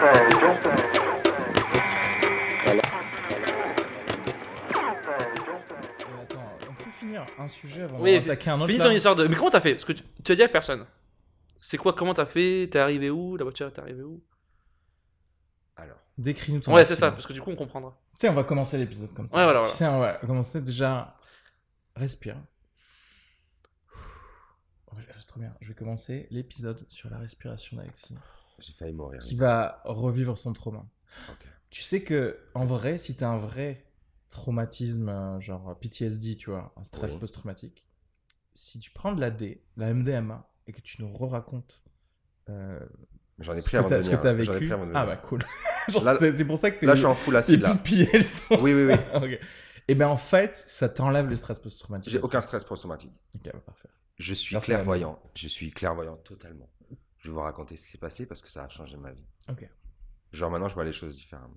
Euh, Attends, on peut finir un sujet avant Oui, d'attaquer un autre. Finis là ton histoire de. Mais comment t'as fait Parce que tu, tu as dit à personne. C'est quoi Comment t'as fait T'es arrivé où La voiture t'es arrivé où Alors, Décris-nous ton Ouais, c'est ça, hein. accident. parce que du coup on comprendra. Tu sais, on va commencer l'épisode comme ça. Ouais, voilà, voilà. Tu sais, on va commencer déjà. Respire. Oh, Ouais, c'est trop bien. Je vais commencer l'épisode sur la respiration d'Alexis, j'ai failli mourir. qui va revivre son trauma. Ok. Tu sais que, en vrai, si t'as un vrai traumatisme, euh, genre PTSD, tu vois, un stress Oui. post-traumatique, si tu prends de la D, la MDMA, et que tu nous re-racontes euh, J'en ai ce pris avant que de t'as- ce que venir. t'as J'en ai vécu. pris avant de Ah bah venir. cool. Genre, Là- c'est c'est pour ça que t'es. Là, je suis en full tes acide, là. pupilles, elles sont Oui, oui, oui. Ok. Et bien en fait, ça t'enlève le stress post-traumatique. J'ai aucun stress post-traumatique. Ok, bah, parfait. Je suis Merci, clairvoyant. Je suis clairvoyant totalement. Je vais vous raconter ce qui s'est passé parce que ça a changé ma vie. Ok. Genre maintenant, je vois les choses différemment.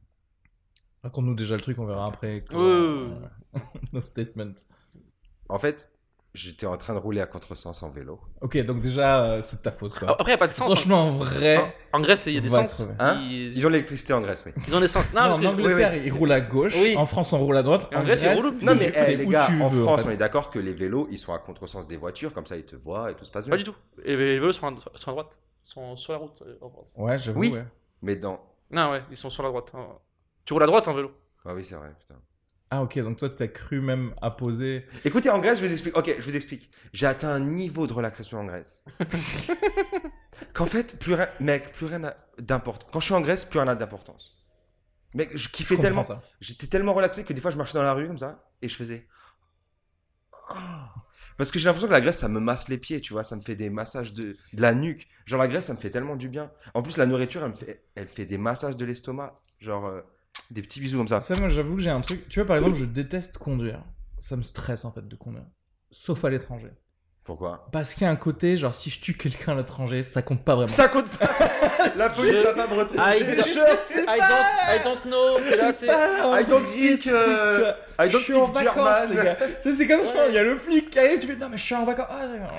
Raconte-nous déjà le truc, on verra après. comment- Ouais, ouais, ouais. Nos statements. En fait, j'étais en train de rouler à contresens en vélo. Ok, donc déjà, euh, c'est de ta faute. Quoi. Ah, Après, y a pas de sens. hein. Franchement, en En, vrai. en Grèce, il y a des Va sens. crever. Hein ils, Ils ont l'électricité en Grèce, oui. ils ont des sens. Non, Non, parce en que- Angleterre, ils roulent à gauche. Oui. En France, on roule à droite. Et en Grèce, ils roulent au milieu. Non, mais c'est eh, les où gars, tu en veux, en France, fait. on est d'accord que les vélos, ils sont à contresens des voitures, comme ça, ils te voient et tout se passe bien. Pas du tout. Et les vélos sont à, sont à droite. Ils sont sur la route euh, en France. Ouais, j'avoue. Oui. ouais. Mais dans. Non, ouais, ils sont sur la droite. hein. Tu roules à droite en vélo. Ah oui, c'est vrai, putain. Ah, ok, donc toi, t'as cru même à poser. Écoutez, en Grèce, je vous explique. Ok, je vous explique. J'ai atteint un niveau de relaxation en Grèce. Ah, Qu'en fait, plus rien, mec, plus rien n'a d'importance. Quand je suis en Grèce, plus rien n'a d'importance. Mec, je Je kiffais comprends tellement. ça. J'étais tellement relaxé que des fois, je marchais dans la rue comme ça et je faisais. Parce que j'ai l'impression que la Grèce, ça me masse les pieds, tu vois. Ça me fait des massages de, de la nuque. Genre, la Grèce, ça me fait tellement du bien. En plus, la nourriture, elle me fait, elle fait des massages de l'estomac. Genre, euh, des petits bisous comme ça. Ça, moi, j'avoue que j'ai un truc. Tu vois, par exemple, je déteste conduire. Ça me stresse, en fait, de conduire. Sauf à l'étranger. Pourquoi Parce qu'il y a un côté, genre, si je tue quelqu'un à l'étranger, ça compte pas vraiment. Ça compte pas La police va pas me I retrouver. don't, I don't, I don't know. t'es là, t'es- I don't speak, euh, I je don't suis en speak vacances, German. les gars. Tu sais, c'est comme ça, Ouais. il y a le flic qui arrive, tu fais non, mais je suis en vacances. Ah, d'accord.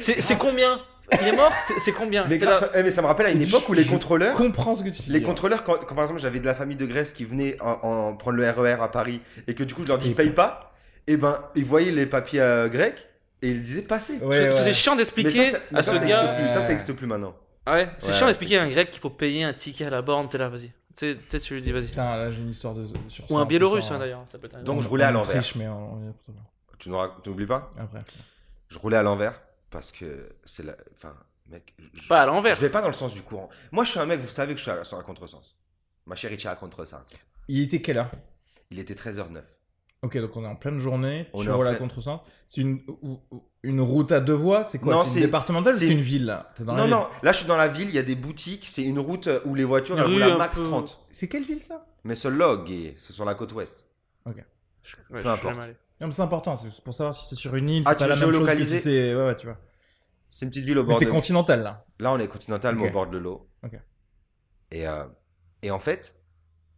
C'est c'est combien Il est mort C'est- C'est combien Mais, T'es grave, là- ça, eh, mais ça me rappelle à une Je- époque où les je contrôleurs, comprends ce que tu dis. hein. les contrôleurs, quand, quand par exemple j'avais de la famille de Grèce qui venait en, en prendre le RER à Paris et que du coup je leur dis Et- paye pas, et ben ils voyaient les papiers euh, grecs et ils disaient passez. Ouais, Parce que ouais. c'est chiant Mais d'expliquer ça, ça, mais à ça, ce ça gars. existe plus. Ça, Ouais. ça existe plus maintenant. Ouais, c'est Ouais, chiant ouais, d'expliquer à un grec qu'il faut payer un ticket à la borne, t'es là, vas-y. Tu sais- tu sais, tu lui dis, vas-y. Putain, là, j'ai une histoire de. Sur ça, Ou en un plus, biélorusse, en- hein, d'ailleurs. ça peut être un- Donc, en- je roulais à en l'envers. Autriche, mais en- en- Tu nous rac- tu n'oublies pas Après. Je roulais à l'envers parce que c'est la, enfin mec. je- Pas à l'envers. Je vais pas dans le sens du courant. Moi je suis un mec, vous savez que je suis à, sur un contresens. Ma chérie, tu es à contresens. Il était quelle heure Il était 13h09. Ok, donc on est en pleine journée, On tu est en roules à pleine- contresens. C'est une, ou- ou- une route à deux voies, c'est quoi Non, C'est c'est- une départementale ou c'est- c'est une ville là T'es dans la non, ville. non, là je suis dans la ville, il y a des boutiques, c'est une route euh, où les voitures Une elles roulent rue à un max peu- 30. C'est quelle ville ça Mais ce log, et c'est sur la côte ouest. Je- ouais, je Peu suis importe. jamais allé. Non, mais c'est important, c'est c'est pour savoir si c'est sur une île, Ah, c'est tu pas la veux même chose que géolocaliser si c'est. Ouais, ouais, tu vois. C'est une petite ville au Mais bord c'est de continental là. Là on est continental, mais Ok. au bord de l'eau. Ok. Et, euh, et en fait,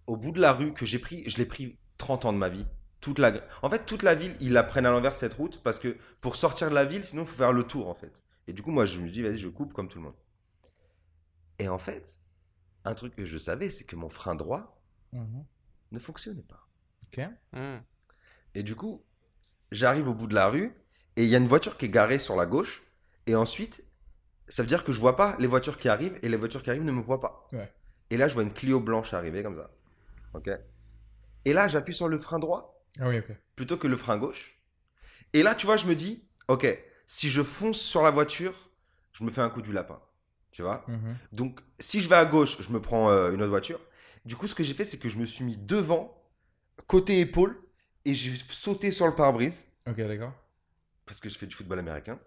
au bout de la rue que j'ai pris, je l'ai pris 30 ans de ma vie. Toute la... En fait, toute la ville, ils la prennent à l'envers cette route parce que pour sortir de la ville, sinon il faut faire le tour en fait. Et du coup, moi je me dis, vas-y, je coupe comme tout le monde. Et en fait, un truc que je savais, c'est que mon frein droit Mhm. ne fonctionnait pas. Hmm. Et du coup, j'arrive au bout de la rue et il y a une voiture qui est garée sur la gauche. Et ensuite, ça veut dire que je vois pas les voitures qui arrivent et les voitures qui arrivent ne me voient pas. Ouais. Et là, je vois une Clio blanche arriver comme ça. Ok. Et là, j'appuie sur le frein droit Ah oui, ok. plutôt que le frein gauche. Et là, tu vois, je me dis, ok, si je fonce sur la voiture, je me fais un coup du lapin. Tu vois Mhm. donc, si je vais à gauche, je me prends euh, une autre voiture. Du coup, ce que j'ai fait, c'est que je me suis mis devant, côté épaule, et j'ai sauté sur le pare-brise, Ok, d'accord. parce que je fais du football américain.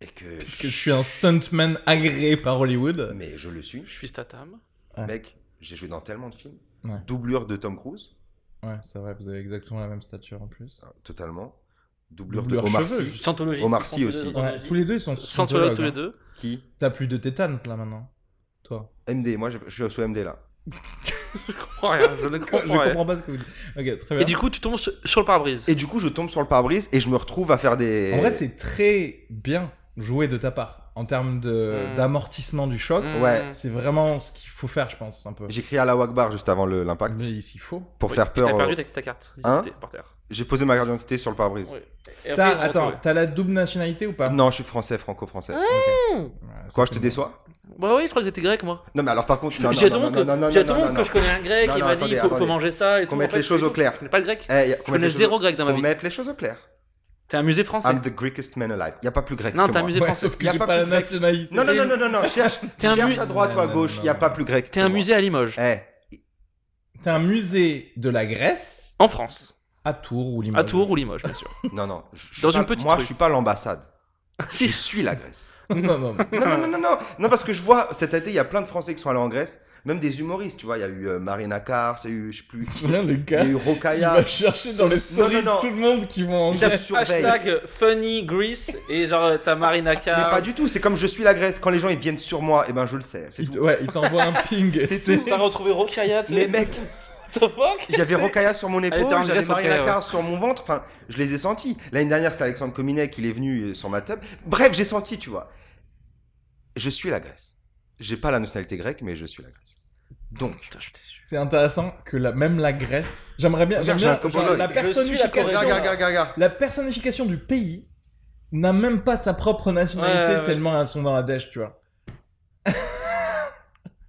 Et que. Parce que je suis un stuntman agréé par Hollywood. Mais je le suis. Je suis Statam. Ouais. Mec, j'ai joué dans tellement de films. Ouais. Doublure de Tom Cruise, Ouais, c'est vrai, vous avez exactement la même stature en plus. euh, totalement. Doublure, Doubleur de Omar cheveux, Sy. je- Scientologie. Omar Sy aussi. Ouais, tous les deux, ils sont Scientologie scientologues. tous les hein. deux. Qui T'as plus de tétanes là maintenant, toi. MD, moi je je suis sous MD là. Je comprends rien. Je ne Je comprends rien. comprends pas ce que vous dites. Ok, très bien. Et du coup, tu tombes sur, sur le pare-brise. Et du coup, je tombe sur le pare-brise et je me retrouve à faire des. En vrai, c'est très bien joué de ta part en termes de- Mm. d'amortissement du choc. Mm. ouais. C'est vraiment ce qu'il faut faire, je pense, un peu. J'ai crié à la Wagbar juste avant le- l'impact Mais il s'y faut. pour Ouais, faire et peur. T'as euh, perdu ta, ta carte. Hein d'identité par terre. J'ai posé ma carte d'identité sur le pare-brise. Ouais. Et après, T'as- ils vont attends, retrouver. t'as la double nationalité ou pas Non, je suis français, franco-français. Ouais, ça, Quoi, je c'est te bon. déçois Bah oui, je crois que t'étais grec, moi. Non, mais alors par contre, non, J'ai tout le non, non, monde non, non, non, que- j'ai tout le non, monde non, que non. je connais un grec, Non, il non, m'a dit attendez, il faut- faut attendez. manger ça et tout. Qu'on En mette fait, les choses au Je clair. connais pas de grec. Eh, y Je a- qu'on mette connais les zéro choses- grec dans ma qu'on vie. mette les choses au clair. T'es un musée français. I'm the Greekest man alive. Y a pas plus grec. Non, que t'as moi. amusé- Ouais, Français. sauf que Y a j'ai pas pas la plus grec. nationalité. Non, non, non, non, non, non, cherche. T'es un Cherche mu- à droite ou à Non, gauche, non, y a non. pas plus grec. T'es que un moi. musée à Limoges. Eh, T'es un musée de la Grèce En France. à Tours ou Limoges. À Tours ou Limoges, bien sûr. non, non. je- je Dans suis une pas- petite Moi, rue. je suis pas l'ambassade. Je Si. suis la Grèce. non, non, non. Non, non, non, non, non, non, parce que je vois cet été, il y a plein de Français qui sont allés en Grèce, même des humoristes, tu vois. Il y a eu euh, Marina Kars, il y a eu, je sais plus, Tiens, le il y a gars, eu il Rokaya. va chercher dans les Non, non, stories non. tout le monde qui vont en Il Grèce. a surveillé. Hashtag funny Greece et genre euh, t'as Marina Mais pas Carr. du tout, c'est comme je suis la Grèce. Quand les gens ils viennent sur moi, et ben je le sais, c'est Il te- tout. Ouais, il t'envoie un ping. C'est tout. T'as retrouvé Rokaya, tu sais. Les mecs, What the fuck j'avais Rokaya sur mon épaule, était en j'avais Grèce Marina après, Carr sur mon ventre, enfin, je les ai sentis. L'année dernière, c'est Alexandre Cominet qui est venu euh, sur ma table. Bref, j'ai senti, tu vois. Je suis la Grèce. J'ai pas la nationalité grecque, mais je suis la Grèce. Donc, Putain, je suis déçu. C'est intéressant que la, même la Grèce. J'aimerais bien. Regarde, j'aime bien- comme genre, Pologne. la, Je suis la personnification, regarde, Corée. la, regarde, regarde, regarde. personnification du pays n'a même pas sa propre nationalité Ouais, ouais, ouais. tellement elles sont dans la dèche, tu vois.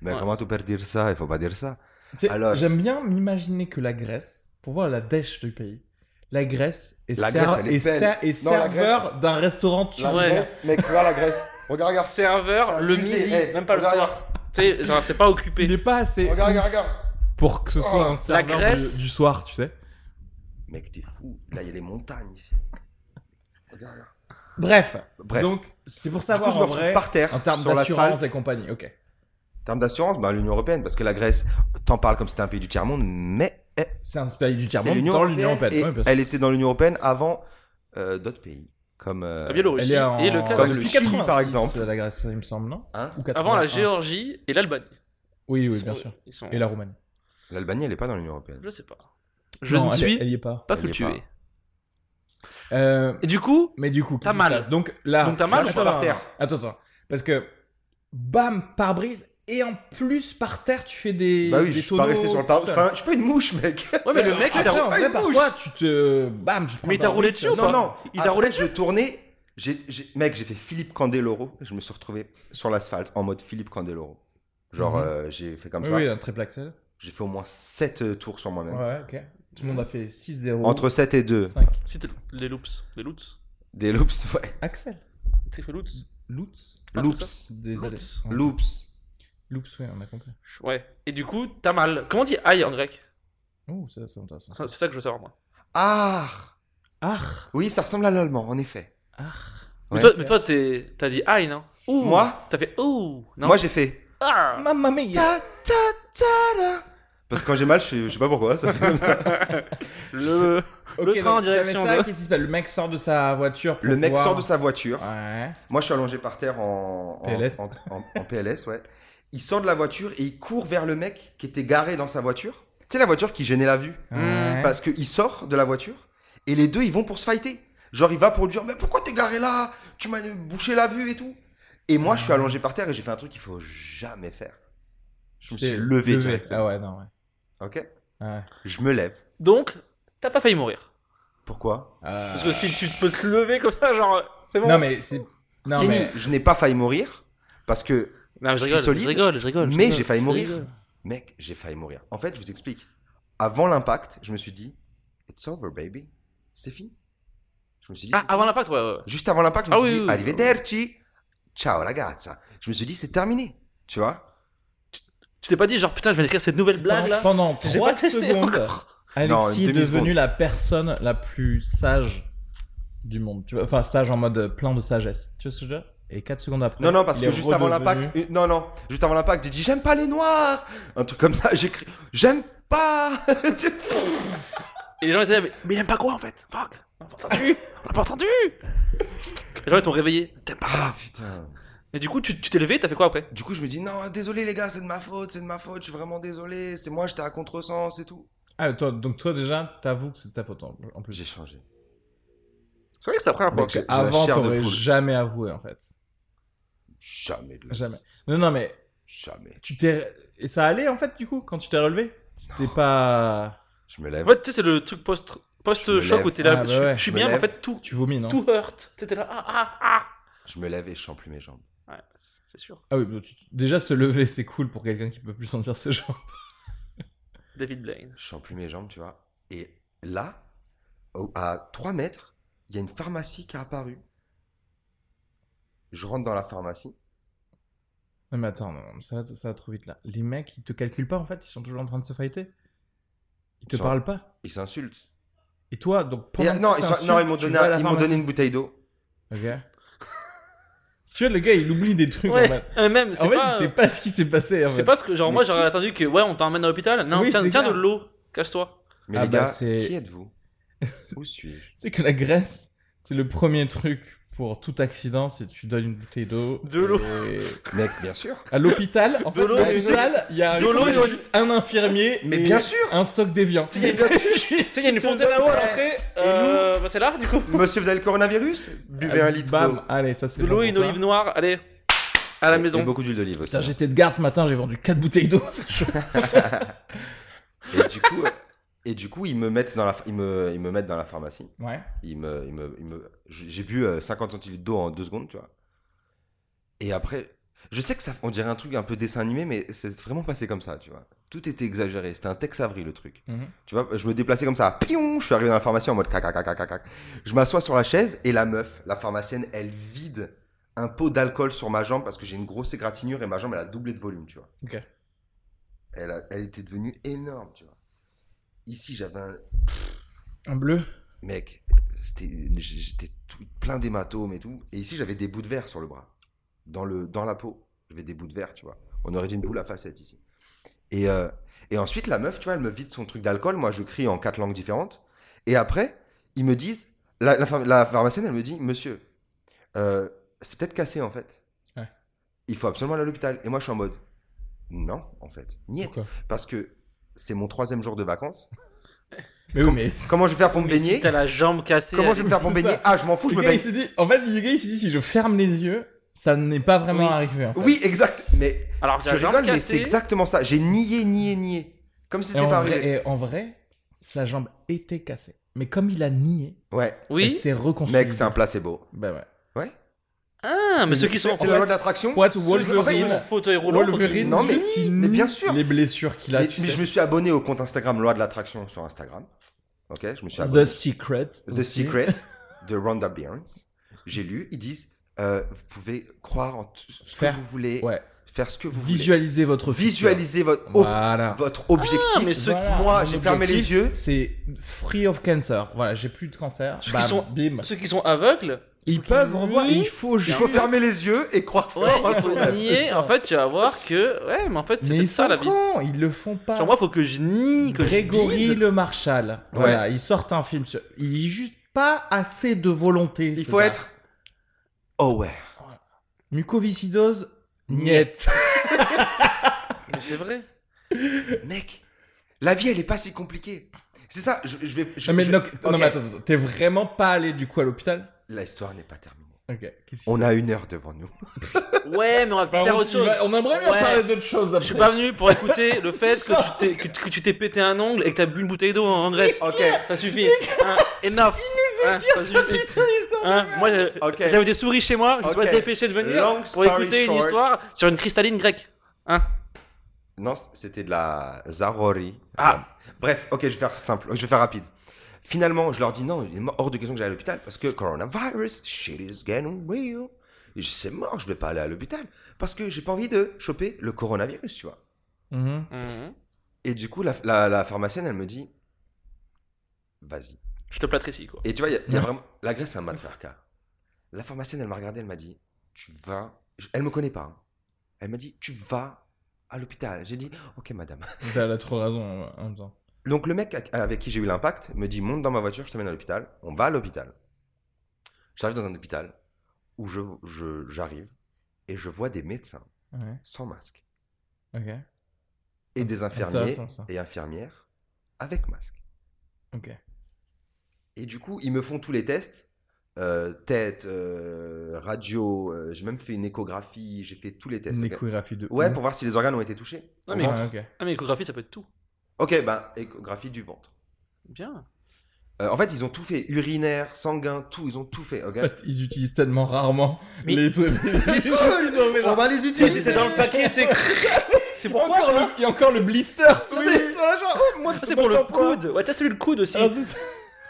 Mais Ouais. comment tu peux dire ça Il faut pas dire ça. Tu sais, Alors- J'aime bien m'imaginer que la Grèce, pour voir la dèche du pays, la Grèce est, La serve- Grèce, elle est est belle. ser- est Non, la serveur d'un restaurant turc. La Ouais. Grèce, mec, regarde la Grèce. Regarde, Serveur le midi, même pas le soir. Tu sais, genre c'est pas Il occupé. n'est pas assez regarde, regarde. pour que ce soit Oh. un serveur du- Grèce- du, soir, tu sais. Mec, t'es fou. Là, il y a les montagnes ici. Regarde, regarde. Bref. Bref. Donc, c'était pour Du coup, savoir je me en retrouve vrai, par terre, en termes sur l'asphalte. d'assurance et compagnie. Ok. En termes d'assurance, bah, l'Union Européenne, parce que la Grèce, t'en parles comme si c'était un pays du tiers-monde, mais eh, C'est un pays du c'est tiers-monde dans l'Union Européenne. et Ouais, bien sûr. elle était dans l'Union Européenne avant euh, d'autres pays, comme... euh, La Biélorussie Elle est en... et le Canada. Comme depuis le Chili, 86, par exemple. La Grèce, il me semble, non Hein Ou 81. Avant la Géorgie et l'Albanie. Oui, oui, Ils bien sont- sûr. Ils sont. Et la Roumanie. L'Albanie, elle est pas dans l'Union Européenne. Je sais pas. Je Non, ne elle- suis Elle y est pas. pas elle est cultivé. Euh, Et du coup, mais du coup, qu'est-ce T'as qui mal. se passe Donc là, Donc t'as mal, Attends, je suis par attends, terre. Attends, attends. Parce que bam, par brise et en plus par terre, tu fais des. Bah oui, des je suis pas tonneaux, resté sur le tout pare ça. Je suis pas un- je suis pas une mouche, mec. ouais, mais le mec, il a- Attends, en pas vrai, une parfois, tu te. Bam, tu te prends Mais il t'a par roulé brise, dessus ou ça. pas Non, non. Il t'a Après, roulé je tournais. j'ai- j'ai- Mec, j'ai fait Philippe Candeloro. Je me suis retrouvé sur l'asphalte en mode Philippe Candeloro. Genre, Mhm. euh, j'ai fait comme Oui, ça. oui, un triple axel. J'ai fait au moins 7 tours sur moi-même. Ouais, ok. Tout le monde a fait 6-0. Entre 7 et 2. 5. Si t'es- les loops. Les loots. Des loops, ouais. Axel. T'es fait loots. Loops. Ah, c'est Loops. Désolé. Loops. Ouais. Loops. Loops, oui, on a compris. Ouais. Et du coup, t'as mal. Comment on dit aïe en grec Oh, ça, c'est intéressant. Ça, C'est ça que je veux savoir, moi. Ah Ah, Oui, ça ressemble à l'allemand, en effet. ah. Mais Ouais. toi- Mais toi, t'es- t'as dit aïe, non Ouh. Moi T'as fait ouh. Non. Moi, j'ai fait. Ah Mamma mia. Ta, ta, ta, da. Parce que quand j'ai mal, je, fais- je sais pas pourquoi, ça fait comme ça. Le. Le train en donc, t'avais direction ça, de- qu'est-ce qui se passe Le mec sort de sa voiture. Pour Le mec pouvoir- Ah. sort de sa voiture. Ouais. Moi, je suis allongé par terre en en- PLS. En, en- en PLS, ouais. Il sort de la voiture et il court vers le mec qui était garé dans sa voiture. Tu sais, la voiture qui gênait la vue. Hmm, ouais. Parce qu'il sort de la voiture et les deux, ils vont pour se fighter. Genre, il va pour lui dire Mais pourquoi t'es garé là Tu m'as bouché la vue et tout. Et moi, je Ah. suis allongé par terre et j'ai fait un truc qu'il faut jamais faire. Je me suis T'es levé, directement. Ah ouais, non, ouais. Ok Ouais. Je me lève. Donc, t'as pas failli mourir. Pourquoi Parce que si tu peux te lever comme ça, genre, c'est bon. Euh, Non, mais c'est. Non, Kenny, mais. je n'ai pas failli mourir parce que, Non, je Je suis rigole, solide, je rigole, je rigole. je mais rigole, j'ai failli je mourir. rigole. Mec, j'ai failli mourir. En fait, je vous explique. Avant l'impact, je me suis dit, it's over, baby. C'est fini. Je me suis dit, Ah, c'est avant fini. l'impact, ouais, ouais. juste avant l'impact, je me Ah suis oui, dit, oui, oui. arrivederci. Ciao, ragazza. Je me suis dit, c'est terminé. Tu vois Je t'ai pas dit, genre, putain, je vais écrire cette nouvelle blague là. Pendant J'ai 3 pas testé secondes, encore. Non, Alexis une est devenu demi-seconde. la personne la plus sage du monde. Tu vois, enfin, sage en mode euh, plein de sagesse. Tu vois ce que je veux dire Et 4 secondes après. Non, non, parce il que est juste avant redevenu- l'impact, euh, non, non, juste avant l'impact, j'ai dit j'aime pas les noirs, un truc comme ça, j'écris j'aime pas. Et les gens ils disaient, mais, mais il aime pas quoi en fait Fuck On l'a pas entendu On l'a pas entendu Les gens ils t'ont réveillé. T'aimes pas ah putain. Et du coup, tu tu t'es levé, t'as fait quoi après Du coup, je me dis non, désolé les gars, c'est de ma faute, c'est de ma faute, je suis vraiment désolé, c'est moi, j'étais à contresens et tout. Ah, toi, donc toi déjà, t'avoues que c'est de ta faute en en plus. J'ai changé. C'est vrai que c'est la première fois. Parce Parce que j'ai la qu'avant, chair de t'aurais poule. jamais avoué en fait. Jamais de la... Jamais. Non, non, mais jamais. tu t'es. Et ça allait en fait du coup quand tu t'es relevé Tu t'es pas. Je me lève. En fait, tu sais, c'est le truc post- Je post-choc me lève. où t'es là, Ah, bah je, ouais. je suis Je me bien, mais en lève. fait, tout, Tu vomis, non tout heurte. T'étais là, ah, ah, ah Je me lève et je sens plus mes jambes. Ouais, c'est c'est sûr. Ah oui, bah, tu- tu- déjà se lever, c'est cool pour quelqu'un qui peut plus sentir ses jambes. David Blaine. Je sens plus mes jambes, tu vois. Et là, au- à 3 mètres, il y a une pharmacie qui a apparu. Je rentre dans la pharmacie. Non, mais attends, non, non, ça, va- ça va trop vite là. Les mecs, ils te calculent pas en fait, ils sont toujours en train de se fighter. Ils te Ils sont- parlent pas. Ils s'insultent. Et toi, donc Et, pendant euh, non, qu'ils ils sont- s'insultent, non, ils m'ont tu donné, vas à la ils m'ont pharmacie. donné une bouteille d'eau. Ok. tu vois, le gars, il oublie des trucs en Ouais, fait. euh, même, En c'est fait, pas. il sait Ah pas ce qui s'est passé. En c'est fait. pas ce que. Genre, moi, Mais j'aurais qui- attendu que, ouais, on t'emmène à l'hôpital. Non, Oui, tiens, c'est tiens de clair. l'eau, cache-toi. Mais Ah les bah, gars, c'est- qui êtes-vous Où suis-je Tu sais que la Grèce, c'est le premier truc pour tout accident, c'est tu donnes une bouteille d'eau. De l'eau. et- Mec, bien sûr. À l'hôpital, en De fait, à l'eau, mais- l'hôpital, il y a De l'eau, un, mais- juste un infirmier Mais et bien sûr. un stock d'évian. Tu sais, il y a une- tu sais, il y a une fontaine à eau à l'entrée. euh, bah, c'est là, du coup. Monsieur, vous avez le coronavirus Buvez un litre d'eau. Bam, allez, ça c'est De bon l'eau et pour une toi. olive noire, allez, à la Et- maison. Et beaucoup d'huile d'olive aussi. Putain, j'étais de garde ce matin, j'ai vendu 4 bouteilles d'eau. c'est chaud. Et du coup, euh, et du coup, ils me mettent dans la, ils me, ils me mettent dans la pharmacie. ouais. Ils me, ils me, ils me- j- j'ai bu euh, 50 centilitres d'eau en deux secondes, tu vois. Et après, je sais que ça, on dirait un truc un peu dessin animé, mais c'est vraiment passé comme ça, tu vois. Tout était exagéré. C'était un Tex Avery le truc. Mhm. Tu vois, je me déplaçais comme ça. Pion, je suis arrivé dans la pharmacie en mode cac, cac, cac, cac, cac. Je m'assois sur la chaise et la meuf, la pharmacienne, elle vide un pot d'alcool sur ma jambe parce que j'ai une grosse égratignure et ma jambe, elle a doublé de volume, tu vois. Ok. Elle, a- elle était devenue énorme, tu vois. Ici, j'avais un. Un bleu. Mec, c'était- j'étais tout plein d'hématomes et tout. Et ici, j'avais des bouts de verre sur le bras. Dans, le, dans la peau, j'avais des bouts de verre, tu vois. On aurait dit une boule à facettes ici. Et, euh, et ensuite, la meuf, tu vois, elle me vide son truc d'alcool. Moi, je crie en quatre langues différentes. Et après, ils me disent. La, la, phar- la pharmacienne, elle me dit Monsieur, euh, c'est peut-être cassé en fait. Ouais. Il faut absolument aller à l'hôpital. Et moi, je suis en mode Non, en fait. Niet. Pourquoi Parce que c'est mon troisième jour de vacances. Mais oui, mais. Comment je vais faire pour me Mais si baigner T'as la jambe cassée. Comment allez. je vais me faire pour me C'est baigner ça. Ah, je m'en fous, je le me gars, il baigne. s'est dit, en fait, le gars, il s'est dit, si je ferme les yeux, ça n'est pas vraiment Oui. arrivé. hein. en fait. Oui, exact. Mais Alors, j'ai tu la jambe rigoles, mais cassée. c'est exactement ça. J'ai nié, nié, nié. Comme si Et c'était en, pas vrai, arrivé. et en vrai, sa jambe était cassée. Mais comme il a nié, Ouais. elle Oui. s'est reconstruite. Mec, c'est un placebo. Bah ouais. Ah, mais C'est ceux le- qui sont en C'est la loi de l'attraction. What ceux qui sont en Wolverine fauteuil roulant. Wolverine, Oh Non, mais- juste, il mais nie bien sûr. Les blessures qu'il a. mais tu mais sais. je me suis abonné au compte Instagram Loi de l'attraction sur Instagram. Ok, je me suis abonné. The Secret. ah The Secret de Rhonda Byrne. J'ai lu, ils disent euh, vous pouvez croire en tout ce que Faire- vous voulez, Ouais. faire ce que vous Visualisez votre voulez. futur. Visualiser votre, ob- Voilà. votre objectif. Ah, mais ceux qui- Voilà, Moi, mon j'ai fermé objectif, les yeux. C'est free of cancer. Voilà, j'ai plus de cancer. Ceux qui Bam, sont- bim. Ceux qui sont aveugles. Ils peuvent revoir. nient. Il faut Il juste. faut fermer les yeux et croire Oh, Ouais, fort en ils son sont rêve. niés. En fait, tu vas voir que. Ouais, mais en fait, Mais c'est peut-être ils ça sont la vie. cons, ils le font pas. Genre, moi, faut que je nie, que je Grégory bide. Le Marchal. Voilà, ils sortent un film sur. Il est juste pas assez de volonté. Il ce faut gars. être Oh aware. Mucoviscidose. Niette. Mais c'est vrai. Mec, la vie, elle est pas si compliquée. C'est ça, je, je vais. je- Non, Ah, mais, je- non, non, Ok. mais attends, attends, t'es vraiment pas allé du coup à l'hôpital L'histoire n'est pas terminée. Ok. qu'est-ce que On a une heure devant nous. Ouais, mais on va Bah, faire on, autre chose. on aimerait bien Ouais. parler d'autre chose après. Je suis pas venu pour écouter le fait que ça, tu t'es- que tu- que tu t'es pété un ongle et que t'as bu une bouteille d'eau en en Grèce. Ok, Ça suffit. Hein, Enough. Il nous a dit Moi, j'ai- ok. j'avais des souris chez moi. Je me suis Ok. pas dépêché de venir Long pour story écouter une short. histoire sur une cristalline grecque. Non, c- c'était de la Zarori. Ah. Bref, ok, je vais faire simple, je vais faire rapide. Finalement, je leur dis non, il est hors de question que j'aille à l'hôpital parce que coronavirus, shit is getting real. Et je- C'est mort, je vais pas aller à l'hôpital parce que j'ai pas envie de choper le coronavirus, tu vois. Mhm. Et du coup, la, la- la pharmacienne, elle me dit, vas-y. Je te plâtre ici, quoi. Et tu vois, il y a- il y, a Ouais. vraiment. La Grèce, c'est un matriarcat. La pharmacienne, elle m'a regardé, elle m'a dit Tu vas. Je- Elle me connaît pas. hein. Elle m'a dit Tu vas à l'hôpital. J'ai dit Ok, madame. Bah, Elle a trop raison en- en même temps. Donc, le mec ac- avec qui j'ai eu l'impact me dit Monte dans ma voiture, je t'amène à l'hôpital. On va à l'hôpital. J'arrive dans un hôpital où je je- j'arrive et je vois des médecins Ouais, sans masque ok. et des infirmiers Intéressant, ça. et infirmières avec masque. Ok. Et du coup, ils me font tous les tests. euh, tête, euh, radio, euh, j'ai même fait une échographie, j'ai fait tous les tests. Une ok. échographie de. Ouais, pour voir si les organes ont été touchés. Non, Au mais- ventre. Ouais, ok. Ah, mais l'échographie, ça peut être tout. Ok, bah, échographie du ventre. Bien. Euh, en fait, ils ont tout fait, urinaire, sanguin, tout, ils ont tout fait. ok En fait, ils utilisent tellement rarement Mais- les trucs. Ils ont fait genre- On va les Mais utiliser. c'était dans le paquet, tu sais. C'est pour quoi, encore ça le... Il y a encore le blister, tu sais, ça, genre, oh, moi, je Ça, peux C'est pas pour le faire quoi. coude. Ouais, t'as celui le coude aussi. Ah, c'est ça.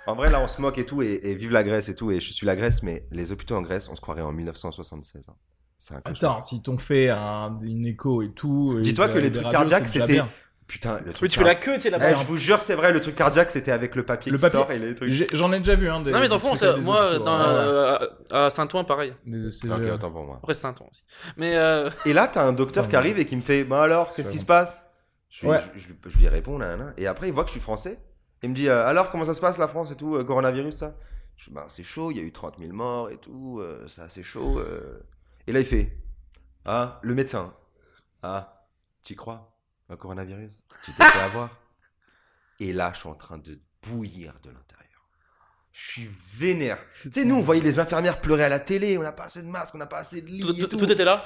En vrai, là, on se moque et tout, et, et vive la Grèce et tout, et je suis la Grèce, mais les hôpitaux en Grèce, on se croirait en 1976. hein. C'est un cauchemar. Attends, si t'ont fait un, une écho et tout. et Dis-toi de- que les des trucs radios, cardiaques, c'est déjà c'était- bien. Putain, le Oui, truc. tu fais la queue, tu sais, Eh, là-bas. je vous jure, c'est vrai, le truc cardiaque, c'était avec le papier Le qui papier. sort et les trucs. J'ai- J'en ai déjà vu, hein. Des, Non, mais des enfants, trucs avec des moi, hôpitaux, dans, ouais, ouais. euh, à à Saint-Ouen, pareil. Des- des- c'est- Ok, euh, autant pour moi. Après, c'est Saint-Ouen aussi. Mais euh, Et là, t'as un docteur Pardon. qui arrive et qui me fait Bah alors, qu'est-ce Ah, C'est qui bon. se passe je, lui- Ouais. je, je lui- je lui réponds, là, là. Et après, il voit que je suis français. Il me dit euh, Alors, comment ça se passe la France et tout, euh, coronavirus, ça Je dis Ben, c'est chaud, il y a eu 30 000 morts et tout, euh, c'est assez chaud. euh. Et là, il fait Ah, le médecin. Ah, t'y crois Le coronavirus Tu t'es fait avoir Et là, je suis en train de bouillir de l'intérieur. Je suis vénère. Tu sais, nous, on voyait les infirmières pleurer à la télé, on n'a pas assez de masques, on n'a pas assez de tout, lits. et tout- tout. tout était là.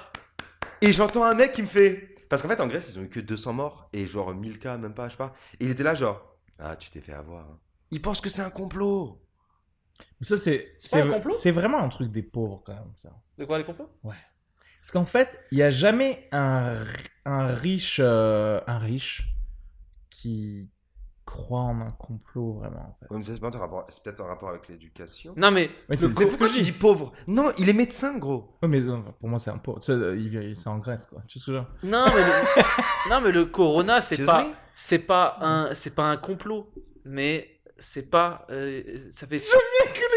Et j'entends un mec qui me fait. Parce qu'en fait, en Grèce, ils ont eu que 200 morts et genre 1000 cas, même pas, je sais pas. Et il était là, genre, ah, tu t'es fait avoir. hein. Ils pensent que c'est un complot. Ça, c'est. C'est pas un complot C'est vraiment un truc des pauvres, quand même, ça. De quoi les complots Parce qu'en fait, il n'y a jamais un, un riche, euh, un riche qui croit en un complot vraiment. En fait. Ouais, mais ça, C'est peut-être un rapport- c'est peut-être un rapport avec l'éducation. Non, mais Mais Le pauvre- pourquoi tu dis pauvre Non, il est médecin, gros. Ouais, mais euh, pour moi, c'est un pauvre. Tu sais, euh, il vit- C'est en Grèce, quoi. Tu sais ce que je veux dire Non, mais le, non, mais le corona, c'est Excuse pas, me c'est pas un, c'est pas un complot, mais c'est pas, euh, ça fait, ça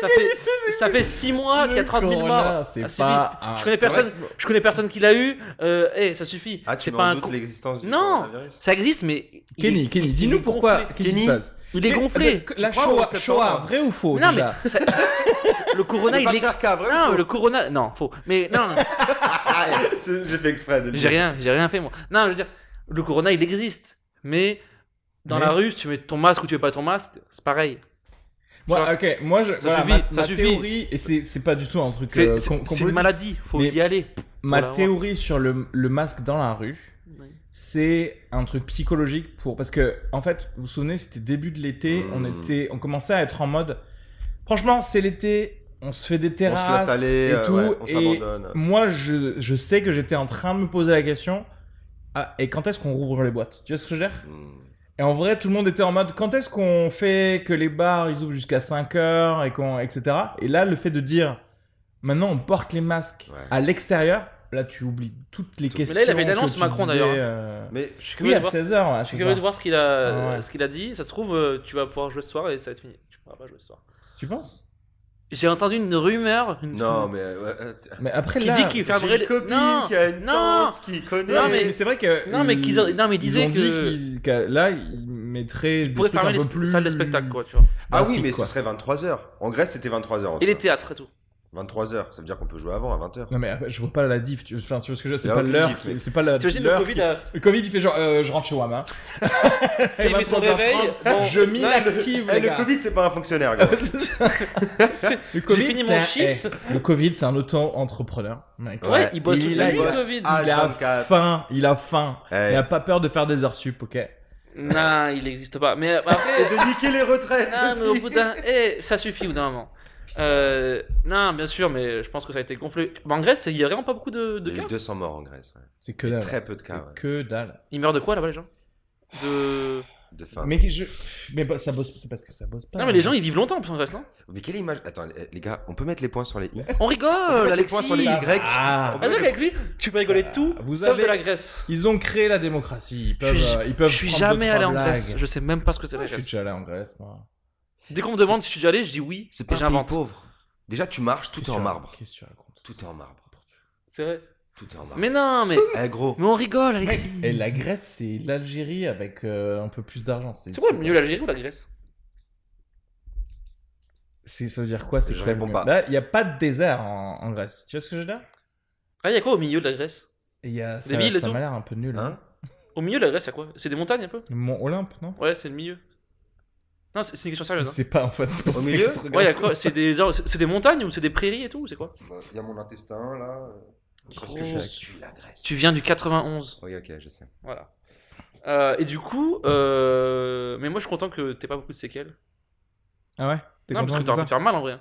fait, ça fait six mois Ah, qu'il y a 30 000 Corona, morts. C'est Ah, c'est pas. un- Je connais c'est vrai personne, que- je connais personne qui l'a eu. Euh, eh, ça suffit. Ah, tu c'est mets pas en un doute con- l'existence du Non. coronavirus Ça existe, mais il est- Kenny, Kenny, il- dis-nous il est pourquoi. gonflé. Qu'est-ce qui Kenny se passe Il est gonflé. La Tu crois au Shoah, septembre Shoah, vrai ou faux Non mais Oh, déjà ça- le corona, il Le est. patriarcat, vrai ou Non, faux le corona, non, faux. Mais non, non, non, Ah, c'est- J'ai fait exprès de j'ai le dire. rien, j'ai rien fait moi. Non, je veux dire, le corona, il existe, mais dans Mais- la rue, si tu mets ton masque ou tu mets pas ton masque, c'est pareil. Moi, Genre- ok, moi, je, Ça voilà, suffit, ma, ça ma suffit. théorie, et c'est c'est pas du tout un truc C'est euh, c'est- com- c'est complotiste. une maladie, faut Mais- y aller. Ma Voilà, ouais. théorie sur le, le masque dans la rue, c'est un truc psychologique pour parce que en fait vous vous souvenez c'était début de l'été Mmh. on était on commençait à être en mode franchement c'est l'été on se fait des On se terrasses laisse aller, et euh, tout ouais, on et s'abandonne. moi je, je sais que j'étais en train de me poser la question ah, et quand est-ce qu'on rouvre les boîtes tu vois ce que je veux dire Hmm. et en vrai tout le monde était en mode quand est-ce qu'on fait que les bars ils ouvrent jusqu'à 5 heures et qu'on etc et là le fait de dire maintenant on porte les masques Ouais. à l'extérieur là tu oublies toutes les Mais questions là, il avait une que annonce tu Macron, disais, d'ailleurs, euh, Mais Je suis oui, curieux, à de, voir, 16h, là, je suis c'est curieux ça. de voir ce qu'il a, Ah ouais. ce qu'il a dit. Ça se trouve, euh, tu vas pouvoir jouer ce soir et ça va être fini. Tu pourras pas jouer ce soir. Tu penses J'ai entendu une rumeur. Une... non, mais. euh, ouais, euh, t- Mais après, Qui là... dit qu'il fait un j'ai vrai- une copine Non, qui a une non, tante qui connaît. non, Non, mais, mais c'est vrai que... Non, mais qu'ils ont- non, mais ils ils disaient ont dit que- qu'ils- qu'à- là, ils mettraient Il des pourrait trucs fermer un les peu plus... salles de spectacle, quoi, tu vois. Ah oui, drastiques, mais quoi. ce serait 23h. En Grèce, c'était 23h. en Et tout les cas. théâtres et tout. 23h, ça veut dire qu'on peut jouer avant à 20h. Non, mais après, je vois pas la diff, tu, enfin, tu vois ce que je veux dire, Y c'est a pas aucune l'heure, diff, qui- mais- c'est pas la T'imagines le l'heure Covid qui- a- Le Covid, il fait genre, euh, je rentre chez Wama. Il met son réveil. bon, je non, m'inactive, Eh, les le gars. Covid, c'est pas un fonctionnaire, gars. C'est ça. le Covid, J'ai fini c'est mon un- shift. eh, Le Covid, c'est un auto-entrepreneur. mec. Ouais, il bosse il toute a- la il nuit, le bosse. Covid. Ah, Il a H24. faim, il a faim. Eh, Il a pas peur de faire des heures sup, ok Non, il n'existe pas. Mais euh, Et après, de niquer les retraites non, Ah, mais au aussi. bout d'un. Eh, ça suffit au bout d'un moment. Euh, non, bien sûr, mais je pense que ça a été gonflé. Mais en Grèce, il y a vraiment pas beaucoup de, de Il y a cas. eu 200 morts en Grèce. ouais. C'est que Et dalle. Très peu de C'est cas. ouais. que dalle. Ils meurent de quoi là-bas, les gens De. de fin. Mais, que je... mais bah, ça bosse, c'est parce que ça bosse pas. hein. Non, mais les gens, ils vivent longtemps, en plus, en Grèce, non Mais quelle image Attends, eh, les les gars, on peut mettre les points sur les i On On peut rigole, mettre les Alexis points sur les y. Ah, On Ah, peut donc, mettre avec lui, tu peux rigoler de tout, Vous sauf avez- de la Grèce. ils ont créé la démocratie. Ils peuvent, je suis, euh, ils peuvent je suis prendre deux, jamais trois allé en blagues. Grèce. Je sais même pas ce que c'est Ah, la Je suis Grèce. déjà allé en Grèce, moi. Dès qu'on me demande si je suis déjà allé, je dis oui. C'est et pas un pays j'invente. pauvre. Déjà, tu marches, tout est Qu'est-ce en que- marbre. Qu'est-ce que tu racontes Tout est en marbre. C'est vrai. Tout est en marbre. Mais non, mais. Eh gros, Mais on rigole, Alexis. Et la Grèce, c'est l'Algérie avec euh, un peu plus d'argent. C'est quoi le mieux, l'Algérie ou la Grèce C'est ça veut dire quoi C'est Je quoi le réponds mieux pas. Là, il n'y a pas de désert en, en Grèce. Tu vois ce que je veux dire Ah, il y a quoi au milieu de la Grèce Il y a, ça, Des villes et ça tout m'a l'air un peu nul. hein Au milieu de la Grèce, il y a quoi C'est des montagnes un peu Le Mont Olympe, non Ouais, c'est le milieu. Non, c'est c'est une question sérieuse. hein. C'est pas en fait. c'est pour Au ça que milieu je te regarde. Ouais, y a quoi C'est des, genre, c'est- c'est des montagnes ou c'est des prairies et tout ou C'est quoi Il y a mon intestin là. Parce que je suis la Grèce. Tu viens du 91. Oui, ok, je sais. Voilà. Euh, et du coup, euh... mais moi je suis content que t'aies pas beaucoup de séquelles. Ah ouais T'es Non, parce content que de t'aurais pu ça te faire mal en vrai. hein.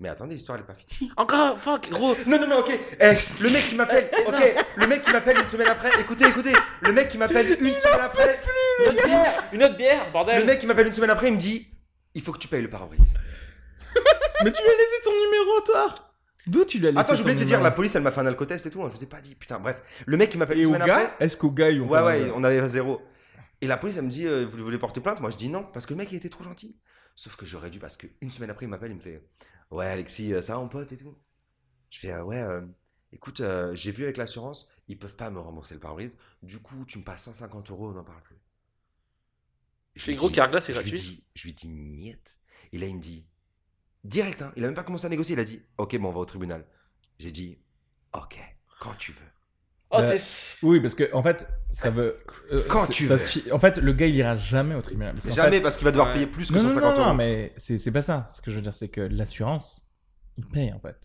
Mais attendez, l'histoire elle est pas finie. Encore, fuck, gros. Non, non, non, ok. Eh, le mec qui m'appelle, ok. Le mec qui m'appelle une semaine après. Écoutez, écoutez. Le mec qui m'appelle une semaine après. Une autre bière, une autre bière, bordel. Le mec qui m'appelle une semaine après, il me dit il faut que tu payes le pare-brise. Mais tu lui as laissé ton numéro, toi D'où tu lui as laissé Attends, j'ai oublié ton de te dire, la numéro police elle m'a fait un alcotest et tout. hein, je vous ai pas dit. Putain, bref. Le mec qui m'appelle Et une au semaine après. gars Est-ce qu'au gars, ils ont Ouais, pas ouais, dit- on avait zéro. Et la police, elle me dit, euh, vous voulez porter plainte Moi, je dis non, parce que le mec, il était trop gentil. Sauf que j'aurais dû, parce qu'une semaine après, il m'appelle, il me fait, ouais, Alexis, euh, ça va, mon pote et tout. Je fais, Ah ouais, euh, écoute, euh, j'ai vu avec l'assurance, ils peuvent pas me rembourser le pare-brise. Du coup, tu me passes 150 euros, on n'en parle plus. Je Fais lui gros, dis- car là, c'est je lui gratuit. dis, je lui dis, niette. Et là, il me dit, direct, hein, il a même pas commencé à négocier, il a dit, ok, bon, on va au tribunal. J'ai dit, ok, quand tu veux. Oh, Euh, t'es. Oui, parce que en fait, ça veut. euh, Quand c'est- tu ça veux. se fi- En fait, le gars, il ira jamais au tribunal. parce qu'en Jamais, fait- parce qu'il va devoir Ouais. payer plus que Non, non, 150 non, euros. non, mais c'est c'est pas ça. Ce que je veux dire, c'est que l'assurance, il paye en fait.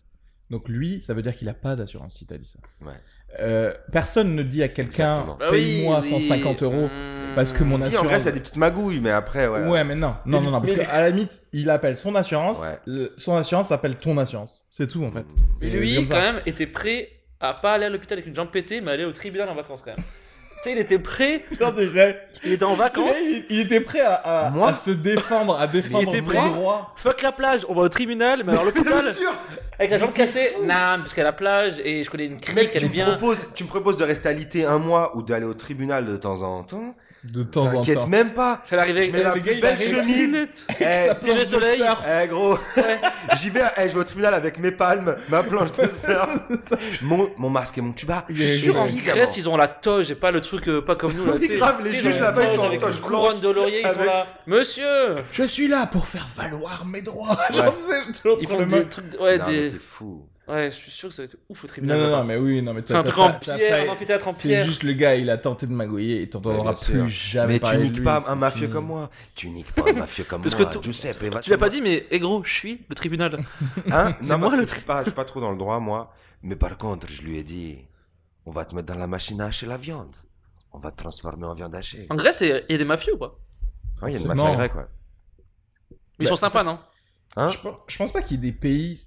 Donc lui, ça veut dire qu'il a pas d'assurance si t'as dit ça. Ouais. Euh, personne ne dit à quelqu'un Exactement. Bah oui, paye-moi oui. 150 euros. Mmh. parce que mon Si, en assurance- vrai, il y a des petites magouilles, mais après, ouais. Ouais, mais non, non, non, non, parce Mais- qu'à la limite, il appelle son assurance, Ouais. Mm. le- son assurance appelle ton assurance. C'est tout en fait. Mais C'est- c'est lui, comme ça. quand même, était prêt à pas aller à l'hôpital avec une jambe pétée, mais aller au tribunal en vacances quand même. tu sais, il était prêt, Non, tu sais, il était en vacances. il, il était prêt à, à- Moi à se défendre, à défendre était ses prêt droits. Fuck la plage, on va au tribunal, mais alors l'hôpital, avec la jambe cassée, non, parce qu'à la plage, et je connais une crique, Mec, elle tu est me, bien. proposes, tu me proposes de rester alité un mois ou d'aller au tribunal de temps en temps. De temps en T'inquiète temps. même pas. Ça l'arrivait Je avec mets la plus plus belle belle chemise. Eh, Ça Pierre plonge Soleil. le surf. eh, gros, Ouais. j'y vais, eh, je vais au tribunal avec mes palmes, ma planche de surf, C'est ça. mon, mon masque et mon tuba. Il est- Je suis sûr, en Évidemment. Grèce, ils ont la toge et pas le truc euh, pas comme nous. là, C'est tu sais. grave, les Tu sais, juges ont là-bas, une ils sont en avec toge une blanche, couronne de laurier, ils sont avec- là. Monsieur Je suis là pour faire valoir mes droits. J'en sais, je suis en Ils train font de me- des trucs. de- Ouais, non, mais des- t'es fou. ouais, je suis sûr que ça va être ouf au Non, tribunal. non, là-bas. non, mais oui, non, mais C'est un t'as- truc t'as en fait- t'as pierre, fait- un amphithéâtre en C'est pierre. juste le gars, il a tenté de magouiller et Ouais, t'entendras bien plus sûr. jamais mais tu parler de niques lui, pas c'est un mafieux fini. comme moi. Tu niques pas un mafieux comme Parce moi. que tu- Giuseppe, va Tu l'as chez moi. pas dit, mais eh gros, je suis le tribunal. Hein C'est Non, moi parce que le je suis pas, je suis pas trop dans le droit, moi. Mais par contre, je lui ai dit, on va te mettre dans la machine à hacher la viande. On va te transformer en viande hachée. En Grèce, il y a- il y a des mafieux ou pas Ouais, il y a une Absolument. mafia grecque, ouais. Ils Bah, sont sympas, non Hein Je pense, je pense pas qu'il y ait des pays.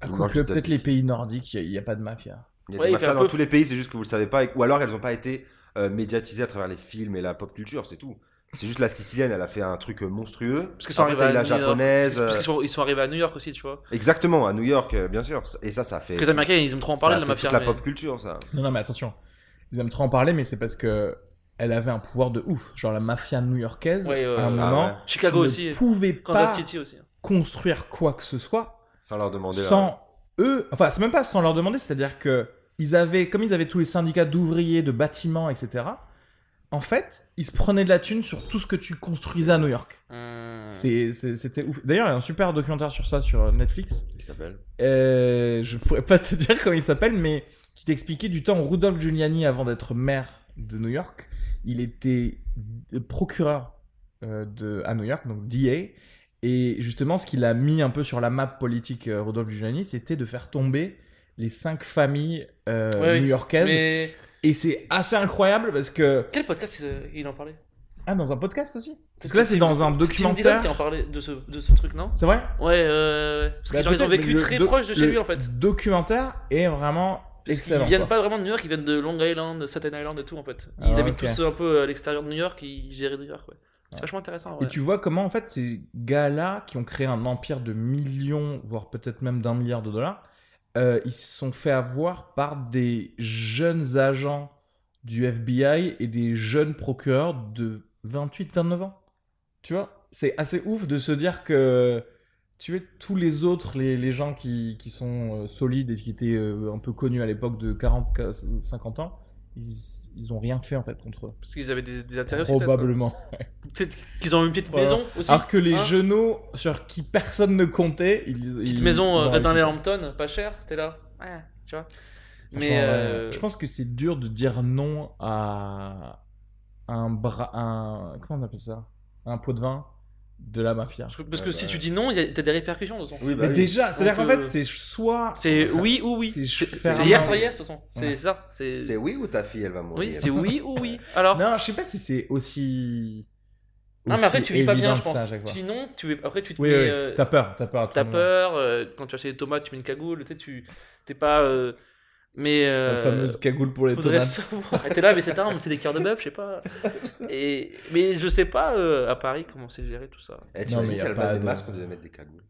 à Moi, quoi je que te peut-être dis. les pays nordiques, il n'y a, pas de mafia. Il y a Ouais, des il fait mafias un dans peu- tous les pays, c'est juste que vous le savez pas. et- Ou alors, elles ont pas été euh, médiatisées à travers les films et la pop culture, c'est tout. C'est juste la Sicilienne, elle a fait un truc euh, monstrueux. Parce qu'ils sont Après, arrivés t'as eu à New la York. japonaise. Parce euh, qu'ils sont, ils sont arrivés à New York aussi, tu vois. Exactement, à New York, euh, bien sûr. Et ça, ça a fait. Que les Américains, ils aiment trop en ça a parler de la fait mafia. toute la mais- pop culture, ça. Non, non, mais attention. Ils aiment trop en parler, mais c'est parce que elle avait un pouvoir de ouf. Genre la mafia new-yorkaise, Ouais, ouais, à un ouais. moment, Ah ouais. Chicago qui aussi. ne pouvait pas Kansas City aussi. construire quoi que ce soit Sans leur demander. euh, là. sans eux, enfin c'est même pas sans leur demander, c'est-à-dire que ils avaient, comme ils avaient tous les syndicats d'ouvriers, de bâtiments, etc. En fait, ils se prenaient de la thune sur tout ce que tu construisais à New York. Mmh. C'est- c'est- C'était ouf. D'ailleurs, il y a un super documentaire sur ça sur Netflix. Il s'appelle. Euh, je pourrais pas te dire comment il s'appelle, mais qui t'expliquait du temps où Rudolph Giuliani, avant d'être maire de New York, il était procureur euh, de, à New York, donc DA. Et justement, ce qu'il a mis un peu sur la map politique, euh, Rudolph Giuliani, c'était de faire tomber les cinq familles euh, Ouais, oui. new-yorkaises. Mais Et c'est assez incroyable parce que. quel podcast euh, il en parlait Ah, dans un podcast aussi Parce que là, c'est dans un Tim Dillon qui documentaire. en parlait de ce, de ce truc, non C'est vrai Ouais, euh, ouais. parce que Bah, genre, ils ont peut-être, vécu mais le très doc- proche de chez le lui en fait. Documentaire est vraiment Parce qu'ils excellent. viennent quoi. pas vraiment de New York, ils viennent de Long Island, de Staten Island et tout en fait. Ils Ah, habitent ok. tous un peu à l'extérieur de New York, ils gèrent New York. Ouais. C'est vachement intéressant. Et tu vois comment, en fait, ces gars-là, qui ont créé un empire de millions, voire peut-être même d'un milliard de dollars, euh, ils se sont fait avoir par des jeunes agents du FBI et des jeunes procureurs de 28-29 ans. Tu vois C'est assez ouf de se dire que, tu vois, tous les autres, les, les gens qui, qui sont euh, solides et qui étaient euh, un peu connus à l'époque de 40-50 ans, ils, ils ont rien fait, en fait, contre eux. Parce qu'ils avaient des, des intérêts aussi. peut-être, quoi. Probablement. Peut-être qu'ils ont une petite Voilà. maison aussi. Alors que les hein. genoux sur qui personne ne comptait, ils, Petite ils- maison ils ont euh, Redin réussi. les Hamptons, pas cher, t'es là. Ouais, tu vois. Franchement, Mais ouais, euh, je pense que c'est dur de dire non à un bras, un comment on appelle ça, un pot de vin de la mafia. parce que- parce que Ouais, si bah, tu dis non, il y a- t'as des répercussions de toute façon. Oui, bah euh, Mais oui. déjà, c'est-à-dire Donc, qu'en fait, euh, c'est soit C'est oui ou oui. C'est C'est faire c'est un yes mari. or yes de toute façon. C'est Ouais. ça. C'est C'est oui ou ta fille, elle va mourir oui, c'est oui ou oui. Alors non, je sais pas si c'est aussi. non, mais après aussi tu vis pas évident bien, je que ça, pense. à chaque fois. tu dis non, tu veux- après tu te Oui, mets oui, euh, t'as peur, t'as peur. à tout t'as moment. peur euh, quand tu vas chez les tomates, tu mets une cagoule, tu sais tu t'es pas euh, mais La euh, fameuse cagoule pour les Faudrait tomates. savoir. Et T'es là, mais c'est pas, mais c'est des cœurs de bœuf, je sais pas. Et mais je sais pas euh, à Paris comment c'est géré tout ça. Eh, Non, mais t'imagines y si a elle pas passe des de- masques, on devait mettre des cagoules.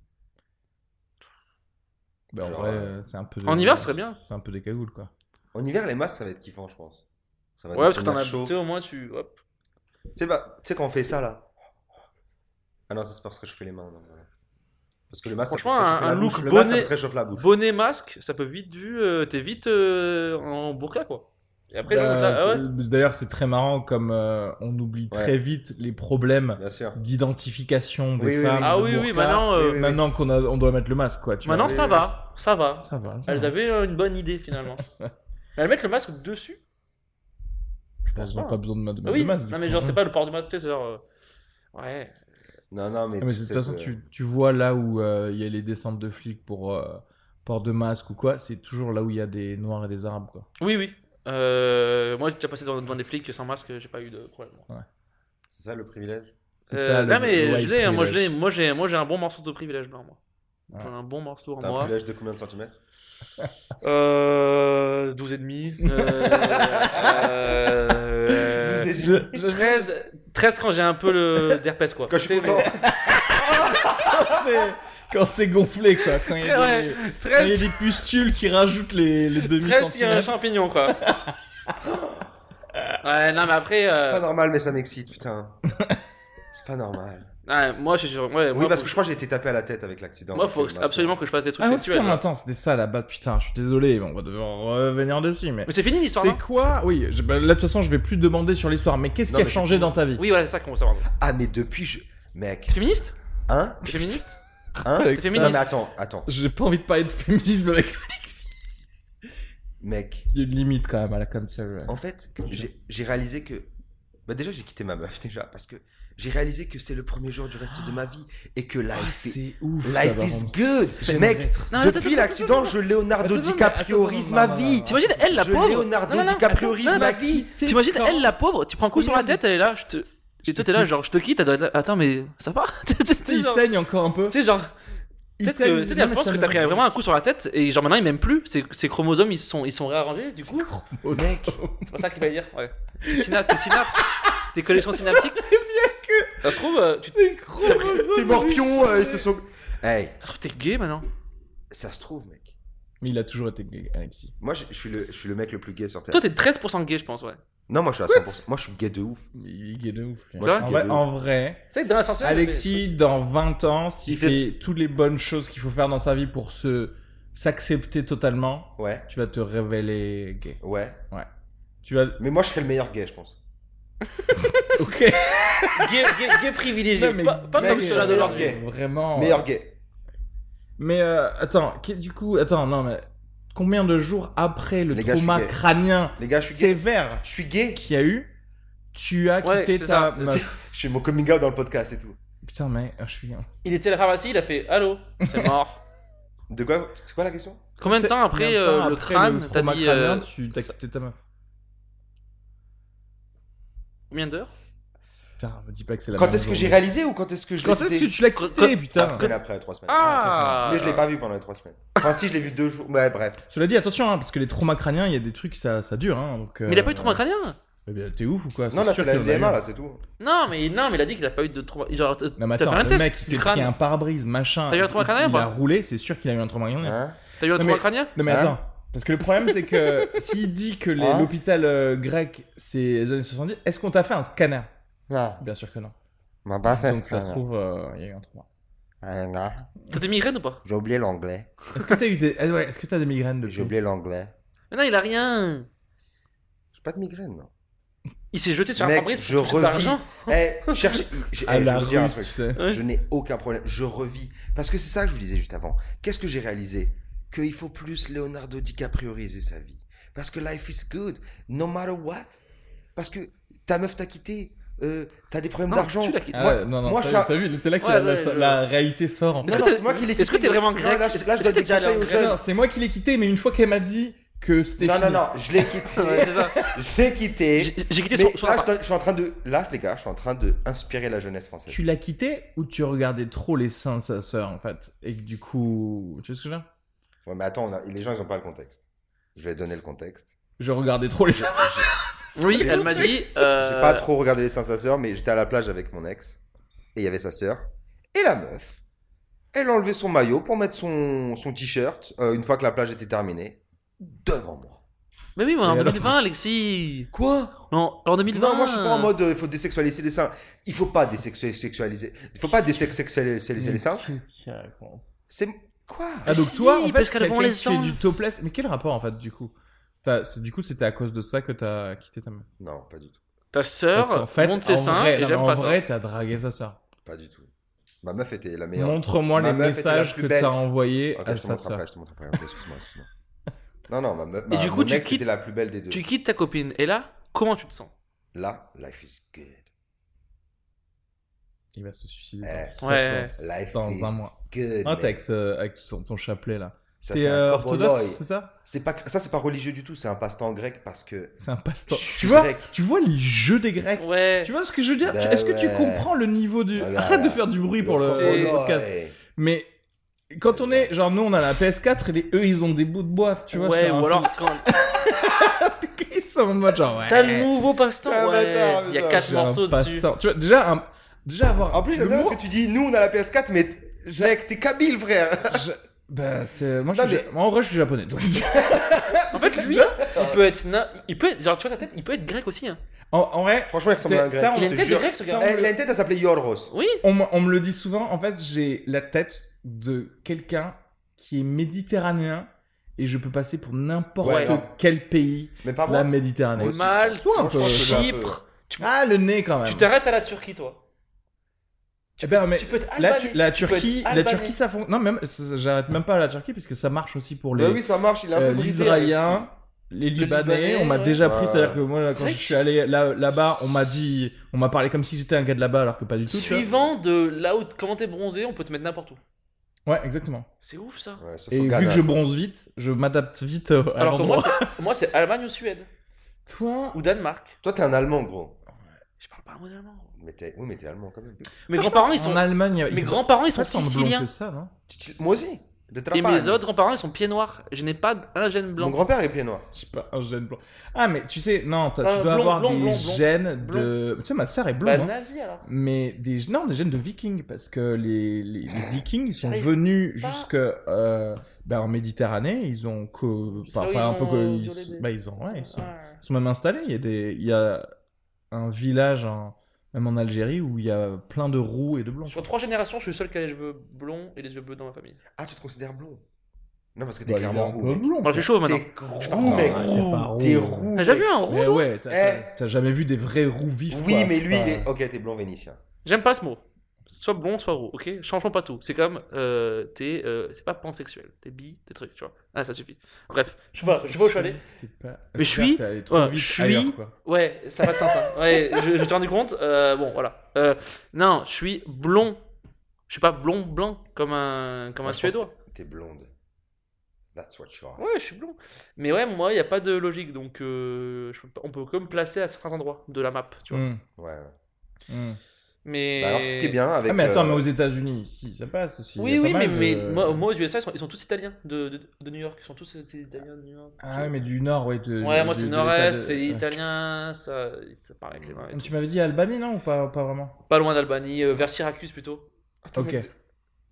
Ben, en Genre, vrai, euh, euh, c'est un peu. en hiver, ce serait bien. C'est un peu des cagoules, quoi. En hiver, les masques, ça va être kiffant, je pense. Ça va Ouais, parce que t'en devenir as, chaud. tu sais, au moins tu, hop. Tu sais, bah, tu sais quand on fait ça là. Ah non, ça c'est parce que je fais les mains. non, voilà. Parce que le masque, ça peut Franchement, te un- réchauffer la un bouche. look Le masque, ça bonnet- te réchauffe la bouche. Bonnet, masque, ça peut vite vu, euh, t'es vite euh, en burqa quoi. Et après, Bah, genre, ah ouais. c'est- D'ailleurs, c'est très marrant comme euh, on oublie très vite les problèmes Bien sûr. d'identification des Oui, oui, femmes. oui. Ah de oui, oui, burqa. maintenant, euh, Oui, oui, Maintenant qu'on a, on doit mettre le masque, quoi. Tu maintenant oui, ça oui. va, ça va. vois. ça va. ça Elles va. avaient euh, une bonne idée finalement. Elles mettent le masque dessus. Je pense Elles ont pas. pas besoin de, ma- de Bah oui, masque. du non mais coup. Mm. genre c'est pas le port du masque, tu sais, c'est genre. euh, Ouais. Non, non, mais. Ah, mais de toute c'est- façon, euh, tu, tu vois là où euh, il y a les descentes de flics pour euh, port de masque ou quoi, c'est toujours là où il y a des noirs et des arabes, quoi. Oui, oui. Euh, moi j'ai déjà passé devant devant des flics sans masque, j'ai pas eu de problème. C'est ça le privilège C'est Euh, ça, le- non mais le white je l'ai, hein, moi je l'ai, privilege. moi j'ai, moi j'ai un bon morceau de privilège blanc moi. Ouais. J'ai un bon morceau en T'as un moi. privilège de combien de centimètres Euh, 12 et demi. euh, euh, 13, 13 quand j'ai un peu le d'herpès quoi. Quand je suis Tu sais, content. Quand c'est- Quand c'est gonflé, quoi. Quand il y a Ouais. des, mais quand il y a 13, des pustules qui rajoutent les, les demi 13 il y a un centimètres. champignon quoi. Ouais, non mais après, C'est euh, pas normal, mais ça m'excite, putain. C'est pas normal. ouais, moi je suis sur- ouais, Oui, moi, parce faut- que je crois que j'ai été tapé à la tête avec l'accident. moi avec faut le masque. absolument que je fasse des trucs Ah ouais, sexuels. hein. putain, mais là. attends, c'était ça là-bas, putain, je suis désolé, mais on va devoir revenir dessus, mais... Mais c'est fini l'histoire. hein. C'est non quoi Oui, je- bah, là de toute façon, je vais plus demander sur l'histoire, mais qu'est-ce Non, qui a mais changé dans ta vie Oui, voilà, c'est ça qu'on veut savoir. Ah, mais depuis, je. Mec, Féministe hein Féministe Hein Avec ça, T'es Non, féministe mais attends, attends. J'ai pas envie de parler de féminisme avec Alexis. Mec, Il y a une limite quand même à la console. En fait, j'ai- j'ai réalisé que. Bah déjà, j'ai quitté ma meuf déjà parce que j'ai réalisé que c'est le premier jour du reste de ma vie et que Ah, life, is- ouf. life is good. J'aimerais Mec, être- Non, attends, depuis attends, l'accident, attends, je Leonardo attends, attends, DiCapriorise attends, ma non, non, vie. non, non. T'imagines, elle la Je pauvre Leonardo Non, non, non, DiCapriorise attends, non, ma non, vie. T'imagines, elle la pauvre, tu prends un coup sur la tête, elle est là, je te. Et toi, t'es là, quitte. genre, je te quitte, elle doit être là. Attends, mais ça va Tu sais, Il genre- saigne encore un peu. tu sais, genre, Il peut-être saigne, que, peut-être qu'elle mais pense ça que me- t'as pris vraiment un coup sur la tête, et genre maintenant, ils m'aiment plus, ces, ces chromosomes, ils se sont, ils sont réarrangés, du coup, Mec. c'est pas ça qu'il va dire, ouais. Tes syna- tes synapses, tes connexions synaptiques. Ça se trouve, euh, tu- C'est chromosome. Tes morpions, euh, ils se sont. Hey, ça se trouve, t'es gay maintenant. ça se trouve, mec. Mais il a toujours été gay, Alexis. Moi, je je suis le, je suis le mec le plus gay sur terre. Toi, t'es 13% gay, je pense, ouais. Non, moi, je suis à 100%. Moi, je suis gay de ouf. Mais il est gay de ouf. lui. Moi, je Ça En suis gay vrai, de ouf. en vrai, Tu sais que dans l'ascenseur. Alexis, dans 20 ans, s'il Il fait, fait toutes les bonnes choses qu'il faut faire dans sa vie pour se s'accepter totalement, Ouais, tu vas te révéler gay. ouais. Tu vas. Mais moi, je serais le meilleur gay, je pense. Ok. Gay, gay, gay privilégié, Non, mais euh, pas, pas gay, comme cela de gay, leur gay. Vraiment. Meilleur gay. Mais euh, attends, qui- du coup, attends, non, mais combien de jours après le Les gars, je suis trauma gay. crânien Les gars, je suis gay. sévère Je suis gay. qu'il y a eu, tu as Ouais, quitté c'est ta ça. meuf. Je fais mon coming out dans le podcast et tout. Putain, mais euh, je suis. Il était à la pharmacie, il a fait Allô, c'est mort. De quoi C'est quoi la question Combien de temps après Combien de temps euh, le après crâne, t'as trauma dit crânien, euh, tu as quitté ta meuf. combien d'heures Putain, me dis pas que c'est la Quand même est-ce que journée. j'ai réalisé ou quand est-ce que je l'ai Quand est-ce quitté que tu l'as Quand- quitté, quand- putain Trois semaines après, trois semaines. Ah Mais je l'ai pas vu pendant les trois semaines. Enfin, si, je l'ai vu deux jours. Ouais, bref. Cela dit, attention, hein, parce que les traumas crâniens, il y a des trucs, ça, ça dure. Hein, donc, Mais il a euh, pas eu de trauma crânien Eh bien, t'es ouf ou quoi Non, là, c'est sûr la qu'il y en a MDMA, eu. là, c'est tout. Non, mais non, mais il a dit qu'il a pas eu de trauma. Genre, t- Non, mais t'as attends, fait un le test mec, il du s'est crâne. pris un pare-brise, machin. T'as eu un trauma Il- crânien ou Il a pas roulé, c'est sûr qu'il a eu un trauma crânien. Hein T'as eu un Non, trauma mais- crânien Non, mais Hein attends. Parce que le problème, c'est que s'il dit que les- Hein l'hôpital euh, grec, c'est les années 70, est-ce qu'on t'a fait un scanner Non, Bien sûr que non. m'a pas fait Donc ça ça, se non. trouve, euh, il y a eu un trauma. Ah, non. T'as des migraines ou pas J'ai oublié l'anglais. Est-ce que t'as eu des... eh ouais, est-ce que t'as des migraines depuis J'ai oublié l'anglais. Mais non, il a rien. J'ai pas de migraine, non. Il s'est jeté sur un Mec, pare-brise. pour je toucher de revis. l'argent. Eh, cherchez. j'ai- À eh, je vais Ah, la vous dire un russe, truc. tu sais. Ouais. Je n'ai aucun problème. Je revis. Parce que c'est ça que je vous disais juste avant. Qu'est-ce que j'ai réalisé Qu'il faut plus Leonardo DiCaprioriser sa vie. Parce que life is good, no matter what. Parce que ta meuf t'a quitté, euh, t'as des problèmes Non, d'argent. tu l'as quitté. Ah, Moi- non, non, moi, t'as, je suis un- t'as vu, c'est là que Ouais, la, ouais, la- je- la réalité sort. En Mais fait. non, Est-ce que c'est moi qui l'ai Est-ce que quitté. t'es vraiment Non, grec là, je- là, je Est-ce que donne des t'es déjà allé en conseils aux Grèce jeunes. Eh Non, c'est moi qui l'ai quitté, mais une fois qu'elle m'a dit que c'était Non, non, fini. non, je l'ai quitté. Ouais, c'est ça. je l'ai quitté. J'ai j'ai quitté Mais son, son là, appart. je, je suis en train de. Là, les gars, je suis en train de inspirer la jeunesse française. Tu l'as quitté ou tu regardais trop les seins de sa sœur en fait Et que du coup, tu vois ce que je veux dire Ouais, mais attends, on a- les gens, ils ont pas le contexte. Je vais donner le contexte. Je regardais trop les seins. de sa sœur. Oui, J'ai- elle m'a dit. euh, J'ai pas trop regardé les seins de sa sœur, mais j'étais à la plage avec mon ex. Et il y avait sa sœur. Et la meuf, elle a enlevé son maillot pour mettre son, son t-shirt euh, une fois que la plage était terminée. Devant moi. Mais oui, mais en Et alors 2020, Alexis. Quoi Non, en 2020. Non, moi je suis pas en mode euh, il faut désexualiser les seins. Il faut pas désexualiser. Il faut pas désexualiser les seins. Qu'est-ce qu'il raconte C'est. Quoi Ah donc si, toi, en fait, parce qu'elles quelqu'un vont les qui fait seins. du topless. Mais quel rapport en fait du coup T'as- c'est- Du coup, c'était à cause de ça que t'as quitté ta mère. Non, pas du tout. Ta Parce sœur qu'en fait, monte ses en seins vrai, et non, mais j'aime en pas vrai, t'as dragué sa sœur. Pas du tout. Ma meuf était la meilleure. Montre-moi Ma les meuf était la messages plus que belle. t'as envoyés Ok, à je te sa montre sœur. après, je te montre après. ok, excuse-moi, excuse-moi. Non, non, ma meuf. Ma, Et du coup, mon tu ex quittes- était la plus belle des deux. ça. Tu quittes ta copine et là, comment tu te sens Là, life is good. Il va se suicider Eh. dans, sept- Ouais. dans- Life dans is un mois. good. Ah, t'es mec. avec, ce- avec ton, ton chapelet là. Ça, T'es c'est un euh, cowboy. orthodoxe, c'est ça C'est pas, ça, c'est pas religieux du tout. C'est un passe-temps grec parce que. C'est un passe-temps. Je suis Tu vois, grec. tu vois les jeux des Grecs Ouais. Tu vois ce que je veux dire Tu- Bah Est-ce que tu ouais. comprends le niveau du. Voilà. Arrête de faire du bruit pour le, C'est- le podcast. Mais quand on est. Genre, nous on a la PS4 et les- eux ils ont des bouts de bois, tu vois. ouais, sur un ou alors quand truc. Ils sont en mode genre. Ouais. t'as le nouveau Ah, passe-temps, ouais. bâtard, Il y a putain, quatre j'ai un morceaux dessus. passe-temps. Tu vois, déjà, un- déjà avoir. En plus, j'aime le bien mot- parce que tu dis, nous, on a la PS4, mais. t- Mec, t'es Kabyle, frère. je- Bah, c'est. Moi, je Non, suis... mais- ja- moi, en vrai, je suis japonais. donc- En fait, lui, Déjà il peut être na- il peut être genre tu vois ta tête, il peut être grec aussi hein. en, en vrai, Franchement, il ressemble à un C'est- grec. ça, on- Il a je une te tête de jure. grec ce ça, gars. hein, on- Elle a une tête, elle s'appelait Yorros. Oui. on, m- on me le dit souvent. En fait, j'ai la tête de quelqu'un qui est méditerranéen et je peux passer pour n'importe Ouais. quel pays Mais pas Ah de la moi. Méditerranée. Moi aussi, Malte, Toi, un peu. Chypre. Ah, le nez quand même. Tu t'arrêtes à la Turquie toi. Eh ben, mais Tu peux être la, albanais. tu- la tu peux Turquie, être la albanais. Turquie, ça fonctionne. Non, même, ça- ça- j'arrête même pas à la Turquie parce que ça marche aussi pour les Bah oui, ça marche. Il est un euh, peu les brisé. Israéliens, les Libanais. hein. Libanais, on m'a ouais. déjà pris, Ouais. c'est-à-dire que moi, là, C'est quand vrai je que suis allé là- là-bas, on m'a dit, on m'a parlé comme si j'étais un gars de là-bas alors que pas du tout. tu vois. Suivant de là où comment t'es bronzé, on peut te mettre n'importe où. Ouais, exactement. C'est ouf ça. Ouais, sauf Et au vu Ghana. que je bronze vite, je m'adapte vite euh, à Alors que moi, l'endroit. c'est- moi c'est Allemagne ou Suède Toi, ou Danemark. Toi, t'es un Allemand, gros. Je parle pas un mot d'allemand. Mais t'es... Oui, mais t'es Allemand quand même. Mes grands-parents ils sont en Allemagne, il y a- mes il y a grands-parents ils sont pas tant de blancs siciliens que ça, non Moi aussi. De et Trapagne. mes autres grands-parents ils sont pieds noirs. Je n'ai pas un gène Mon blanc. grand-père est pied noir. Je sais pas, un gène blanc. Ah, mais tu sais, non, t'as- Euh, tu dois blond, avoir blond, des blond, blond. gènes de. Tu sais, ma sœur est blonde. Bah hein. nazi alors. Mais des, non, des gènes de vikings, parce que les, les, les Ah, vikings, ils sont J'arrive venus pas. jusque euh, bah, en Méditerranée, ils ont... Co... C'est Pas, là où pas ils un peu... ont co- violé ils, des- Ah. sont- bah, ils ont, ouais, ils sont, Ouais. ils sont même installés, il y a, des, il y a un village, en- même en Algérie, où il y a plein de roux et de blancs. Sur trois générations, je suis le seul qui a les cheveux blonds et les yeux bleus dans ma famille. Ah, tu te considères blond Non, parce que t'es Bah, il y a clairement un roux. peu mec. blond, Moi, je suis chaud maintenant. T'es roux, Ah, mec. ouais, c'est pas roux. T'es roux. T'as déjà mec. vu un roux Mais toi ouais, t'as- Eh. t'as t'as jamais vu des vrais roux vifs. Oui, quoi, mais c'est lui, pas- il est. Ok, t'es blond vénitien. J'aime pas ce mot. Soit blond, soit roux, ok Changeons pas tout. C'est comme, euh, t'es, euh, c'est pas pansexuel. T'es bi, t'es trucs, tu vois. Ah, ça suffit. Bref, je sais pas, je sais pas où je suis allé. T'es pas- Mais je suis- T'es allé trop ouais, vite je suis- ailleurs, quoi. Ouais, ça va de sens, ça. Ouais, je, je me suis rendu compte. euh, bon, voilà. Euh, non, je suis blond. Je suis pas blond blanc comme un, comme Moi, un je pense suédois. que T'es blonde. That's what you are. Ouais, je suis blond. Mais ouais, moi, il n'y a pas de logique. Donc, euh, je peux pas- on peut que me placer à certains endroits de la map, tu vois. Mm, Ouais. ouais. mm. Mais. Bah alors, ce qui est bien avec. Ah, mais attends, euh, mais aux États-Unis, si, ça passe aussi. Il y Oui, a oui, pas mais, mal mais de- moi, moi, aux USA, ils sont, ils sont tous italiens de, de, de New York. Ils sont tous euh, des italiens de New York. Ah, ouais, mais du nord, ouais. De, Ouais, de- moi, de- c'est de nord-est, l'État de- c'est ouais. italien, ça, ça parle avec les mains. et Tu tout. m'avais dit Albanie, non Ou pas, pas vraiment Pas loin d'Albanie, euh, vers Syracuse plutôt. Attends, Ok. mais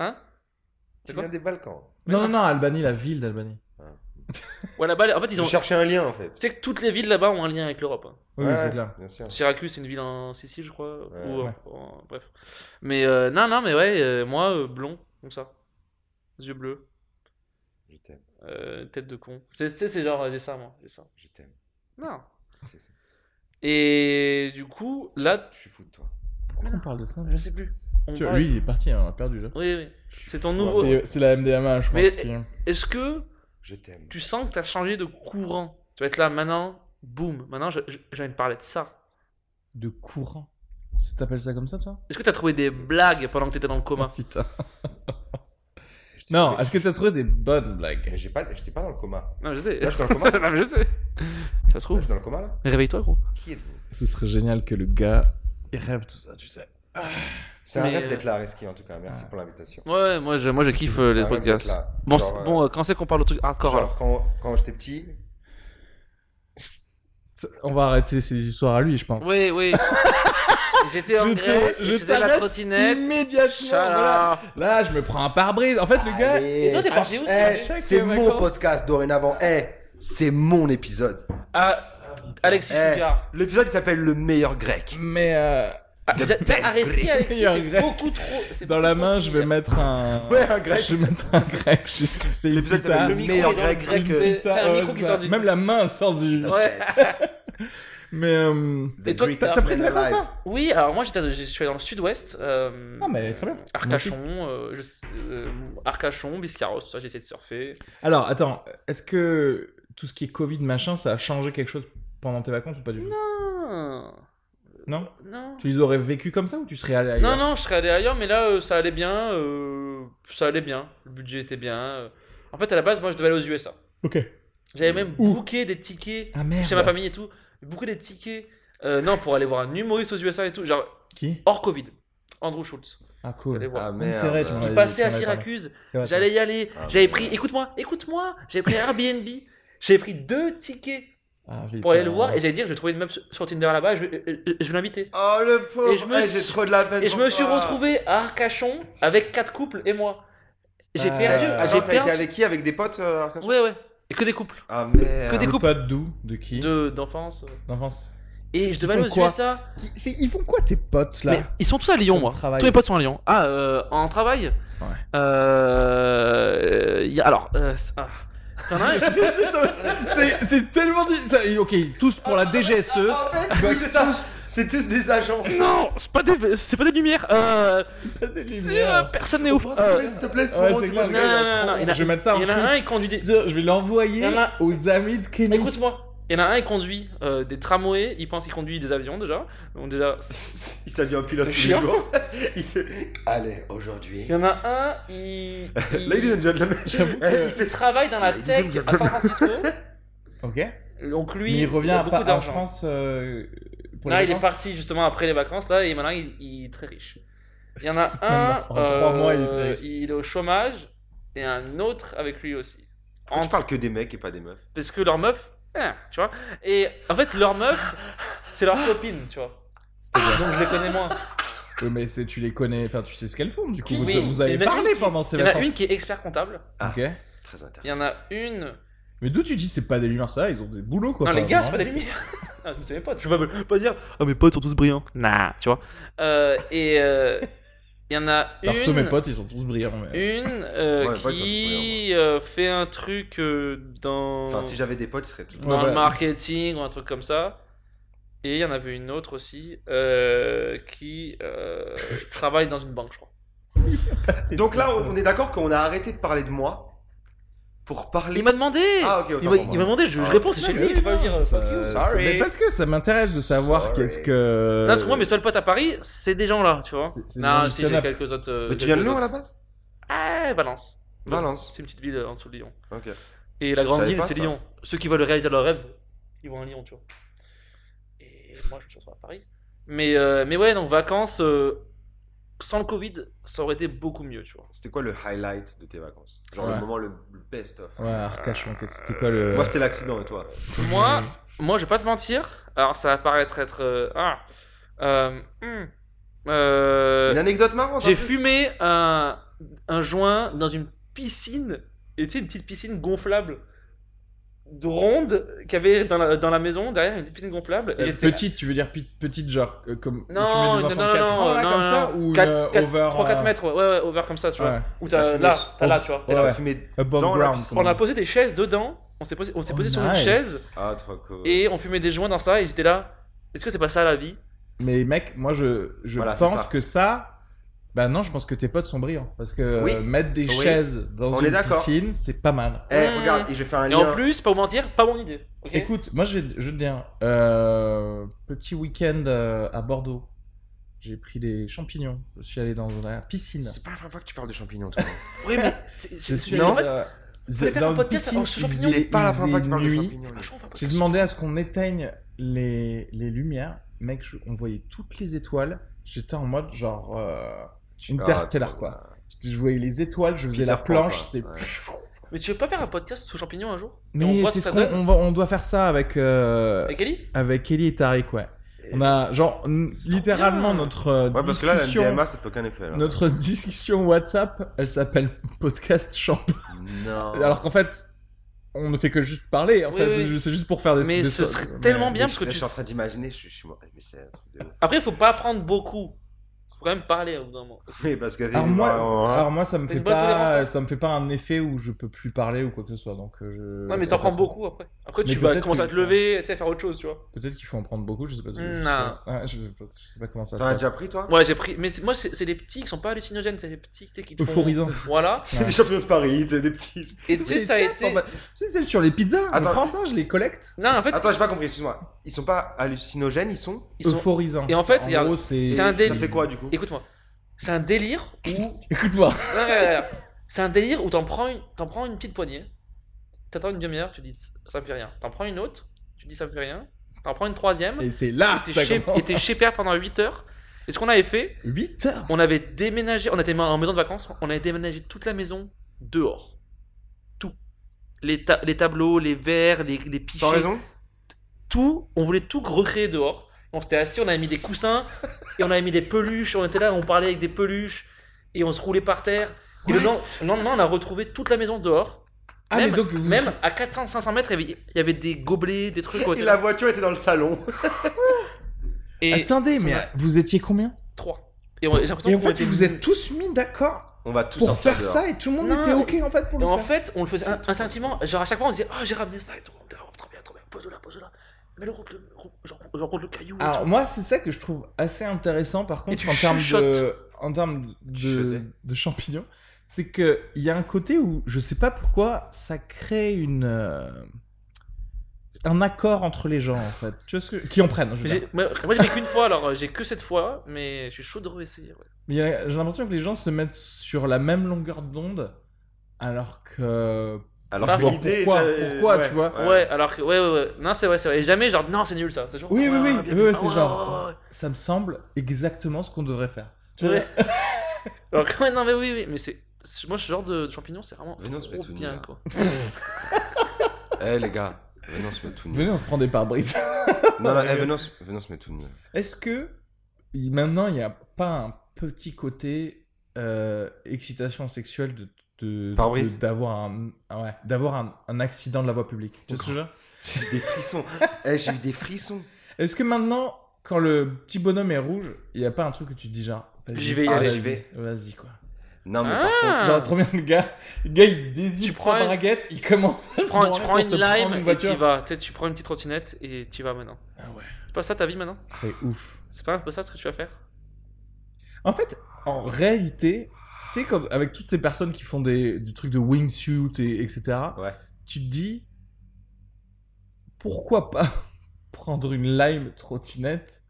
Hein Tu C'est quoi viens des Balkans. Non, non, non, Albanie, la ville d'Albanie. Ouais, là-bas, en fait, Ils ils ont. Tu cherché un lien en fait. sais que toutes les villes là-bas ont un lien avec l'Europe. hein. Oui, Ouais, oui, c'est clair. Bien sûr. Syracuse, c'est une ville en Sicile, je crois. Ouais. ou en- Ouais. en- bref. Mais euh, non, non, mais ouais, euh, moi, euh, blond, comme ça. Yeux bleus, Je t'aime, euh, tête de con. C'est- C'est c'est genre, euh, j'ai ça, moi. J'ai ça. je t'aime. Non. C'est ça. Et du coup, là, Je suis fou de toi. Pourquoi on parle de ça je sais plus. On Tu vois, parle- lui, il est parti, hein, on a perdu là. Oui, oui. C'est ton nouveau. C'est c'est la MDMA, je pense. Oh, Mais- qui- Est-ce que Je t'aime. tu sens que t'as changé de courant Tu vas être là maintenant, boum, maintenant je- je- j'ai envie de parler de ça. De courant. Ça T'appelles ça comme ça, toi Est-ce que t'as trouvé des blagues pendant que t'étais dans le coma Putain. Je t'aime. Non, Mais- est-ce que t'as trouvé des bonnes blagues Mais j'ai pas, j'étais pas dans le coma. Non, je sais. Là, je suis dans le coma. Là, non, mais je sais. Ça se je trouve. suis dans le coma là. Mais Réveille-toi, gros. Qui êtes-vous Ce serait génial que le gars, il rêve tout ça, tu sais. C'est un Mais, rêve euh, d'être là, Reski, en tout cas. Merci Ah. pour l'invitation. Ouais, moi je, moi, je kiffe C'est euh, un les rêve podcasts. d'être là. Bon, Genre, c'est- euh, bon euh, quand c'est qu'on parle de trucs hardcore genre, alors quand, quand j'étais petit, On va arrêter ces histoires à lui, je pense. Oui, oui. J'étais en Je te- Grèce, je je, faisais la t'arrête trottinette. Immédiatement, voilà. Chala. Là, je me prends un pare-brise. En fait, le gars, Allez. Et toi, t'es parti Eh, où, chaque c'est mon vacances podcast dorénavant. Eh, c'est mon épisode. Ah, Alexis Eh. Fugard. L'épisode il s'appelle Le meilleur grec. mais euh, Ah, T'as t'as arrêté Alexis, Meilleur c'est grec. beaucoup trop. c'est dans beaucoup la trop main, je vais similaire. mettre un. Ouais, un grec. Je vais mettre un grec. Juste, c'est une L'épisode guitare. s'appelle Le micro meilleur est dans le grec. grec. que- C'est- t'as un Ah, micro qui ça. sort du- Même la main sort du. Ouais. Mais. euh, Et toi, Greek t'as has pris been des vacances, alive. là Oui, alors moi j'étais, je suis allé dans le sud-ouest. euh, Ah, mais très bien. Arcachon, euh, je sais- euh, Arcachon, Biscarros, tout ça, j'ai essayé de surfer. Alors, attends, est-ce que tout ce qui est Covid machin, ça a changé quelque chose pendant tes vacances ou pas du tout Ah, Non. non. Tu les aurais vécu comme ça ou tu serais allé ailleurs Non, non, je serais allé ailleurs, mais là euh, ça allait bien. euh, ça allait bien. Le budget était bien. euh. En fait, à la base, moi je devais aller aux USA. Ok. J'avais même Mmh. Où booké des tickets Ah merde. chez ma famille et tout. Booké des tickets. euh, non, pour aller voir un humoriste aux USA et tout. Genre Qui hors Covid. Andrew Schultz. Ah Allez cool. voir. Ah merde. C'est vrai, tu m'en Qui avais- passait à tu m'en avais parlé. Syracuse. C'est vrai, c'est J'allais y aller. Ah, J'avais mais- pris, écoute-moi, écoute-moi, j'avais pris Airbnb. J'avais pris deux tickets vrai. Ah, vite, pour aller euh, le voir et j'allais dire, je vais trouver une meuf sur- sur Tinder là-bas, je vais, euh, euh, je vais l'inviter. Oh le pauvre. Et je me Eh, j'ai suis- trop de la peine. Et je pour me suis toi. retrouvé à Arcachon avec quatre couples et moi. J'ai Ah. perdu, Ah, j'ai Attends, t'as été perdu. avec qui Avec des potes euh, Arcachon Ouais, ouais. Et que des couples Ah merde. Que des des couples. potes d'où De qui de- d'enfance. D'enfance. Et je devais font aller aux quoi USA. Qui- c'est- Ils font quoi tes potes Mais ils sont tous à Lyon, Comme moi. travail. Tous mes potes sont à Lyon. Ah, euh, en travail Ouais. Euh. il y a- alors, euh, c'est- ah. T'en as un, C'est- c'est- c'est- c'est- C'est tellement. dit- ça- Ok, tous pour la DGSE. En fait, oui, c'est ça. C'est tous des agents. Non, Bah, c'est pas des, c'est pas des lumières. Euh, C'est pas des euh, lumières. personne n'est Oh, ouf. s'il Euh, te plaît, s'il Ah te Ouais, plaît, c'est s'il te clair, plaît. le gars, il Non, a trop non, non, il y en honte. a- Je vais mettre ça en il y en a clip. un, il conduit des. Je vais l'envoyer Il y en a- aux amis de Kenny. Écoute-moi, il y en a un, il conduit euh, des tramways, il pense qu'il conduit des avions déjà. Donc déjà, Il s'habille en pilote C'est tous les chiant. jours. Il se... Allez, aujourd'hui. Eh, il y en a un, il. il- Ladies and gentlemen, J'avoue eh, que- il il fait ça. travaille dans la Ladies and tech à San Francisco. Ok. Donc lui, Mais il revient a à beaucoup pas en d'argent. France euh, pour Là, les il est vacances parti justement après les vacances là et maintenant il, il est très riche. Il y en a un, Maintenant, en trois euh, mois, il est très riche. il est au chômage et un autre avec lui aussi. On Entre- parle que des mecs et pas des meufs. parce que leur meuf, hein, tu vois. Et en fait, leur meuf, c'est leur copine, tu vois. C'est-à-dire- Donc je les connais moins. Oui, mais c'est- tu les connais, enfin tu sais ce qu'elles font, du coup Qui- vous, oui, vous il avez y en a une parlé qui- pendant ces Il y en a vacances. une qui est expert comptable. Ah. Ok. Très Il y en intéressant. a une. Mais d'où tu dis c'est pas des lumières ça, ils ont des boulots quoi. non, enfin, les gars, vraiment. c'est pas des lumières. Ah, c'est mes potes. Je peux pas, pas dire. Ah, mes potes sont tous brillants. Nah, tu vois. Euh, et euh, il y en a une. Perso mes potes ils sont tous brillants. mais- Une euh, Ouais, pas que ça me qui euh, fait un truc euh, dans, Enfin, si j'avais des potes, ce serait tout. dans Ouais, le voilà. marketing ou un truc comme ça. Et il y en avait une autre aussi euh, qui euh, travaille dans une banque, je crois. C'est hein. Donc là, pas ça. on on est d'accord qu'on a arrêté de parler de moi pour parler. Il m'a demandé Ah, ok, autant Il m'a pour moi. il m'a demandé, je, je Ah. réponds, c'est chez Non, lui, mais je peux pas non, lui dire. euh, ça- fuck you. ça- sorry. Mais parce que ça m'intéresse de savoir Sorry. qu'est-ce que. Non, parce que moi, mes seuls potes à Paris, c'est des gens là, tu euh, vois. C'est- c'est des gens Non, du si j'ai stand-up. quelques autres. euh, Mais tu viens de quelques Lyon à autres. la base Ah, Valence. Valence. C'est une petite ville euh, en dessous de Lyon. Ok. Et la grande savais ville, pas, c'est ça. Lyon. Ceux qui veulent réaliser leur rêve, ils vont à Lyon, tu vois. Et moi, je suis toujours à Paris. Mais, euh, mais ouais, donc vacances, euh, sans le Covid, ça aurait été beaucoup mieux, tu vois. C'était quoi le highlight de tes vacances Genre Ouais. le moment le, le best of. Ouais, Arcachon, qu'est-ce- c'était quoi le. Euh, Moi, c'était l'accident et toi Moi, moi, je vais pas te mentir. Alors, ça va paraître être. euh, ah, euh, hmm, euh, Une anecdote marrante. J'ai un peu. fumé un, un joint dans une piscine, et tu sais, une petite piscine gonflable de ronde qu'il y avait dans la, dans la maison, derrière une petite piscine gonflable. et Euh, j'étais- petite, tu veux dire pit- petite, genre euh, comme où Non, tu mets des non, enfants non, de 4 non, ans là, non, comme non, ça non. ou Quatre- une, euh, quatre- over 3-4 euh, mètres, ouais, ouais, ouais, over comme ça, tu vois. ouais. Ou T'as t'as fumé là, ce- t'as là, tu vois. Ouais, T'as ouais. fumé Above dans la ground, piscine. comme On a posé des chaises dedans, on s'est posé, on s'est Oh, posé sur une nice. chaise, Ah, trop cool. et on fumait des joints dans ça, et j'étais là. Est-ce que c'est pas ça la vie Mais mec, moi je, je Voilà, c'est pense ça. que ça. Bah non, je pense que tes potes sont brillants. Parce que euh, Oui. mettre des Oui. chaises dans On est une d'accord. piscine, c'est pas mal. Eh, regarde, et je vais faire un euh, Et lien. en plus, pas vous mentir, pas mon idée. ok Écoute, moi je vais, je vais te dire, euh, petit week-end euh, à Bordeaux, j'ai pris des champignons. Je suis allé dans la piscine. C'est pas la première fois que tu parles de champignons, toi. Oui, mais. c'est- Je c'est- suis c'est- en allé fait, euh, voulez faire un dans une podcast piscine. en il champignons faisait- C'est pas la il première fois que faisait tu parles de nuit. champignons. franchement, on fait un J'ai podcast. demandé à ce qu'on éteigne les, les lumières. Mec, je- on voyait toutes les étoiles. J'étais en mode genre euh, interstellar, quoi. Je voyais les étoiles, je faisais Ah, Peter la Pan, planche. quoi. C'était. Ouais. Mais tu veux pas faire un podcast sous champignons un jour Et Mais voit c'est ce ce que qu'on ça donne on va- on doit faire ça avec, euh, Avec Ellie avec Ellie et Tariq, ouais. On a, genre, n- C'est trop littéralement, bien. notre euh, Ouais, parce que là, la discussion, MDMA, ça fait aucun effet. là. notre discussion WhatsApp, elle s'appelle Podcast Champ. Non. Alors qu'en fait, on ne fait que juste parler, en Oui, fait, oui. c'est juste pour faire des Mais des ce so- serait mais- tellement bien Mais parce que je, là, je tu. suis en train d'imaginer, je suis, je suis mort. Mais c'est un truc de ouf. Après, faut pas apprendre beaucoup. Faut quand même parler au bout Euh, d'un moment. Oui, parce que. bah, Alors moi, Ouais, ouais. alors moi, ça me T'as fait une bonne tolérance, pas, toi. ça me fait pas un effet où je peux plus parler ou quoi que ce soit. Donc, euh, je. Ouais, mais ça t'en peut prends être- beaucoup après. Après, Mais tu vas peut-être commencer que- à te lever, tu sais, à faire autre chose, tu vois. Peut-être qu'il faut en prendre beaucoup, je sais pas. je sais Non. pas. Ah, je, sais pas je sais pas comment ça se T'en as passe. déjà pris, toi Ouais, j'ai pris. Mais c'est- moi, c'est c'est des petits qui sont pas hallucinogènes, c'est des petits tu sais, qui te font- Euphorisant. Voilà. C'est des champignons de Paris, c'est des petits. Et tu sais, C'est ça a ça, été. en fait. Tu sais, celle sur les pizzas, on Attends. prend ça, je les collecte. Non, en fait, bah, Attends, j'ai pas compris, excuse-moi. Ils sont pas hallucinogènes, ils sont. ils sont. Euphorisant. Et en fait, regarde, gros, c'est. c'est un délire. Ça fait quoi, du coup Écoute-moi. C'est un délire où. Écoute-moi. Ouais, ouais, ouais, ouais. C'est un délire où t'en prends une, t'en prends une petite poignée, t'attends une demi-heure, tu dis ça me fait rien. T'en prends une autre, tu dis ça me fait rien. T'en prends une troisième, Et c'est là, et t'es ça chez- commence. et t'es chez père pendant 8 heures. Et ce qu'on avait fait, 8 heures. on avait déménagé, on était en maison de vacances, on avait déménagé toute la maison dehors. Tout. Les, ta- les tableaux, les verres, les, les pichets, Sans raison tout, on voulait tout recréer dehors. On s'était assis, on avait mis des coussins, et on avait mis des peluches, on était là, on parlait avec des peluches, et on se roulait par terre. Et le, What lend- le lendemain, on a retrouvé toute la maison dehors. Ah, même, mais donc vous. même à 400-500 mètres, il y, avait, il y avait des gobelets, des trucs. Et la voiture était dans le salon. et Attendez, ça mais m'a- vous étiez combien Trois. Et, on- j'ai l'impression Et en qu'on fait, était- vous êtes tous mis d'accord On va tous pour sortir faire dehors. ça et tout le monde Non, était mais- ok en fait pour Et le en faire. fait, on le faisait un- instinctivement. Genre à chaque fois, on disait Ah, j'ai ramené ça et tout. Oh, trop bien, trop bien. Pose-le là, pose-le là. Mais le route, le, genre, genre, contre le caillou. et Alors tout. moi, c'est ça que je trouve assez intéressant par contre tu en termes de, chuchotes. en termes de, Chuchotais. de champignons, c'est que il y a un côté où je sais pas pourquoi ça crée une euh, un accord entre les gens en fait. Tu vois ce que qui en prennent. je veux Mais j'ai- dire. moi, moi, j'ai fait qu'une fois, alors euh, j'ai que cette fois, mais je suis chaud de réessayer. ouais. Mais il y a- J'ai l'impression que les gens se mettent sur la même longueur d'onde, alors que Alors, Ah, que bon, l'idée pourquoi- était- pourquoi, tu vois Ouais. alors que, ouais, ouais, ouais. Non, c'est vrai, c'est vrai. Et jamais, genre, non, c'est nul ça. C'est genre, Oui, ah, oui, oui, bien oui, vu. oui, Ah, c'est ouais, genre- ouais, ouais. ça me semble exactement ce qu'on devrait faire. Tu Ouais. alors, que- ouais, non, mais oui, oui. Mais c'est. c'est- Moi, ce genre de, de champignon, c'est vraiment. Venez, on se met trop tout hein. nu, bien, là. quoi. Eh les gars, venez on se met tout nu. Venez, on se prend des pare-brises. Non, non, eh, venez, on se... venez on se met tout nu. Est-ce que il- maintenant il n'y a pas un petit côté euh, excitation sexuelle de de- Pare-brise. de- d'avoir un ah ouais, d'avoir un, un accident de la voie publique Tu vois ce que je veux dire J'ai eu des frissons. Eh, j'ai eu des frissons. Est-ce que maintenant quand le petit bonhomme est rouge, il n'y a pas un truc que tu te dis genre vas-y, J'y vais y ah, aller. vas-y, J'y vais. Vas-y quoi. Non, mais Ah. par contre, Genre trop bien le gars, le gars il Tu désigne prends sa une- braguette, il commence à Tu se prends, branler tu prends pour une se prendre lime une et tu voiture. vas. Tu sais, tu prends une petite trottinette et tu vas maintenant. Ah ouais, C'est pas ça ta vie maintenant c'est ouf. C'est pas un peu ça ce que tu vas faire En fait, en réalité, tu sais, comme avec toutes ces personnes qui font des, du truc de wingsuit et etc., Ouais. tu te dis pourquoi pas prendre une lime trottinette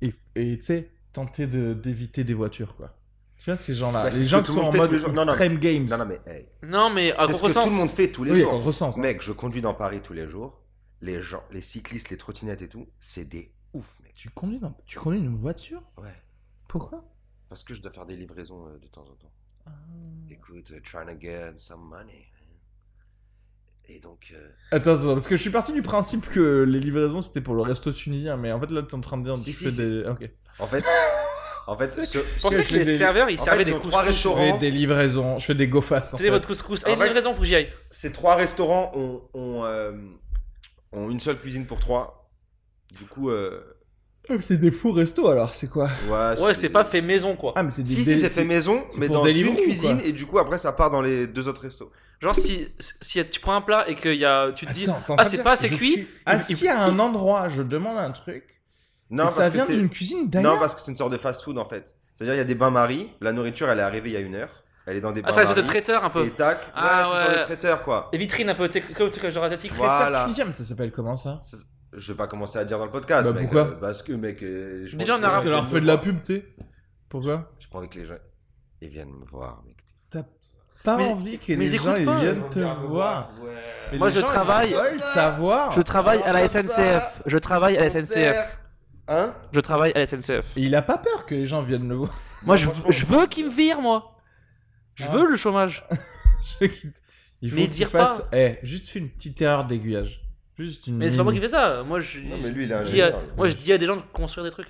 et et, tu sais tenter de d'éviter des voitures quoi. Tu vois ces gens-là, Bah, c'est les ce gens que qui sont tout le monde en fait mode tous les jours. Non, non, extreme games. Non, non, mais hey, Non, mais à c'est ce que contresens. tout le monde fait tous les oui, il y a jours. qu'on le hein. ressens. Mec, je conduis dans Paris tous les jours. Les gens, les cyclistes, les trottinettes et tout, c'est des ouf, mec. mec. Tu conduis, dans... tu conduis une voiture Ouais. Pourquoi Parce que je dois faire des livraisons euh, de temps en temps. Ah. Écoute, euh, trying to get some money. man. Et donc, euh, Attends, attends, parce que je suis parti du principe que les livraisons c'était pour le resto tunisien, mais en fait là t'es en train de dire Si, tu si, fais si. des. Ok. en fait, en fait, ce, Je ce- pensais je que l'ai les dé- serveurs ils en servaient fait, des ils ont trois couscous. Je restaurants. fais des livraisons, je fais des go-fast en Tenez fait. votre couscous. Ah, Et En une fait- livraison, faut que j'y aille. ces trois restaurants ont, ont, euh, ont une seule cuisine pour trois. Du coup, euh, Ah, C'est des faux restos alors, c'est quoi ouais, Ouais, c'est pas fait maison quoi. Ah, mais c'est des. Si, des- si, c'est fait maison, c'est mais pour dans Deliveroo une ou cuisine, quoi et du coup, après, ça part dans les deux autres restos. Genre, si, si tu prends un plat et que y a, tu te dis. Attends, t'es en train Ah, de c'est dire pas que assez je cuit suis Assis à un endroit, je demande un truc. Non, et parce ça que vient c'est- d'une cuisine Non, d'ailleurs. parce que c'est une sorte de fast-food en fait. C'est-à-dire, il y a des bains-maries, la nourriture, elle est arrivée il y a une heure, elle est dans des Ah, ça bains-maries. reste de traiteur un peu. Et tac, ouais, Ah, c'est ouais. une sorte de traiteur quoi. Et vitrine un peu, t'es- comme tu genre asiatique. Voilà. Traiteur tunisien, mais ça s'appelle comment ça Ça, c'est- Je vais pas commencer à dire dans le podcast, Bah, mec. pourquoi euh, Parce que, mec. euh, je Dis-le en prends- arabe. Ça leur fait de la pub, tu sais. Pourquoi Je prends avec les gens. Ils viennent me voir, mec. T'as pas Mais- envie que mais les ils gens écoutent ils pas, viennent te voir. Mais Moi, les je gens, ils travaille- veulent savoir. Je travaille à la Comme ça, SNCF. Je travaille Eh, à la E SNCF. Hein Je travaille à la SNCF. Et il a pas peur que les gens viennent le voir. Moi, je, franchement, je veux qu'ils me virent, moi. Je Ah. veux le chômage. Je quitte. Il faut Mais qu'il dire fasse. Eh, juste fais une petite erreur d'aiguillage. Juste une. Mais c'est pas moi qui mini- fais ça. Moi, je. Non, mais lui, il est je dis ingénieur, à- lui. Moi, je dis à des gens de construire des trucs.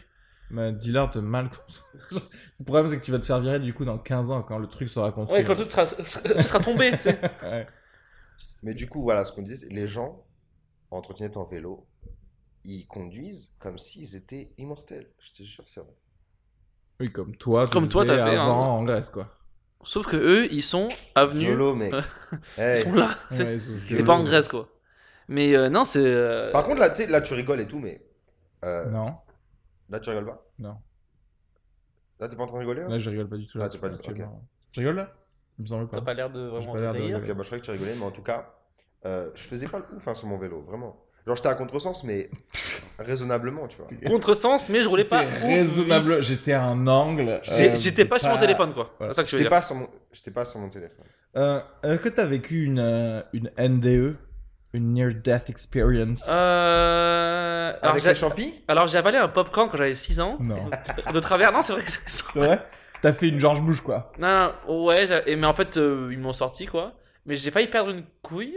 Ma dealer de mal construire. Le problème, c'est que tu vas te faire virer du coup dans 15 ans quand le truc sera construit. Ouais, quand tout sera, ça sera tombé, tu sais. Ouais. Mais du coup, voilà, ce qu'on disait, c'est les gens, en trottinette, en vélo, ils conduisent comme s'ils étaient immortels. Je te jure, c'est vrai. Oui, comme toi. tu Comme toi, faisais t'as fait, hein. avant en Grèce, quoi. Sauf que eux, ils sont avenus. Yolo, mec. Ils Hey. sont là. C'est- Ouais, sauf que- C'est pas en Grèce, quoi. Mais euh, non, c'est. euh, Par contre, là, tu sais, là, tu rigoles et tout, mais. euh, Non, là, tu rigoles pas Non. Là, t'es pas en train de rigoler là là, je rigole pas du tout. Là, Ah, tu parles- tu ok. marrant. Je rigole là Il me semble T'as pas. pas l'air de J'ai vraiment pas l'air de rire. Ok, bah, je croyais que tu rigolais, mais en tout cas, euh, je faisais pas le ouf hein, sur mon vélo, vraiment. Genre, j'étais à contresens, mais raisonnablement, tu vois. Contresens, mais je roulais pas. J'étais Raisonnable, j'étais à un angle. J'étais euh, j'étais pas sur mon téléphone, quoi. voilà. C'est ça que je veux J'étais dire. pas, sur mon... j'étais pas sur mon téléphone. Euh, euh, que t'as vécu une, euh, une NDE, une Near Death Experience Euh... Alors, Avec j'ai- les champis alors, j'ai avalé un popcorn quand j'avais 6 ans. Non. De travers, non, c'est vrai que c'est ça. C'est vrai T'as fait une George Bush, quoi. Non, non, ouais, j'a- et- mais en fait, euh, ils m'ont sorti, quoi. Mais j'ai failli perdre une couille.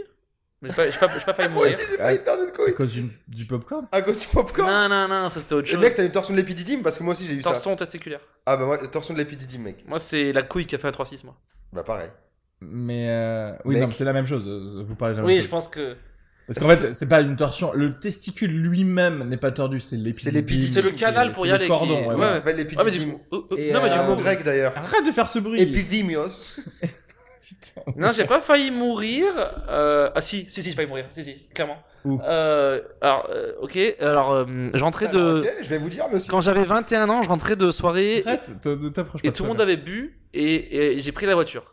Mais j'ai pas, j'ai pas, j'ai pas failli Moi mourir. aussi, j'ai failli perdre une À couille cause du, du popcorn À cause du popcorn Non, non, non, ça c'était autre Et chose. mec, t'as une torsion de l'épididyme parce que moi aussi j'ai eu ça. Torsion testiculaire. Ah bah moi, torsion de l'épididyme, mec. Moi, c'est la couille qui a fait un 3-6, moi. Bah pareil. Mais euh, oui, Mec. non, mais c'est la même chose. euh, Vous parlez de la même Oui, chose. je pense que. Parce qu'en fait, c'est pas une torsion. Le testicule lui-même n'est pas tordu, c'est l'épididyme. l'épididyme. C'est le canal pour y aller C'est qui- le cordon, ouais, Ouais, Ouais, ouais. ça s'appelle Ah, mais du l'épididyme. coup. oh, oh, Et, non, mais C'est du un mot coup- Ah, grec d'ailleurs. Arrête de faire ce bruit Epidémios. Putain. Non, j'ai pas failli mourir. euh, Ah si, si, si, j'ai failli mourir. Si, si, clairement. Où Euh, Alors, euh, ok. Alors, euh, je rentrais de... Ah, Ok, je vais vous dire, monsieur. Quand j'avais 21 ans, je rentrais de soirée Arrête, te- ne t'approche pas. Et tout le monde avait bu. Et, et j'ai pris la voiture.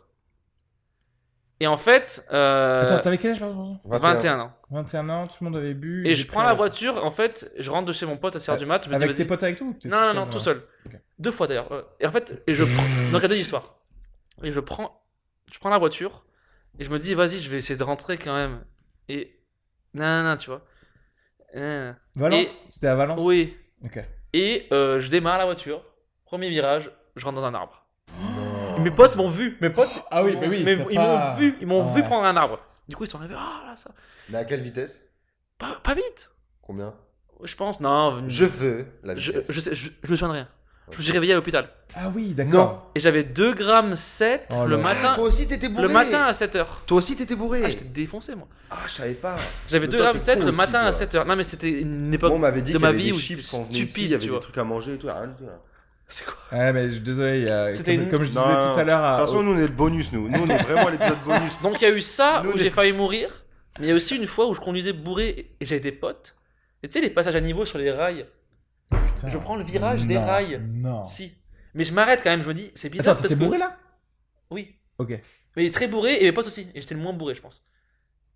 Et en fait... euh, Attends, t'avais quel âge, pardon 21 ans. 21 ans, tout le monde avait bu. Et j'ai je pris prends la voiture. En fait, je rentre de chez mon pote à 6h du mat. Je me dis, Euh, Avec tes vas-y. potes avec toi ou t'es Non, non, non, tout seul. Ok. Deux fois d'ailleurs. ouais. Et en fait, et je prends... Donc, il y a deux histoires. Et je prends... Je prends la voiture. Et je me dis, vas-y, je vais essayer de rentrer quand même. Et... Non, non, non, tu vois. Non, non, Valence C'était à Valence non. Oui. Ok. Et euh, je démarre la voiture. Premier virage, je rentre dans un arbre. Mes potes m'ont vu. Mes potes. Ah oui, m'ont- mais oui, mais t'as ils pas- m'ont vu. Ils m'ont Ouais. vu prendre un arbre. Du coup, ils sont arrivés. Ah là, ça. Mais à quelle vitesse Pas, pas vite. Combien Je pense. Non. Je veux la Je, vitesse. je, sais- je, je me souviens de rien. Je me suis réveillé à l'hôpital. Ah oui, Non. d'accord. Et j'avais 2 grammes 7 Oh là le là. matin. Toi aussi t'étais bourré. Le matin à 7h. Toi aussi t'étais Ah, j'étais bourré. défoncé, moi. Ah, je savais pas. J'avais Mais 2 toi, grammes t'es 7 con le aussi, matin à toi. 7h. Non, mais c'était une époque. Moi, on m'avait dit de qu'il y ma avait vie des où chips j'étais quand on venait ici, stupide, il y avait tu des vois. trucs à manger et tout. rien du tout. hein. De C'est quoi Ouais, mais je- désolé, euh, C'était comme, une- comme je disais Non, tout à l'heure toute à. façon, nous on est le bonus, nous. Nous on est vraiment l'épisode bonus. Ah, Donc il y a eu ça Nous, où les- j'ai failli mourir, mais il y a aussi une fois où je conduisais bourré et j'avais des potes. Et tu sais, les passages à niveau sur les rails. Oh, Putain. je prends le virage des Non, rails. Non. Si. Mais je m'arrête quand même, je me dis, c'est bizarre. Attends, t'étais parce que- bourré là Oui. Ok. Mais très bourré et mes potes aussi. Et j'étais le moins bourré, je pense.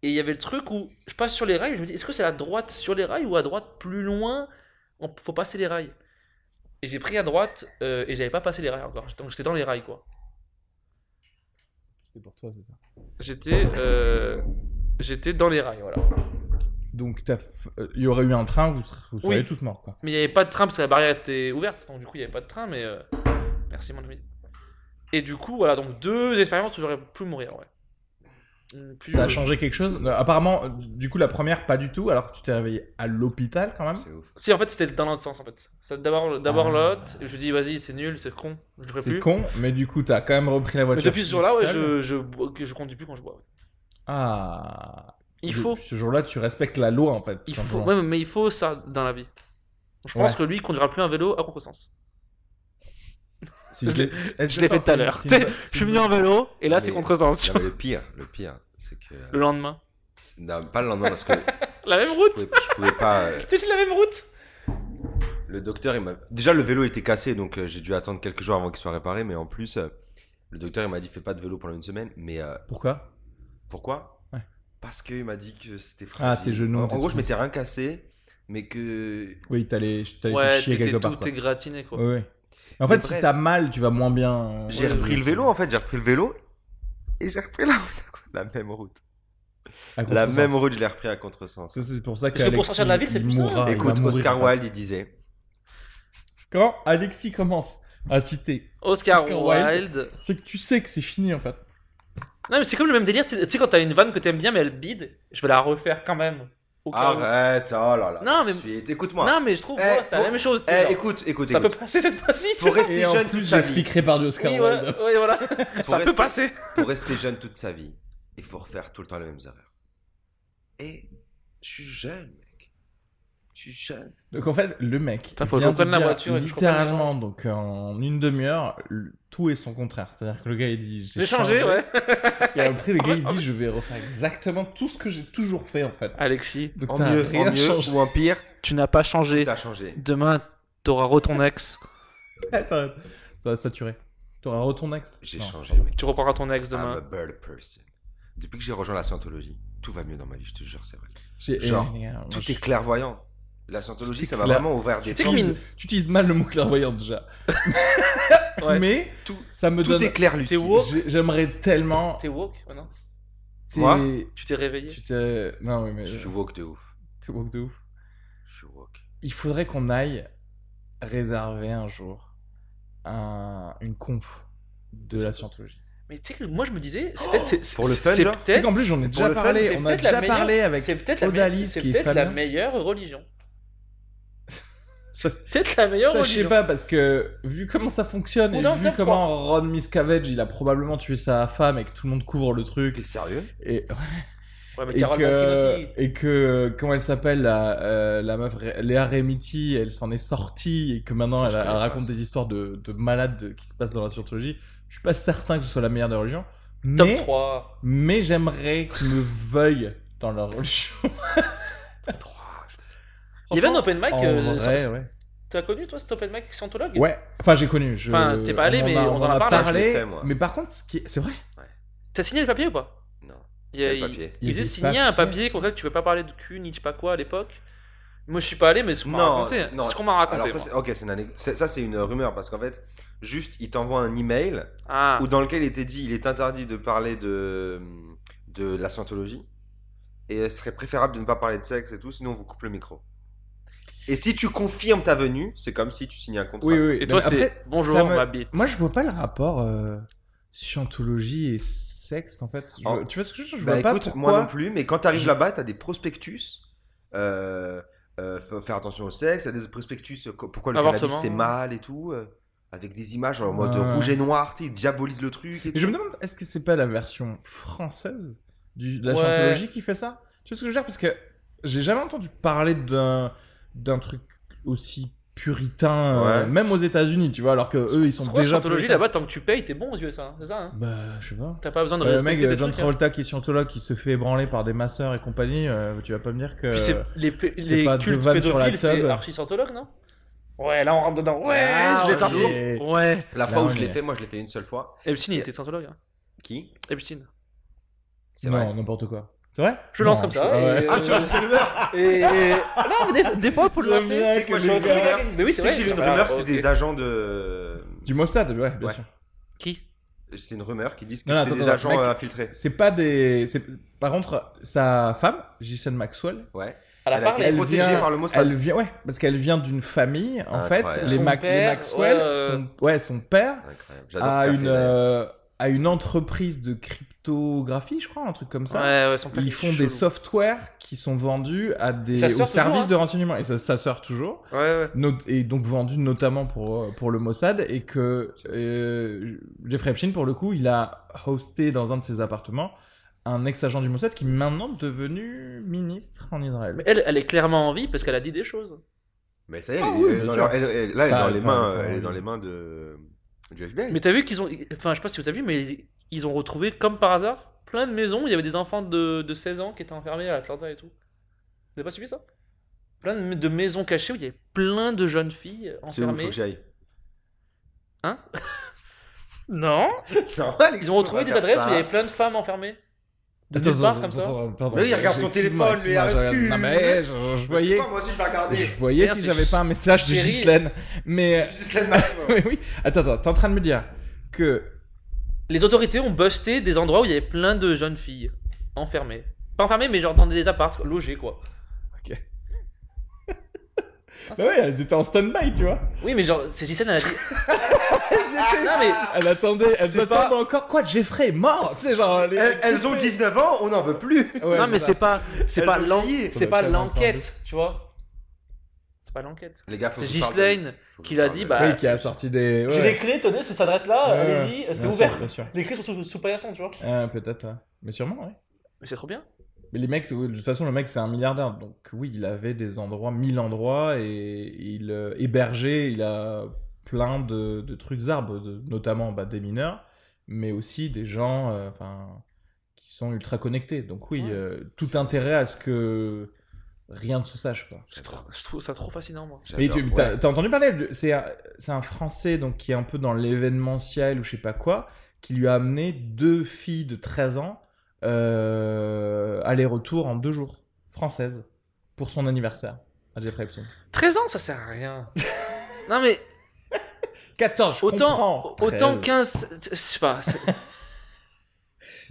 Et il y avait le truc où je passe sur les rails, je me dis, est-ce que c'est à droite sur les rails ou à droite plus loin On- Faut passer les rails. Et j'ai pris à droite euh, et j'avais pas passé les rails encore. Donc j'étais dans les rails, quoi. C'était pour toi, c'est ça. J'étais. euh, J'étais dans les rails, voilà. Donc, t'as f- euh, il y aurait eu un train, vous, ser- vous seriez Oui. tous morts, quoi. Mais il n'y avait pas de train parce que la barrière était ouverte, donc du coup il n'y avait pas de train, mais. euh, Merci mon ami. Et du coup, voilà, donc deux expériences où j'aurais pu mourir, ouais. Mm, plus- Ça a changé quelque chose Euh, Apparemment, euh, du coup, la première, pas du tout, alors que tu t'es réveillé à l'hôpital quand même. C'est ouf. Si, en fait, c'était dans l'autre sens, en fait. C'était D'abord d'abord Ah. l'autre, et je me dis, vas-y, c'est nul, c'est con, je ferai C'est plus. con, mais du coup, t'as quand même repris la Mais voiture. depuis ce jour-là, ouais, seul. je, je, bo- que je conduis plus quand je bois. ouais. Ah. Il De- faut, Ce jour-là, tu respectes la loi en fait. tout il faut, simplement. ouais, mais il faut ça dans la vie. Je pense que lui, il conduira plus un vélo à contresens. Si je l'ai est-ce Je que- l'ai fait tout attends, à c'est- l'heure. c'est une- Je c'est suis une- venu en vélo et là Mais- c'est contresens. Non, mais le pire, le pire, c'est que. Le lendemain. c'est- non, pas le lendemain, parce que je La même route pouvais, je pouvais pas. euh, Tu sais, la même route Le docteur, il m'a. Déjà, le vélo était cassé, donc euh, j'ai dû attendre quelques jours avant qu'il soit réparé. Mais en plus, euh, le docteur, il m'a dit fais pas de vélo pendant une semaine. Mais euh, Pourquoi pourquoi Ouais. Parce qu'il m'a dit que c'était fragile. Ah, tes genoux, En, en tes gros, trucs. je m'étais rien cassé, mais que. Oui, t'allais t'allais te Ouais, chier t'étais quelque part. tout quoi. est gratiné, quoi. Oui, oui. Mais En Mais fait, si bref. t'as mal, tu vas moins bien. euh, J'ai ouais, repris ouais. le vélo, en fait. J'ai repris le vélo et j'ai repris la route. à co- La même route. À hein. La contresens. même route, je l'ai repris à contresens. Ça, c'est pour ça que. Parce que pour sortir de la ville, c'est plus simple. Ah, Écoute, Oscar Wilde, il disait Quand Alexis commence à citer, Oscar, Oscar Wilde. c'est que tu sais que c'est fini en fait. Non, mais c'est comme le même délire. Tu sais- tu sais, quand t'as une vanne que t'aimes bien, mais elle bide, je vais la refaire quand même. Au cas où. Arrête, oh là là. Non, mais- Suite. Écoute-moi. Non, mais je trouve, Eh, ouais, c'est la faut- même chose. tu sais, Eh, genre, écoute, écoute, ça peut écoute. passer cette fois-ci. tu Faut vois. rester Et en jeune plus, toute sa vie. j'expliquerai par du Oscar Oui, Wilde. voilà. oui, voilà. ça rester- peut passer. Pour rester jeune toute sa vie, il faut refaire tout le temps les mêmes erreurs. Et je suis jeune, mec. Je suis jeune. Donc en fait, le mec Putain, faut que vient je reprenne de la dire voiture et que je littéralement, donc en une demi-heure, le- tout est son contraire. C'est-à-dire que le gars il dit J'ai changé, ouais. Et après le gars il dit je vais refaire exactement tout ce que j'ai toujours fait en fait. Alexis, Donc En t'as mieux, rien en mieux changé. ou en pire, tu n'as pas changé. t'as changé. Demain, t'auras re ton ex. Attends, ça va saturer. T'auras retourné ex J'ai Non. changé, mec. Tu reprendras ton ex I'm a demain. better person. Depuis que j'ai rejoint la scientologie, tout va mieux dans ma vie, je te jure, c'est vrai. J'ai- Genre, eh, regarde, moi, Tout je- est clairvoyant. La scientologie, ça va clair. vraiment ouvrir des Tu sais portes. qu'il- T'utilises- T'utilises mal le mot clairvoyant déjà. Ah, Ouais. Mais Tout- ça me Tout donne. est clair, T'es Lucie. woke J'ai- J'aimerais tellement. T'es woke maintenant T'es- Moi Tu t'es réveillé Tu t'es. Non, oui, mais. Je suis woke de ouf. T'es woke de ouf. Je suis woke. Il faudrait qu'on aille réserver un jour un- une conf de la scientologie. Mais tu sais que moi je me disais, Oh, c'est peut-être. c'est- Pour le c'est- fun, c'est genre Tu sais peut-être- qu'en plus, j'en ai déjà le fun, parlé. c'est On a peut-être la déjà meilleure- parlé avec C'est peut-être la, Odalis, meilleure- c'est qui est hein. peut-être la Fabien. meilleure religion. Ça- Peut-être la meilleure Ça, je sais religion. pas, parce que vu comment ça fonctionne Ou et dans le vu top comment Ron Miscavige, il a probablement tué sa femme et que tout le monde couvre le T'es truc. sérieux Et, Ouais, mais et, Carole Baskin que, aussi. et que, comment elle s'appelle, la, euh, la meuf, Ré- Léa Remiti, elle s'en est sortie et que maintenant Je elle, elle connais pas raconte ça. des histoires de, de malades de- qui se passent dans la scientologie. Je suis pas certain que ce soit la meilleure des religions. Top Mais, 3. mais j'aimerais qu'ils me veuillent dans leur religion. Top 3. Il y avait un open mic. En euh, vrai, sur- ouais. T'as connu toi cet open mic scientologue Ouais, enfin j'ai connu. Je... Enfin, t'es pas allé, en mais on on en a parlé. Moi, je l'ai fait, moi. mais par contre, ce qui est- c'est vrai. T'as signé le papier ou pas Non. Il y a- Quel il- papier Il, y a faisait des signer un papiers, papier c'est- qu'on fait que tu peux pas parler de cul ni je sais pas quoi à l'époque. Moi je suis pas allé, mais c'est ce qu'on m'a Non, raconté. c'est- non, C'est ce qu'on m'a raconté. Alors ça, moi. c'est- ok, c'est une anecdote. C'est- Ça, c'est une rumeur parce qu'en fait, juste, il t'envoie un email Ah, ou dans lequel il était dit, il est interdit de parler de de la scientologie et ce serait préférable de ne pas parler de sexe et tout, sinon on vous coupe le micro. Et si tu confirmes ta venue, c'est comme si tu signais un contrat. Oui, oui. et non, toi mais c'était après, bonjour ça me- ma bite. Moi, je vois pas le rapport euh, scientologie et sexe en fait. Je Oh. vois- Tu vois ce que je veux dire Je Bah, vois pas écoute, pourquoi. moi non plus, mais quand t'arrives Je- là-bas, t'as des prospectus. Euh, euh, faut faire attention au sexe, t'as des prospectus. euh, co- Pourquoi le Avortement. cannabis c'est mal et tout. euh, avec des images en mode Ouais. rouge et noir, tu sais, ils diabolisent le truc. Et Et tout. je me demande, est-ce que c'est pas la version française du- de la Ouais. scientologie qui fait ça Tu vois ce que je veux dire Parce que j'ai jamais entendu parler d'un d'un truc aussi puritain, euh, Ouais. même aux États-Unis, tu vois, alors que eux ils sont C'est quoi, déjà. scientologie puritains. là-bas, tant que tu payes, t'es bon aux USA, hein, c'est ça hein Bah, je sais pas. T'as pas besoin de Euh, le respecter mec, des John trucs, hein. Travolta, qui est scientologue, qui se fait ébranler par des masseurs et compagnie, euh, tu vas pas me dire que. Puis c'est les, p- c'est les pas cultes Donovan sur la pédophiles, c'est table. archi-scientologue, non Ouais, là on rentre dedans. Ouais, Ah, je l'ai ok. sorti. Ouais. La Là, fois où on je est- l'ai fait, moi je l'ai fait une seule fois. Epstein, il était scientologue. hein. Qui Epstein. C'est vrai. Non, n'importe quoi. C'est vrai Je lance Non, comme je- ça. Ah et- ouais. Ah, tu lances une rumeur Et. Non, mais des, des fois, pour le J'aime lancer. bien Tu sais que moi que j'ai les une gars- rumeur. Mais oui, Tu c'est sais vrai. que j'ai vu une Ah, rumeur, c'est ok. des agents de. Ah, Du Mossad, ouais, bien Ouais. sûr. Qui C'est une rumeur qui disent que Non, non, c'était attends, des attends, agents mec. euh, infiltrés. C'est pas des. c'est- Par contre, sa femme, Ghislaine Maxwell, Ouais. Elle a Elle a parlé. été Elle protégée vient- par le Mossad. elle vient, ouais, parce qu'elle vient d'une famille, en fait, Incroyable. les, Son Mac- les père, Maxwell, ouais, euh, son, ouais, son père Incroyable. J'adore ce a qu'a fait, une, d'ailleurs. euh, a une entreprise de cryptographie, je crois, un truc comme ça. Ouais, ouais, son père Ils est font chelou. des softwares qui sont vendus à des Ça aux sort toujours, services hein. de renseignement et ça, ça sort toujours Ouais, ouais. Not- et donc vendus notamment pour euh, pour le Mossad et que euh, Jeffrey Epstein pour le coup il a hosté dans un de ses appartements un ex-agent du Mossad qui est maintenant devenu ministre en Israël. Mais elle, elle est clairement en vie parce qu'elle a dit des choses. Mais ça y est, Ah oui, elle- elle est bien dans sûr. leur- elle- elle- là, elle est Bah, dans les enfin, mains, enfin, euh, elle est oui. dans les mains de du FBI. Mais t'as vu qu'ils ont. Enfin, je sais pas si vous avez vu, mais ils ont retrouvé, comme par hasard, plein de maisons où il y avait des enfants de, de 16 ans qui étaient enfermés à Atlanta et tout. Vous avez pas suivi ça Plein de, de maisons cachées où il y avait plein de jeunes filles C'est où faut enfermées. que j'aille. non Normal, Ils ont retrouvé on des va dire adresses ça. où il y avait plein de femmes enfermées. De Attends, nulle part, attends, comme ça. attends, pardon. Mais oui, il regarde son Excuse-moi, téléphone, mais excuse-moi, arrête je regarde- que- Non, mais je, je Mais voyais, tu vois, Moi aussi, je vais regarder. je voyais Merde, si c'est j'avais pas un message de Jerry. Ghislaine. Mais, Juste la Maxwell. oui, oui. Attends, attends, t'es en train de me dire que Les autorités ont busté des endroits où il y avait plein de jeunes filles enfermées. Pas enfermées, mais genre dans des apparts, logées quoi. Ah, Bah ouais, elles étaient en stand-by, tu vois. Oui, mais genre, c'est Gisèle, elle a dit. Elles Ah, étaient- Non, mais Elles attendaient, elles C'est attendent pas- encore quoi Jeffrey est mort Tu sais, genre. les- Elles elles ont 19 ans, on n'en veut plus. Ouais, non, mais ça. c'est pas, c'est Elles pas ont l'en- vieilli. Ça c'est doit pas tellement l'enquête, tu vois. C'est pas l'enquête. Les gars, Ah, faut C'est que je parle de- Ghislaine faut que qui je l'a parle dit, de- bah, Oui, qui a sorti des. J'ai Ouais. les clés, tenez, c'est cette adresse-là, Ouais, ouais. allez-y, euh, c'est Bien sûr, ouvert. bien sûr. Les clés sont sous, sous paillasson, tu vois. Euh, Peut-être, ouais. Mais sûrement, ouais. Mais c'est trop bien. Mais les mecs, oui, de toute façon, le mec, c'est un milliardaire. Donc, oui, il avait des endroits, mille endroits, et il euh, hébergeait, il a plein de, de trucs arbres, de- notamment bah, des mineurs, mais aussi des gens euh, enfin, qui sont ultra connectés. Donc, oui, Ouais. euh, tout intérêt à ce que rien ne se sache, quoi. C'est trop- je trouve ça trop fascinant, moi. Mais J'adore, tu ouais. t'as t'as entendu parler de- C'est un, c'est un Français donc qui est un peu dans l'événementiel ou je sais pas quoi, qui lui a amené deux filles de 13 ans euh, aller-retour en deux jours, françaises, pour son anniversaire à Jeffrey Epstein. 13 ans, ça sert à rien. non, mais 14, je comprends. autant, autant 13. 15. Je sais pas. c'est-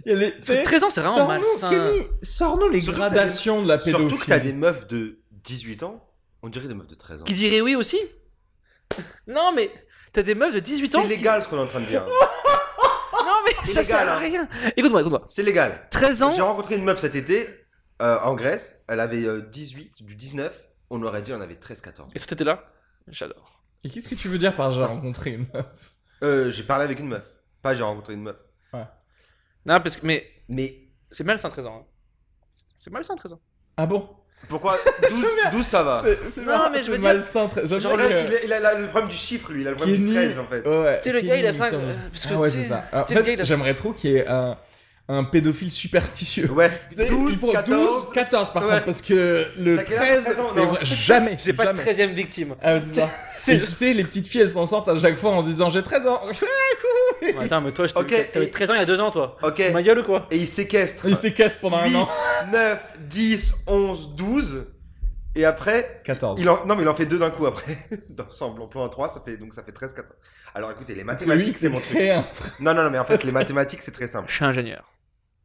Il y a les- tu sais, 13 ans, c'est vraiment Sors-nous, malsain. Kenny, sors-nous les Surtout que t'as des- gradations de la pédophilie. Surtout que t'as des meufs de 18 ans, on dirait des meufs de 13 ans. Qui dirait oui aussi Non, mais t'as des meufs de 18 ans. C'est légal ce qu'on est en train de dire. Non, mais C'est ça légal, sert à hein. rien. Écoute-moi, écoute-moi. C'est légal. 13 J'ai ans. rencontré une meuf cet été euh, en Grèce, elle avait euh, 18, du 19, on aurait dit on avait 13-14. Et toi, t'étais là J'adore. Et qu'est-ce que tu veux dire par j'ai rencontré une meuf Euh, j'ai parlé avec une meuf, pas j'ai rencontré une meuf. Non, parce que. Mais Mais c'est malsain, 13 ans. hein. C'est malsain, 13 ans. Ah bon pourquoi 12, J'aime bien. 12, ça va C'est- c'est Non, marrant, mais je c'est veux dire- malsain, très- j'aime Genre, bien il, que- a, il a- il a le problème du chiffre lui, il a le problème Kenny- euh, du 13 en fait. Ouais, Tu sais, le Kenny gars, il a Wilson. cinq- euh, parce que Ah ouais, tu c'est sais, ça. En tu sais, le fait, gars, il a- j'aimerais trop qu'il y ait un, un pédophile superstitieux. Ouais, Tu sais, 12, il faut 14, 14 par Ouais. contre, parce que le T'as quel âge 13, Attends, c'est non. vrai- jamais. J'ai pas de jamais. 13 e victime. Ah, ouais, c'est ça. Et tu sais, les petites filles, elles s'en sortent à chaque fois en disant j'ai 13 ans. Ouais, Attends, mais toi, je t'ai- Ok, t'avais et- 13 ans il y a 2 ans, toi. ok, Tu Ma et gueule ou quoi il séquestre. Ils s'écassent pendant un 8, an. 9, 10, 11, 12, et après 14. Il en- Non, mais il en fait deux d'un coup après. D'ensemble, on peut en trois, ça fait, donc ça fait 13, 14. Alors écoutez, les Parce que lui, mathématiques, c'est c'est mon truc. créé un. Non, non, non, mais en fait, les mathématiques, c'est très simple. Je suis ingénieur.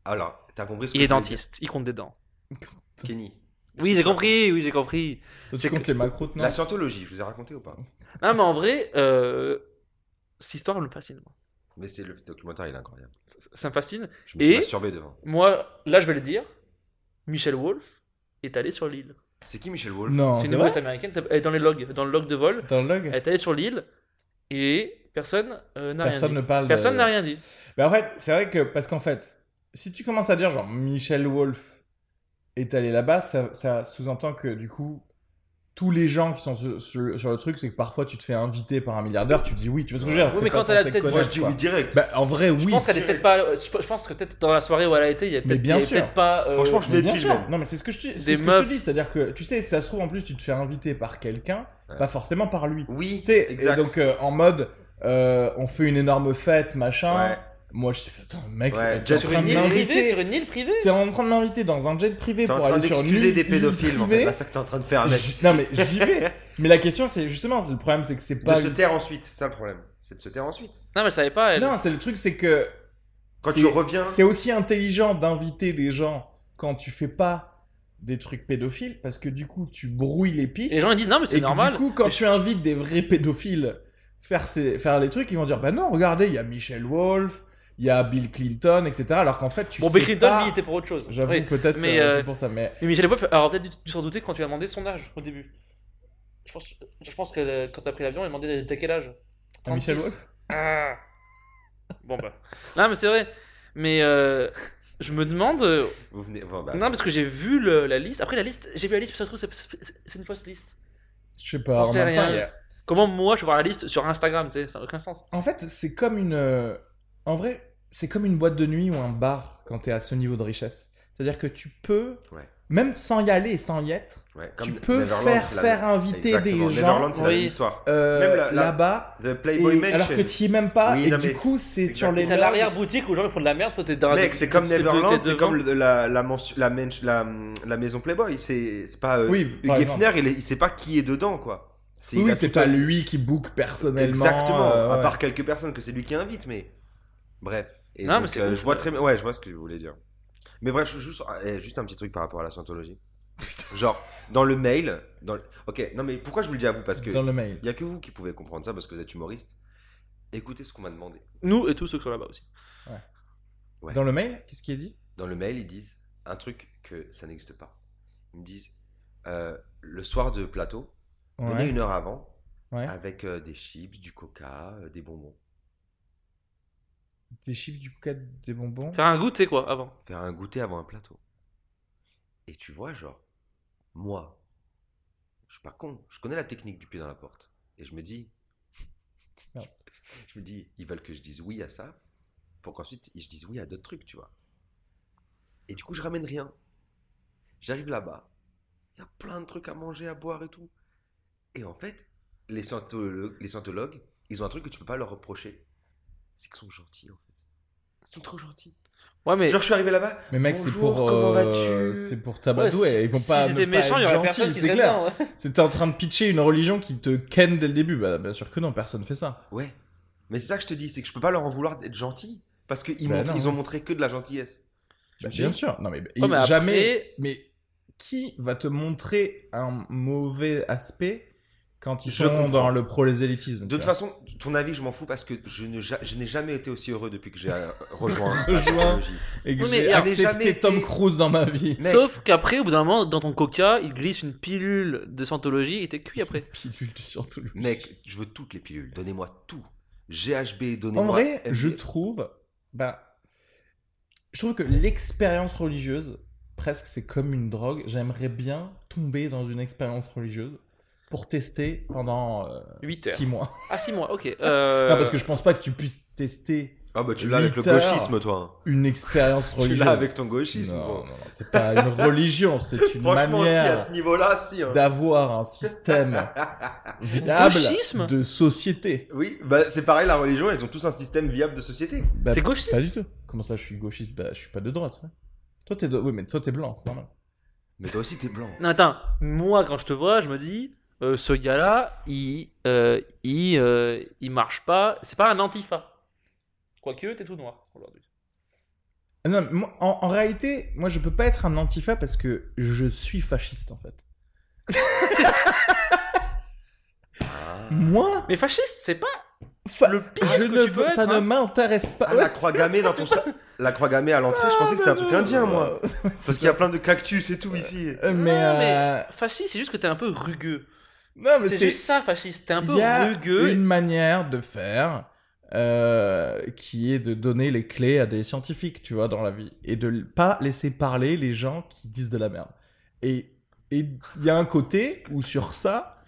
Alors, t'as compris ce que Il est je voulais dentiste, il compte des dents. dire, Kenny. Oui, j'ai compris, oui, j'ai compris. Tu comptes les macroutes, non La scientologie, je vous ai raconté ou pas Non, mais en vrai, euh, cette histoire me fascine. moi. Mais c'est le documentaire, il est incroyable. Ça, ça me fascine. Je me suis Et masturbé devant. Moi, là, je vais le dire. Michel Wolf est allé sur l'île. C'est qui Michel Wolf Non, Ah, C'est c'est une vrai humoriste américaine. Elle est dans les logs, dans le log de vol. Dans le log Elle est allée sur l'île et personne euh, n'a rien Personne dit. ne parle. de- Personne n'a rien dit. Mais Bah, en fait, c'est vrai que, parce qu'en fait, si tu commences à dire genre Michel Wolf est allé là-bas, ça, ça sous-entend que du coup, tous les gens qui sont sur, sur- sur le truc, c'est que parfois tu te fais inviter par un milliardaire, tu dis oui, tu vois ce que je veux dire Oui, t'es mais pas quand elle a censé la tête- connaître, Moi, je dis quoi. oui direct. Bah, en vrai, oui. je pense qu'elle est tu- peut-être pas. Je je pense que peut-être dans la soirée où elle a été, il y a peut-être bien il y a sûr. peut-être pas. euh, Franchement, je Mais bien m'épile sûr. même. Non, mais c'est ce que je, te- c'est Des ce que je meufs. te dis, c'est-à-dire que tu sais, si ça se trouve en plus, tu te fais inviter par quelqu'un, Ouais. pas forcément par lui. Oui, Tu sais, et exact. donc euh, en mode, euh, on fait une énorme fête, machin. Ouais. Moi, je dis, attends, mec, Ouais, t'es en sur train une de Une île m'inviter. privée, sur une île privée. T'es en train de m'inviter dans un jet privé T'es en pour train aller sur une d'excuser île des pédophiles, en fait. privée. Là, c'est ce que t'es en train de faire, mec. J- Non mais j'y vais. mais la question c'est justement, c'est- le problème c'est que c'est De pas. se taire ensuite, c'est ça le problème. C'est de se taire ensuite. Non, mais elle savait pas. Elle. Non, c'est le truc c'est que Quand c'est- tu reviens. c'est aussi intelligent d'inviter des gens quand tu fais pas des trucs pédophiles parce que du coup, tu brouilles les pistes. Et les gens ils disent non, mais Et c'est que, normal. Du coup, quand Mais tu invites des vrais pédophiles faire, ces- faire les trucs, ils vont dire Bah non, regardez, il y a Michel Wolf, il y a Bill Clinton, etc. Alors qu'en fait, tu Bon, sais. Bill Clinton, pas... lui, il était pour autre chose. J'avoue, Oui. peut-être mais, euh, euh, c'est pour ça. Mais Mais Michel Wolf, alors peut-être dû- dû s'en douter quand tu as demandé son âge au début. Je pense, je pense que euh, quand t'as pris l'avion, il demandait t'as quel âge à Michel 36. euh, Wolf Ah. Bon bah. Non mais c'est vrai. Mais euh, je me demande. euh, Vous venez. bon, bah, Non parce que j'ai vu le- la liste. Après la liste, j'ai vu la liste, ça se trouve c'est- c'est c'est une fausse liste. Je sais pas. J'en En, sais même temps, rien. il y a- Comment moi je vais voir la liste sur Instagram, tu sais, ça n'a aucun sens. en fait, c'est comme une. euh, En vrai, c'est comme une boîte de nuit ou un bar quand t'es à ce niveau de richesse. C'est-à-dire que tu peux, Ouais. même sans y aller et sans y être, ouais, tu comme peux Neverland, faire c'est la- faire inviter Exactement, des gens Neverland, c'est la oui. même histoire. euh, Même la- la- là-bas. The et- Playboy Mansion. alors que t'y es même pas, Oui, et non, du mais- coup, c'est sur les Et t'as l'arrière-boutique où genre ils font de la merde, toi t'es dans Mec, c'est comme t'es- t'es- Neverland, t'es c'est devant. comme le- la, la, mens- la, men- la, la maison Playboy. C'est c'est pas. euh, Oui, Hugh par Hefner, il, est- il sait pas qui est dedans, quoi. C'est- Oui, il a oui, c'est tout pas un- lui qui book personnellement. Exactement, euh, à ouais. part quelques personnes que c'est lui qui invite, mais. Bref. Et Non, donc, mais c'est euh, ouf, je vois ça. très bien. Ouais, je vois ce que vous voulez dire. Mais bref, je- juste, ah, eh, juste un petit truc par rapport à la scientologie. Genre, dans le mail. Dans le- Ok, non, mais pourquoi je vous le dis à vous Parce que Dans il le mail. n'y a que vous qui pouvez comprendre ça parce que vous êtes humoriste. Écoutez ce qu'on m'a demandé. Nous et tous ceux qui sont là-bas aussi. Ouais. Dans le mail, qu'est-ce qui est dit Dans le mail, ils disent un truc que ça n'existe pas. Ils me disent euh, le soir de plateau, venez Ouais. une heure avant Ouais. avec euh, des chips, du coca, euh, des bonbons. Des chips, du coca, des bonbons. Faire un goûter quoi avant. faire un goûter avant un plateau. Et tu vois, genre, moi, je suis pas con, je connais la technique du pied dans la porte. Et je me dis, Merde. je me dis, ils veulent que je dise oui à ça, pour qu'ensuite je dise oui à d'autres trucs, tu vois. Et du coup, je ramène rien. J'arrive là-bas, il y a plein de trucs à manger, à boire et tout. Et en fait, les scientologues, les scientologues ils ont un truc que tu peux pas leur reprocher. C'est qu'ils sont gentils, en fait. Ils sont trop gentils. Ouais mais Genre, je suis arrivé là-bas. Mais mec, c'est Bonjour, pour. comment euh, vas-tu C'est pour Ah tabadouer. Ouais, ils vont si pas. c'était ne pas méchant, il y être aurait gentils, personne qui c'est serait clair. dedans, ouais. C'était en train de pitcher une religion qui te ken dès le début. Bah, bien sûr que non, personne fait ça. Ouais. Mais c'est ça que je te dis, c'est que je peux pas leur en vouloir d'être gentil. Parce qu'ils Bah montrent- non. ils ont montré que de la gentillesse. Tu Bah, me suis Oh, bien dit, sûr. Non, mais, et Ouais, mais après- jamais. Mais qui va te montrer un mauvais aspect quand ils Je sont comprends. dans le prolésélytisme De tu toute vois. façon, ton avis, je m'en fous parce que je ne ja- je n'ai jamais été aussi heureux depuis que j'ai euh, rejoint la Rejoint. technologie. Et que Oui, mais j'ai elle n'est jamais accepté été- Tom Cruise dans ma vie. Mec. Sauf qu'après, au bout d'un moment, dans ton coca, il glisse une pilule de Scientologie et t'es cuit après. Pilule surtout le Mec, je veux toutes les pilules. Donnez-moi tout. GHB, donnez-moi. En vrai, MD. je trouve, bah, je trouve que l'expérience religieuse, presque, c'est comme une drogue. J'aimerais bien tomber dans une expérience religieuse pour tester pendant euh, 8 heures. six mois. Ah, 6 mois, ok. Euh... Non, parce que je pense pas que tu puisses tester Ah bah tu l'as avec le Huit heures. gauchisme, toi. hein. une expérience Tu religieuse. l'as avec ton gauchisme. Non, gros. non, non, c'est pas une religion, c'est une Franchement, si, à manière ce niveau-là, si. hein. d'avoir un système viable Gauchisme de société. Oui, bah c'est pareil, la religion, elles ont tous un système viable de société. Bah, T'es gauchiste Pas du tout. Comment ça, je suis gauchiste Bah, je suis pas de droite. ouais. Toi, t'es de... Oui, mais toi, t'es blanc, c'est normal. Mais toi aussi, t'es blanc. Non, attends, moi, quand je te vois, je me dis, euh, ce gars-là, il, euh, il, euh, il marche pas. C'est pas un antifa. Quoique, t'es tout noir aujourd'hui. Ah Non, mais moi, en, en réalité, moi, je peux pas être un antifa parce que je suis fasciste, en fait. Ah. Moi, Mais fasciste, c'est pas fa- le pire je que ne tu peux veux- ça être, ne hein. m'intéresse pas. Ah, la croix gammée dans ton sa- La croix gammée à l'entrée, je pensais que c'était un truc indien, moi. Parce qu'il y a plein de cactus et tout ici. Euh, Mais, Non, euh, Fasciste, c'est juste que t'es un peu rugueux. non, mais C'est c'est juste ça, fasciste. T'es un il peu y a rugueux. une manière de faire euh, qui est de donner les clés à des scientifiques, tu vois, dans la vie, et de l- pas laisser parler les gens qui disent de la merde. Et et il y a un côté où sur ça,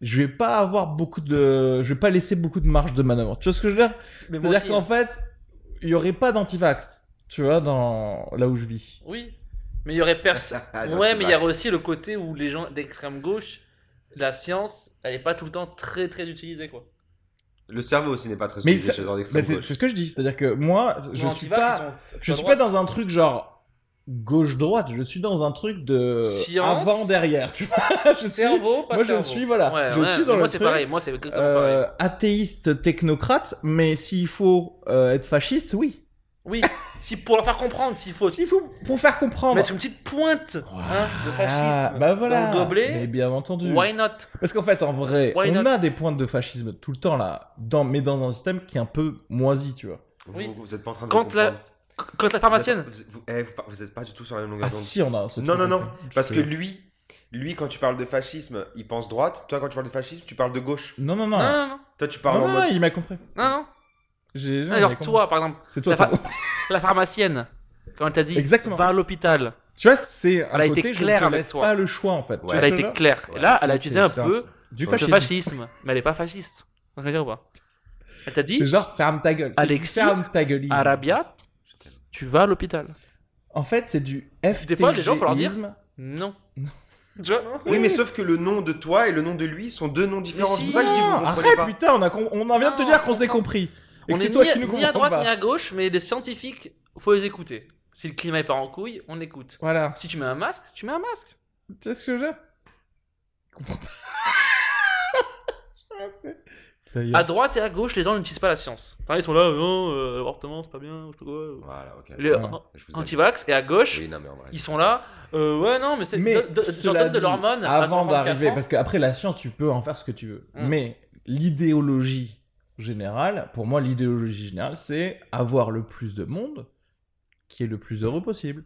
je vais pas avoir beaucoup de, je vais pas laisser beaucoup de marge de manœuvre. Tu vois ce que je veux dire Mais moi C'est-à-dire aussi, qu'en hein. fait, il y aurait pas d'antivax, tu vois, dans là où je vis. Oui. Mais il y aurait Ah, personne. Ah, Ouais, mais il y a aussi le côté où les gens d'extrême gauche, la science, elle est pas tout le temps très très utilisée quoi. Le cerveau aussi n'est pas très Mais utilisé ça- chez les gens Bah, d'extrême c'est gauche. c'est ce que je dis, c'est-à-dire que moi, je Non, suis antivax, pas. ils sont- Je pas suis pas droits. dans un truc genre gauche-droite, je suis dans un truc de Science. avant-derrière, tu vois. Je suis, Cerveau, pas moi, je cerveau. suis, voilà, Ouais, je ouais, suis mais dans le Moi, c'est truc, pareil. Moi, c'est exactement pareil. euh, athéiste technocrate, mais s'il faut euh, être fasciste, oui. Oui, si, pour leur faire comprendre s'il faut. S'il faut pour faire comprendre. Mettre une petite pointe hein, de Ah, fascisme bah voilà. dans le Mais gobelet. bien entendu. Why not Parce qu'en fait, en vrai, Why on not a des pointes de fascisme tout le temps là, dans, mais dans un système qui est un peu moisi, tu vois. Vous, Oui. vous êtes pas en train de Quand la- comprendre. Qu- Quand la Vous êtes- pharmacienne Vous, vous- eh, vous par- vous êtes pas du tout sur la même longueur Ah d'onde. si, on a. ce Non, non, truc, non. je Parce te- que lui, lui, quand tu parles de fascisme, il pense droite. Toi, quand tu parles de fascisme, tu parles de gauche. Non, non, non. Non, non, non. Toi, tu Non, parles en non, mode. il m'a compris. non, non. J'ai- j'ai- il Alors m'a compris. toi, par exemple, C'est toi. la toi. la pharmacienne, quand elle t'a dit Exactement. va à l'hôpital, Tu vois, c'est un Elle a été côté je ne claire te avec laisse toi. pas le choix en fait. Tu Ouais. vois elle ce que a je été veux dire claire. Ouais, Et là, elle a C'est- utilisé c'est- un c'est peu du le fascisme. fascisme, mais elle est pas fasciste. On va dire ou pas Elle t'a dit C'est genre ferme ta gueule. C'est du Alexis ferme ta gueule. Arabia, tu vas à l'hôpital. En fait, c'est du Des fois, les gens, faut leur dire. FTGisme. Non. Non. Tu vois, non, c'est- Oui, mais sauf que le nom de toi et le nom de lui sont deux noms différents. si, C'est pour ça que je dis vous Non, comprenez Ah, Arrête, pas. putain, on, a com- on en vient de te Non, dire qu'on c'est s'est bon. compris. Et on que c'est est toi ni, qui nous ni comprends à droite pas. ni à gauche, mais les scientifiques, faut les écouter. Si le climat est pas en couille, on écoute. Voilà. Si tu mets un masque, tu mets un masque. Tu sais ce que j'ai Je comprends pas. Je sais pas. D'ailleurs. À droite et à gauche, les gens n'utilisent pas la science. Enfin, ils sont là, non, euh, l'avortement, c'est pas bien. ou je sais pas quoi. Voilà, ok. Les Ouais. Je vous aime. anti-vax et à gauche, Oui, non, mais en vrai. ils sont là. euh, ouais, non, mais c'est. Mais de- de- J'en cela donne de dit, l'hormone. à avant 34 d'arriver, ans. parce qu'après la science, tu peux en faire ce que tu veux. Mm. Mais l'idéologie générale, pour moi, l'idéologie générale, c'est avoir le plus de monde qui est le plus heureux possible.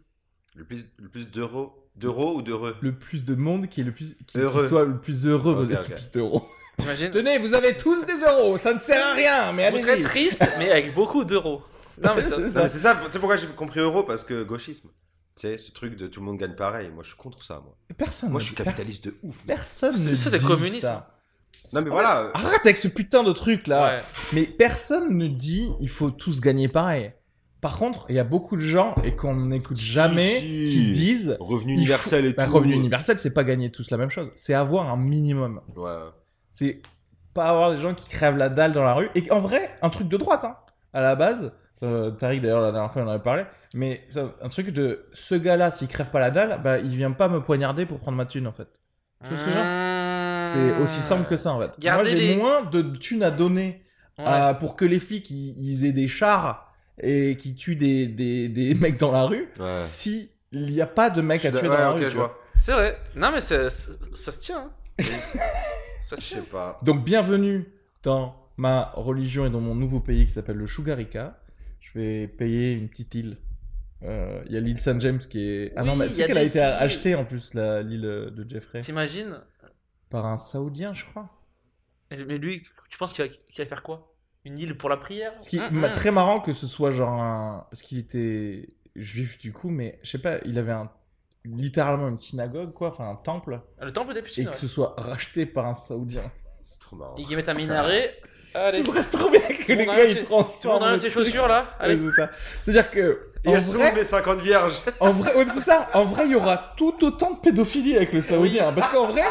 Le plus, le plus d'euros. D'euros ou d'heureux Le plus de monde qui est le plus qui- qui, Heureux. soit le plus heureux Ok, possible. ok. Le plus d'euros. T'imagines Tenez, vous avez tous des euros, ça ne sert à rien, mais Vous serez allez-y. triste, mais avec beaucoup d'euros. Non, mais ça- C'est Non, ça. mais c'est ça, tu sais pourquoi j'ai compris euro Parce que gauchisme. Tu sais, ce truc de tout le monde gagne pareil. Moi, je suis contre ça, moi. Personne. Moi, ne- je suis capitaliste de ouf. mec. Personne. Ça, ne ça, c'est dit communisme. ça. Non, mais voilà. Arrête avec ce putain de truc là. Ouais. Mais personne ne dit il faut tous gagner pareil. Par contre, il y a beaucoup de gens et qu'on n'écoute Si, jamais si. qui disent Revenu il faut- universel et Bah, tout. revenu universel, c'est pas gagner tous la même chose, c'est avoir un minimum. Ouais. C'est pas avoir des gens qui crèvent la dalle dans la rue et en vrai, un truc de droite hein, à la base. Euh, Tariq d'ailleurs la dernière fois on en avait parlé, mais ça, un truc de ce gars-là s'il crève pas la dalle, bah il vient pas me poignarder pour prendre ma thune en fait. Tu vois ce que je veux dire Mmh. C'est aussi simple que ça en fait. Ah. Gardez Moi j'ai les- moins de thunes à donner Ouais. euh, pour que les flics ils, ils aient des chars et qui tuent des, des, des mecs dans la rue Ouais. si il n'y a pas de mecs Je à suis tuer d'a- dans la ouais, ok, rue. je tu vois. vois. C'est vrai. Non, mais c'est- c'est- ça se tient. hein. ça se Je tient. sais pas. Donc bienvenue dans ma religion et dans mon nouveau pays qui s'appelle le Sugarika. Je vais payer une petite île. Euh, Il y a l'île Saint James qui est. Ah non, Oui, mais il tu y sais a qu'elle a des été îles. achetée en plus, la- l'île de Jeffrey. T'imagines Par un Saoudien, je crois. Mais lui, tu penses qu'il va, qu'il va faire quoi Une île pour la prière Ce qui est Hum, hum. très marrant que ce soit genre un... Parce qu'il était juif du coup, mais je sais pas, il avait un... littéralement une synagogue, quoi, enfin un temple, ah, Le temple des et piscines. que ouais. ce soit racheté par un Saoudien. C'est trop marrant. Et qu'ils mettent un minaret. Allez, Ce tout serait trop bien que le les monde gars enlève ils ses- tout le monde transforment. enlève le ses truc. chaussures là. Ouais, Allez. c'est ça. C'est-à-dire que. Et il y En a vrai, surtout mes 50 vierges. en vrai, ouais, c'est ça. En vrai, il y aura tout autant de pédophilie avec les Saoudiens. Parce qu'en vrai,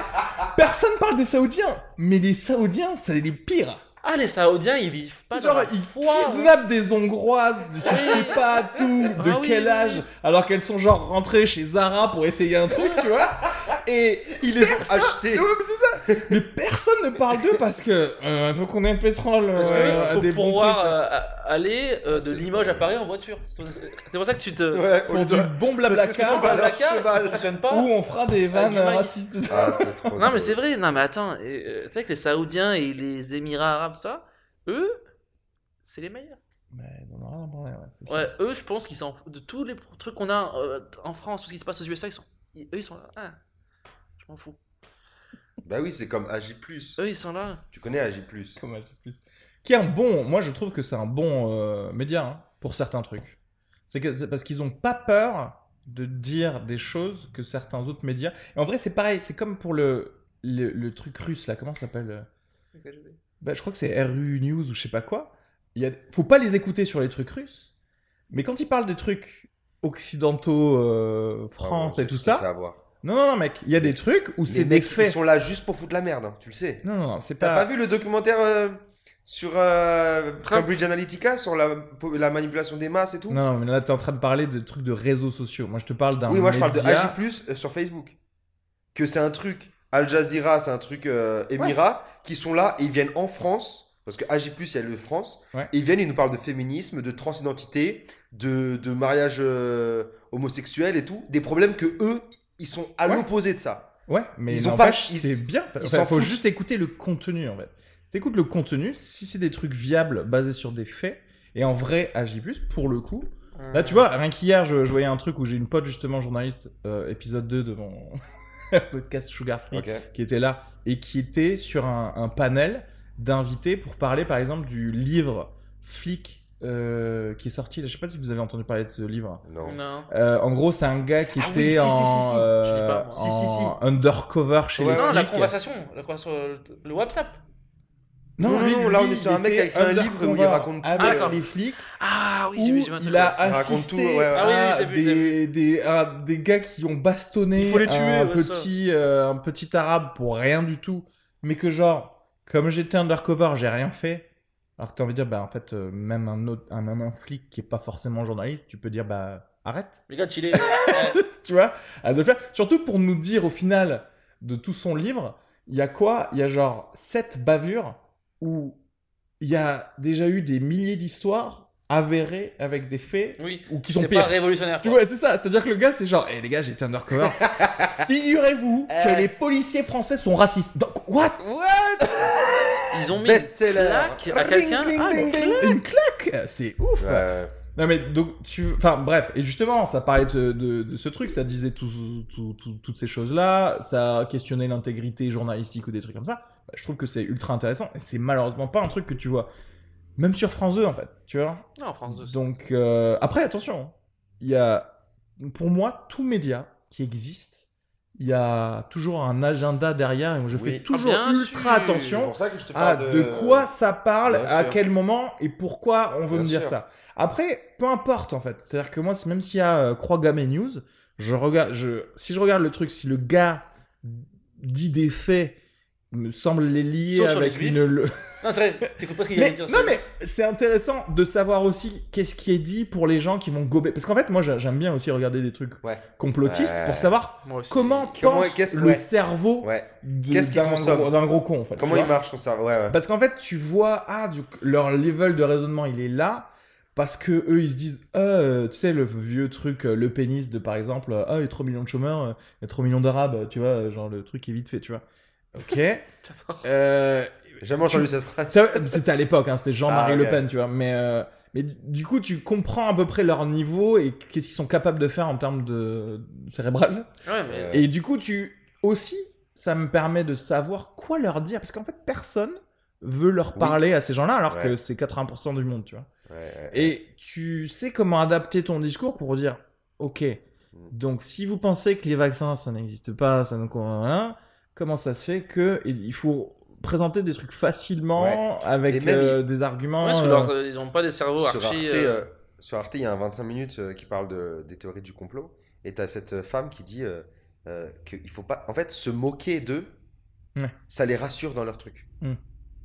personne parle des Saoudiens. Mais les Saoudiens, c'est les pires. Ah, les Saoudiens, ils vivent pas dans Genre, la ils foi. hein. kidnappent des Hongroises, de- tu sais pas tout, de Ah oui, quel oui, âge, oui. alors qu'elles sont genre rentrées chez Zara pour essayer un truc, tu vois. Et Ils les ont Personne- achetés. Ouais, mais c'est ça. Mais personne ne parle d'eux parce que euh, faut qu'on ait le pétrole Parce que euh, faut à des Ah, bons pouvoir prix, tu sais. euh, à- aller euh, de C'est Limoges trop à Paris en voiture. C'est pour ça que tu te. Ouais, pour du bon Parce que c'est blablacar pas leur Blablacar, cheval. ça fonctionne où pas. on fera des vannes du maïs. racistes. Ah, c'est trop Non, mais drôle. c'est vrai, non, mais attends, et, euh, c'est vrai que les Saoudiens et les Émirats Arabes, ça, eux, c'est les meilleurs. Mais on en a rien à branler, ouais, c'est Ouais, clair. eux, je pense qu'ils s'en foutent de tous les trucs qu'on a euh, en France, tout ce qui se passe aux USA, ils sont, ils- eux, ils sont là. Ah, je m'en fous. Bah oui, c'est comme AJ+. Euh. Plus. Eux, ils sont là. Tu connais AJ+. Plus. Comme âge de plus. Qui est un bon, moi je trouve que c'est un bon euh, média hein, pour certains trucs. C'est que- c'est parce qu'ils ont pas peur de dire des choses que certains autres médias. Et en vrai, c'est pareil, c'est comme pour le, le, le truc russe là, comment ça s'appelle euh, bah, Je crois que c'est RU News ou je sais pas quoi. Il y a... faut pas les écouter sur les trucs russes. Mais quand ils parlent des trucs occidentaux, Ah euh, France et tout ça. Non, non, non, mec, il y a des trucs où c'est Ces des mecs, ils faits. sont là juste pour foutre la merde, hein, tu le sais. Non, non, non, c'est T'as pas. pas vu le documentaire euh, sur euh, Trump. Cambridge Analytica, sur la, la manipulation des masses et tout Non, non, mais là, t'es en train de parler de trucs de réseaux sociaux. Moi, je te parle d'un. Oui, moi je parle de média- AJ+, euh, sur Facebook. Que c'est un truc, Al Jazeera, c'est un truc euh, Émirat, qui sont là et ils viennent en France Parce que AG+, il y a le France. Ouais. Et ils viennent, ils nous parlent de féminisme, de transidentité, de, de mariage euh, homosexuel et tout. Des problèmes que eux, ils sont à Ouais. l'opposé de ça. Ouais, mais Ils ils ont pas- ils- c'est bien. Il s'en faut foutent. juste écouter le contenu en fait. T'écoutes le contenu, si c'est des trucs viables basés sur des faits, et en vrai, AJ+, pour le coup, Là, Bah, tu vois, rien qu'hier, je, je voyais un truc où j'ai une pote, justement, journaliste, euh, épisode 2 de mon podcast Sugar Free, qui était là et qui était sur un, un panel d'invités pour parler, par exemple, du livre Flic euh, qui est sorti. Je sais pas si vous avez entendu parler de ce livre. Non. Non. Euh, en gros, c'est un gars qui Ah oui, était si, si, si, en, si. euh, Je l'ai pas, moi. Si, si, en undercover chez Ouais, les Non, la flics. conversation, la conversation, euh, le WhatsApp. Non, non, lui, non, là, on lui, est sur il un mec était avec un livre où il undercover raconte tout, euh, avec d'accord. les flics Ah oui, j'ai vu, où j'ai vu un truc. il a ouais. Raconte tout, assisté ouais, ouais. Ah oui, oui, à j'ai vu, des, j'ai des, à des gars qui ont bastonné Il faut les tuer, un, ouais, ça. petit, euh, un petit arabe pour rien du tout, mais que genre, comme j'étais undercover, j'ai rien fait. Alors que t'as envie de dire, bah en fait, euh, même un, autre, un, même un flic qui est pas forcément journaliste, tu peux dire, bah arrête, Les gars, chillez. Ouais. tu vois, à de le faire. Surtout pour nous dire au final de tout son livre, il y a quoi Il y a genre sept bavures où il y a déjà eu des milliers d'histoires avérées avec des faits Oui. ou qui sont C'est pas pires. révolutionnaire. Tu quoi. vois, c'est ça. C'est-à-dire que le gars, c'est genre, hé les gars, j'étais undercover. Figurez-vous que Euh. les policiers français sont racistes. Donc, what What Ils ont mis une Best-seller claque à quelqu'un. Ring, Ah, ring, une ring, claque. Une claque C'est ouf Ouais. Non, mais donc, tu. Enfin, bref. Et justement, ça parlait de, de- de ce truc, ça disait tout- tout- tout- toutes ces choses-là, ça questionnait l'intégrité journalistique ou des trucs comme ça. Bah, je trouve que c'est ultra intéressant. Et c'est malheureusement pas un truc que tu vois. Même sur France 2, en fait. Tu vois Non, en France 2. donc, euh, après, attention, il y a, pour moi, tout média qui existe, il y a toujours un agenda derrière et je Oui. fais Ah, toujours bien ultra sûr. C'est attention pour ça que je te à parle Ah, de... quoi ça parle, Bien à sûr. quel moment et pourquoi on veut Bien me dire sûr. ça. Après, peu importe en fait. C'est-à-dire que moi, c'est- même s'il y a euh, Croix Gamay News, je regarde, je, si je regarde le truc, si le gars dit des faits, me semble les lier Sauf sur avec les juifs. une, le- Non, c'est vrai, t'écoutes pas ce qu'il mais, allait dire. non, mais c'est intéressant de savoir aussi qu'est-ce qui est dit pour les gens qui vont gober. Parce qu'en fait, moi, j'a- j'aime bien aussi regarder des trucs Ouais. complotistes Ouais. pour savoir Moi aussi. comment Comment- pense qu'est-ce- le ouais. cerveau Ouais. de- Qu'est-ce qu'il d'un consomme gros, d'un gros con, en fait. Comment tu il vois. marche son cerveau Ouais, ouais. Parce qu'en fait, tu vois, ah, du- leur level de raisonnement, il est là. Parce que eux, ils se disent, Ah, euh, tu sais, le vieux truc, euh, le pénis de par exemple, euh, ah, il y a 3 millions de chômeurs, euh, il y a 3 millions d'arabes, euh, tu vois, euh, genre le truc est vite fait, tu vois. Ok. J'adore. euh, J'ai jamais entendu cette phrase. Ça, C'était à l'époque, hein, c'était Jean-Marie Ah, ok. Le Pen, tu vois. Mais, euh, mais du- du coup, tu comprends à peu près leur niveau et qu'est-ce qu'ils sont capables de faire en termes de cérébral. Ouais, mais. Et du coup, tu aussi, ça me permet de savoir quoi leur dire, parce qu'en fait, personne veut leur Oui. parler à ces gens-là, alors Ouais. que c'est 80% du monde, tu vois. Ouais, ouais. Et tu sais comment adapter ton discours pour dire, ok, Mm. donc si vous pensez que les vaccins, ça n'existe pas, ça ne convainc rien, comment ça se fait que il il faut présenter des trucs facilement Ouais. avec Et même, euh, des arguments Ouais, parce que euh, leur- ils ont pas des cerveaux sur Arte, archi. euh, sur Arte, il y a un 25 minutes euh, qui parle de, des théories du complot. Et t'as cette euh, femme qui dit euh, euh, qu'il faut pas. En fait, se moquer d'eux, Ouais. ça les rassure dans leur truc.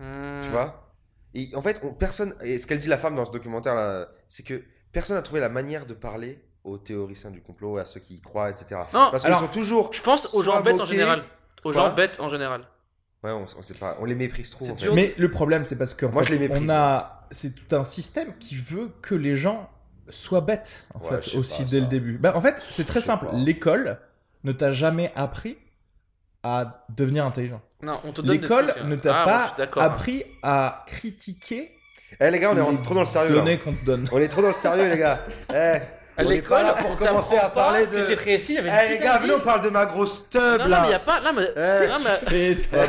euh, Tu vois Et en fait, on, personne. Et ce qu'elle dit la femme dans ce documentaire là, c'est que personne n'a trouvé la manière de parler aux théoriciens du complot, à ceux qui y croient, etc. Non, Parce qu'ils alors- sont toujours. Je pense aux gens Soit bêtes en moqués. général. Aux Quoi gens bêtes en général. Ouais, on, on sait pas. On les méprise trop. C'est en fait. dur. Mais le problème, c'est parce que Moi, je les méprise, on a, c'est tout un système qui veut que les gens soient bêtes en Ouais, je fait sais aussi pas, dès ça. le début. Bah, en fait, c'est très sais simple. pas. L'école ne t'a jamais appris à devenir intelligent. Non, on te donne des L'école trucs, euh. ne t'a Ah, moi, je suis pas d'accord, hein. appris à critiquer Eh les gars, on est les rentré trop dans le sérieux. données là. qu'on te donne. On est trop dans le sérieux, les gars. Eh, À on est pas l'école, là pour on commencer t'apprend à parler pas de. que J'ai réussi, il y avait Eh une les petite gars, envie. venez, on parle de ma grosse teub Non, non, mais il y là. a pas. Non, mais, Eh, non, mais- Fais-toi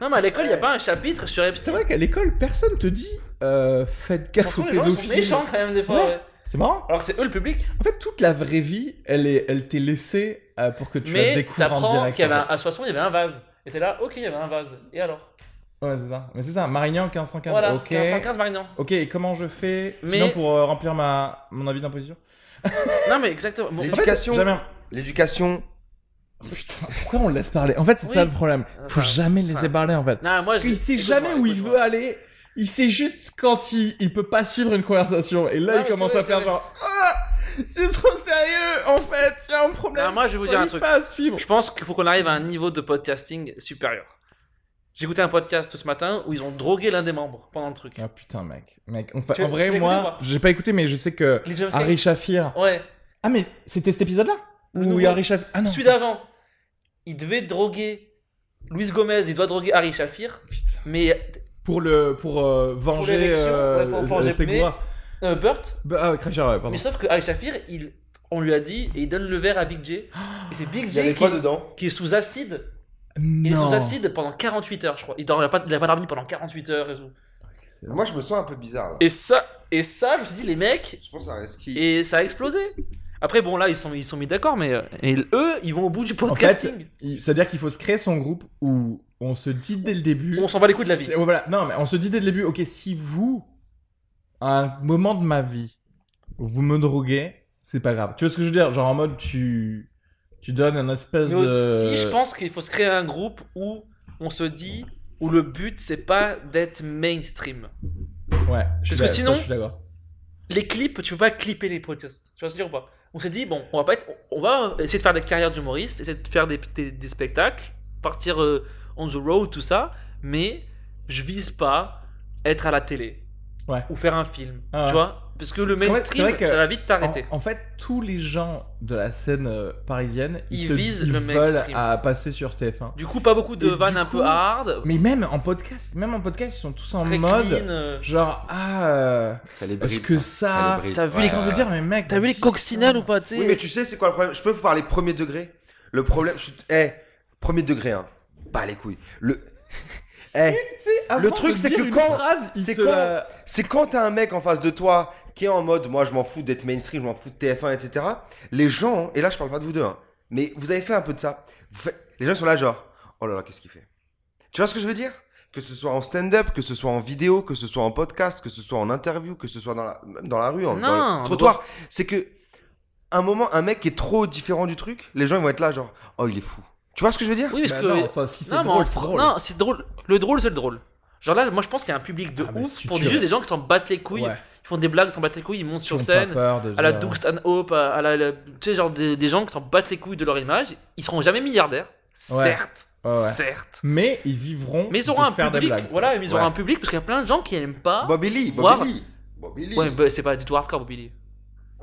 non, mais à l'école, il n'y a pas un chapitre sur C'est Epstein. vrai qu'à l'école, personne te dit euh, faites gaffe aux Franchement, les gens sont pédophiles. méchants quand même des fois. Ouais. ouais. C'est marrant. Alors que c'est eux le public. En fait, toute la vraie vie, elle est, elle t'est laissée euh, pour que tu la mais découvres en t'apprends direct. qu'il y avait en un, à Soissons, il y avait un vase. Et t'es là, ok, il y avait un vase. Et alors fait. Ouais, c'est ça. Mais c'est ça, Marignan 1515. Voilà, ok. 15 Marignan. Ok, et comment je fais Mais- sinon pour euh, remplir ma mon avis d'imposition Non, mais exactement. Bon, en Les- fait, L'éducation. Jamais. un- L'éducation. Oh, putain, pourquoi on le laisse parler En fait, c'est Oui. Ah, ça le problème. Faut Enfin, jamais le laisser enfin, parler en fait. non, moi, Parce qu'il je- sait écoute-moi, jamais où il écoute-moi. veut aller. Il sait juste quand il, il peut pas suivre une conversation. Et là, Non, il mais commence c'est à vrai, faire c'est genre Ah C'est trop sérieux En fait, il y a un problème. Non, moi, je vais vous dire un J'arrive truc. pas à suivre. Je pense qu'il faut qu'on arrive à un niveau de podcasting supérieur. J'écoutais un podcast ce matin où ils ont drogué l'un des membres pendant le truc. Ah putain, mec. Mec, on fait- Tu- en tu vrai, l'as écouté ou moi, pas j'ai pas écouté, mais je sais que Les James Harry Gates. Shafir. Ouais. Ah, mais c'était cet épisode-là Le Où nouveau. Harry Shafir. Ah non. Celui d'avant, il devait droguer Luis Gomez, il doit droguer Harry Shafir, Putain. mais Pour le pour euh, venger l'élection, euh, ouais, pour venger euh, Segura. euh, Burt, Bah, ah, Crasher, ouais, pardon. mais sauf que Harry Shafir, il, on lui a dit et il donne le verre à Big J. Et c'est Big Il y avait J qui, quoi dedans qui est sous acide. Il est Non. sous acide pendant 48 heures, je crois. Il dort- il a pas, il a pas dormi pendant 48 heures et tout. Excellent. Moi, je me sens un peu bizarre. là. Et ça, et ça, je me suis dit les mecs, Je pense à Reski. et ça a explosé. Après bon là ils sont ils sont mis d'accord, mais euh, et eux ils vont au bout du podcasting. Il- C'est-à-dire qu'il faut se créer son groupe où on se dit dès le début. on s'en bat les couilles de la vie. C'est- ouais, voilà. Non, mais on se dit dès le début, ok, si vous, à un moment de ma vie, vous me droguez, c'est pas grave. Tu vois ce que je veux dire Genre en mode, tu, tu donnes un espèce de. Mais aussi, je pense qu'il faut se créer un groupe où on se dit où le but c'est pas d'être mainstream. Ouais. je suis Parce que d'a- ça, sinon- je suis d'accord. Les clips, tu peux pas clipper les podcasts. Tu vois ce que je veux dire ou pas On s'est dit bon, on va pas être, on va essayer de faire des carrières d'humoriste, essayer de faire des, des, des spectacles, partir euh, on the road tout ça, mais je vise pas être à la télé Ouais. ou faire un film. Ah ouais. Tu vois Parce que le Parce qu'en fait, mainstream, c'est vrai que- ça va vite En, t'arrêter. en fait, tous les gens de la scène euh, parisienne, ils, Ils se, visent ils le veulent mainstream. à passer sur TF1. Du coup, pas beaucoup de Et du vannes un coup, peu hard, Mais même en podcast, même en podcast, ils sont tous en très mode. clean. euh. Genre, ah. euh, Ça les Parce bride, que hein. ça- les bride. T'as vu Ouais, les- Qu'est-ce qu'on ouais, veut ouais. dire, mais mec. T'as vu les dix- coccinelles ou pas tu sais Oui, mais tu sais, c'est quoi le problème Je peux vous parler premier degré Le problème. je suis- Eh, premier degré, hein. Pas les couilles. Le. Eh, Tu sais, avant truc, de c'est dire que une quand- phrase, il c'est te quand- la- c'est quand t'as un mec en face de toi qui est en mode moi je m'en fous d'être mainstream, je m'en fous de TF1, etc. Les gens, et là je parle pas de vous deux, hein, mais vous avez fait un peu de ça. Vous faites- Les gens sont là genre oh là là, qu'est-ce qu'il fait Tu vois ce que je veux dire Que ce soit en stand-up, que ce soit en vidéo, que ce soit en podcast, que ce soit en interview, que ce soit dans la, même dans la rue, en, dans Non, le trottoir, c'est que un moment, un mec qui est trop différent du truc, les gens ils vont être là genre oh il est fou. Tu vois ce que je veux dire Oui, parce Bah que. non, ça, si c'est Non, drôle, mais en- c'est drôle. Non, c'est drôle. Le drôle, c'est le drôle. Genre là, moi je pense qu'il y a un public de Ah, mais ouf si pour tu des- juste ré- des gens qui s'en battent les couilles. Ouais. Ils font des blagues, qui s'en battent les couilles, ils montent sur Qui ont pas scène. peur de À la dire- Dugstan Hope, à à la. la- Tu sais, genre des, des gens qui s'en battent les couilles de leur image. Ils seront jamais milliardaires. Ouais. Certes. Ouais, ouais. Certes. Mais ils vivront. Mais ils auront de un faire des public. blagues. Voilà, mais ils auront Ouais. un public parce qu'il y a plein de gens qui aiment pas. Bobby Lee, Bobby Voir- Lee, Bobby Lee. ouais, bah, c'est pas du tout hardcore, Bobby Lee.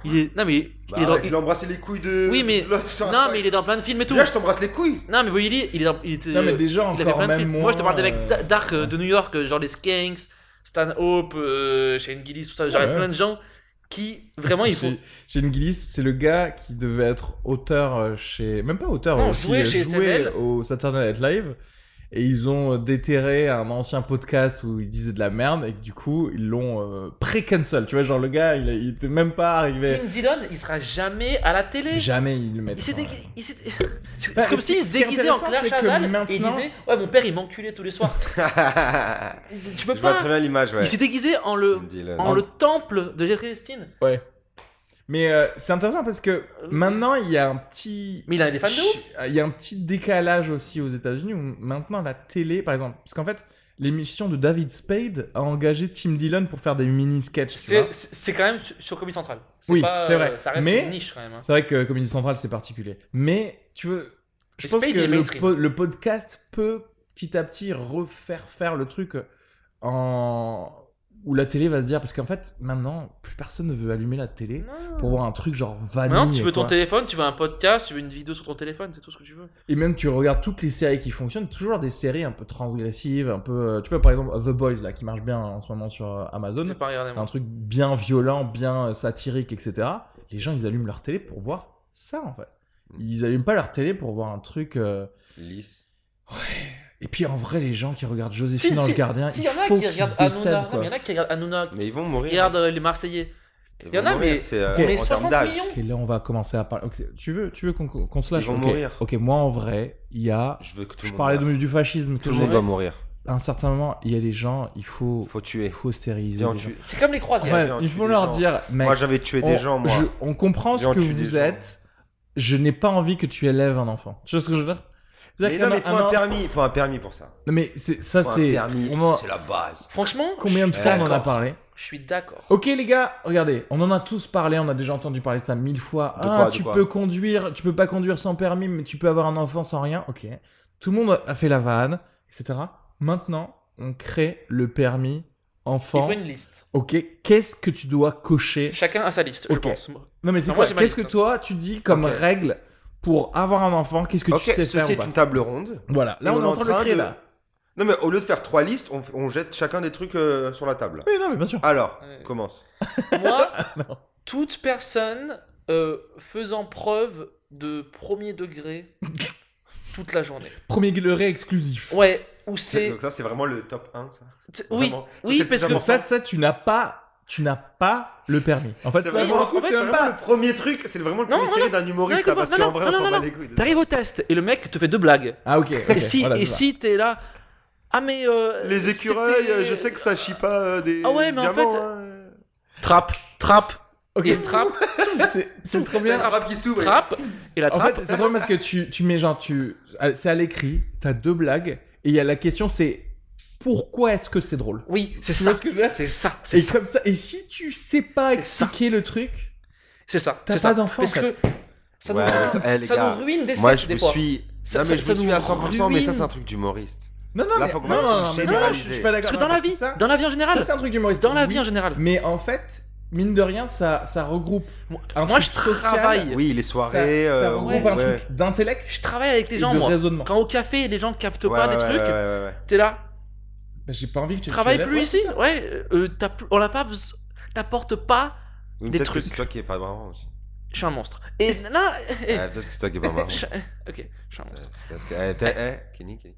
Il est. Non, mais. il- Bah, il est dans- arrête, il a embrassé les couilles de. Oui, mais- de l'autre sur Non, Instagram. mais il est dans plein de films et tout. Là, je t'embrasse les couilles. Non, mais Bobby Lee, il est dans. Il était... Non, mais déjà, Il avait encore plein de même films. moins. Moi, je te parle des mecs euh, da- dark euh, de New York, euh, genre les Skanks, Stan Hope, euh, Shane Gillis, tout ça. Genre, il y a Ouais. plein de gens qui vraiment ils font. Shane- Shane Gillis, c'est le gars qui devait être auteur euh, chez. Même pas auteur, Non, euh, qui, jouer euh, chez jouait SNL. au Saturday Night Live. Et ils ont euh, déterré un ancien podcast où il disait de la merde et que, du coup, ils l'ont euh, pré-cancel. Tu vois, genre le gars, il, a- il était même pas arrivé. Tim Dillon, il sera jamais à la télé. Jamais ils lui mettent. Il s'est Ouais. dégui- il s'est- C'est Bah, comme ce qui- s'il ce se qui est déguisait en intéressant, Claire c'est que Chazal et il maintenant- disait Ouais, mon père il m'enculait tous les soirs. je tu peux vois pas. très bien l'image, ouais. Il s'est déguisé en Tu le, me dis, là. en le temple de Jerry Christine. Ouais. Mais euh, c'est intéressant parce que maintenant, il y a un petit. Mais il a des fans de ouf. Ch- Il y a un petit décalage aussi aux États-Unis où maintenant la télé, par exemple, parce qu'en fait, l'émission de David Spade a engagé Tim Dillon pour faire des mini-sketchs. tu vois. C'est- C'est c'est quand même sur- sur Comedy Central. Oui, pas, c'est euh, vrai. Ça reste Mais- une niche quand même. hein. C'est vrai que Comedy Central, c'est particulier. Mais tu veux. Je Mais pense Spade que est le, mainstream. po- le podcast peut petit à petit refaire faire le truc en. où la télé va se dire. Parce qu'en fait, maintenant, plus personne ne veut allumer la télé Non. pour voir un truc genre vanille. Maintenant, tu veux ton quoi. téléphone, tu veux un podcast, tu veux une vidéo sur ton téléphone, c'est tout ce que tu veux. Et même tu regardes toutes les séries qui fonctionnent, toujours des séries un peu transgressives, un peu. euh, Tu vois par exemple The Boys là qui marche bien en ce moment sur euh, J'ai Amazon, pas regardé, moi. un truc bien violent, bien euh, satirique, etc. Les gens ils allument leur télé pour voir ça en fait. Ils allument pas leur télé pour voir un truc. euh, Lisse. Et puis en vrai les gens qui regardent Si, Joséphine dans si, le Gardien, si, il y en a faut qui qu'ils regardent décèdent, Hanouna. quoi. Non, mais Il y en a qui regardent Hanouna, qui Mais ils vont mourir. regardent euh, les Marseillais. Ils Il y en vont a, mourir, mais- c'est, euh, Ok. On est en termes 60 d'âge. millions Ok, là on va commencer à parler. ok, Tu veux, tu veux qu'on qu'on se lâche Ils vont Ok, mourir. ok, moi en vrai, il y a. Je veux que tout le Je monde parlais meure. de- du fascisme. Que Tout le j'ai- monde va mourir. à un certain moment, il y a les gens, il faut, Faut il tuer. faut stériliser. Viens, on les gens. tue. C'est comme les croisières. Ouais, viens, on il tue faut des leur gens. dire, mec, Moi, j'avais tué on, des gens, moi. je- on comprend Viens, ce que on tue des vous gens. êtes. Je n'ai pas envie que tu élèves un enfant. Tu vois ce que je veux dire Mais C'est-à-dire non, qu'un- mais faut un permis. Faut un permis pour ça. Non, mais c'est- ça, Faut un c'est. permis. on en- C'est la base. Franchement, Combien de je suis fois on en a d'accord. parlé Je suis d'accord. Ok, les gars, regardez, on en a tous parlé, on a déjà entendu parler de ça mille fois. De ah, quoi, de tu quoi peux conduire, tu peux pas conduire sans permis, mais tu peux avoir un enfant sans rien. Ok. Tout le monde a fait la vanne, etc. maintenant, on crée le permis Il enfant. faut une liste. Ok, qu'est-ce que tu dois cocher Chacun a sa liste, je Ok. pense. Non, mais c'est Non, moi, quoi j'ai ma Qu'est-ce que liste. toi, tu dis comme Ok. règle pour avoir un enfant Qu'est-ce que Ok, tu sais ceci faire ou est pas une table ronde. Voilà, là, Et on, est en train de le créer, de- là. Non, mais au lieu de faire trois listes, on, on jette chacun des trucs euh, sur la table. Oui, non, mais bien sûr. Alors, Ouais. commence. Moi, Non. toute personne euh, faisant preuve de premier degré toute la journée. Premier leurré exclusif. Ouais, ou c'est. Donc, ça, c'est vraiment le top 1, ça. c'est- Oui, Vraiment. Ça, oui, c'est parce le plus que Comme ça, ça, tu n'as pas, tu n'as pas le permis. En fait, C'est c'est vraiment, vraiment, en fait, c'est c'est même vraiment pas. le premier truc, c'est vraiment le Non, premier non, tiré d'un humoriste, non, ça, parce non, qu'en non, vrai, non, on s'en non, bat les couilles. de ça. T'arrives au test et le mec te fait deux blagues. Ah, ok. ok, et si, voilà, et je vois. si t'es là. Ah, mais. euh, Les écureuils, c'était- euh, je sais que ça chie pas euh, des Ah ouais, mais en diamants, fait- hein. Trappe, trappe, Ok, et trappe, c'est- c'est trop La bien. trappe qui s'ouvre. trappe, et la En trappe. fait, c'est drôle parce que tu, tu mets genre, tu, à- c'est à l'écrit, t'as deux blagues, et il y a la question, c'est pourquoi est-ce que c'est drôle Oui, c'est Tu vois ça. ce que je veux dire C'est ça, c'est Et ça. comme ça, et si tu sais pas C'est ça. expliquer le truc, C'est ça. T'as c'est pas ça. d'enfant, Parce en que ça nous, Ouais, mais ça- eh, les ça nous gars, ruine des Moi, sets, je des vous fois. suis. Ça- Non, mais ça- je vous ça suis nous à 100%, mais ça, ruine. c'est un truc d'humoriste. non, non, Là, mais- faut qu'on non, va non, tout non, non, je- je généraliser. suis pas d'accord. Parce que dans la parce vie, ça, dans la vie en ça, général, c'est un truc humoriste. dans la Oui, vie en général. Mais en fait, mine de rien, ça, ça regroupe. Moi, un moi, je truc social, travaille. Oui, les soirées. ça, ça euh, regroupe ouais, un ouais. truc d'intellect Je travaille avec les et gens, de moi. raisonnement. Quand au café, les gens captent Ouais, pas ouais, des ouais, trucs, ouais, ouais, ouais. t'es là. Bah, J'ai pas envie que tu travaille tu l'aies- plus ouais, ici. c'est ça. Ouais, euh, t'as plus- on l'a pas. bes- T'apportes pas. Oui, mais Des peut-être que trucs. c'est toi qui est pas marrant aussi. Je suis un monstre. Et là. eh, Ouais, peut-être que c'est toi qui est pas marrant. je- Ok, je suis un Euh, monstre. c'est Parce que, eh, peut-être, eh, Kenny, Kenny.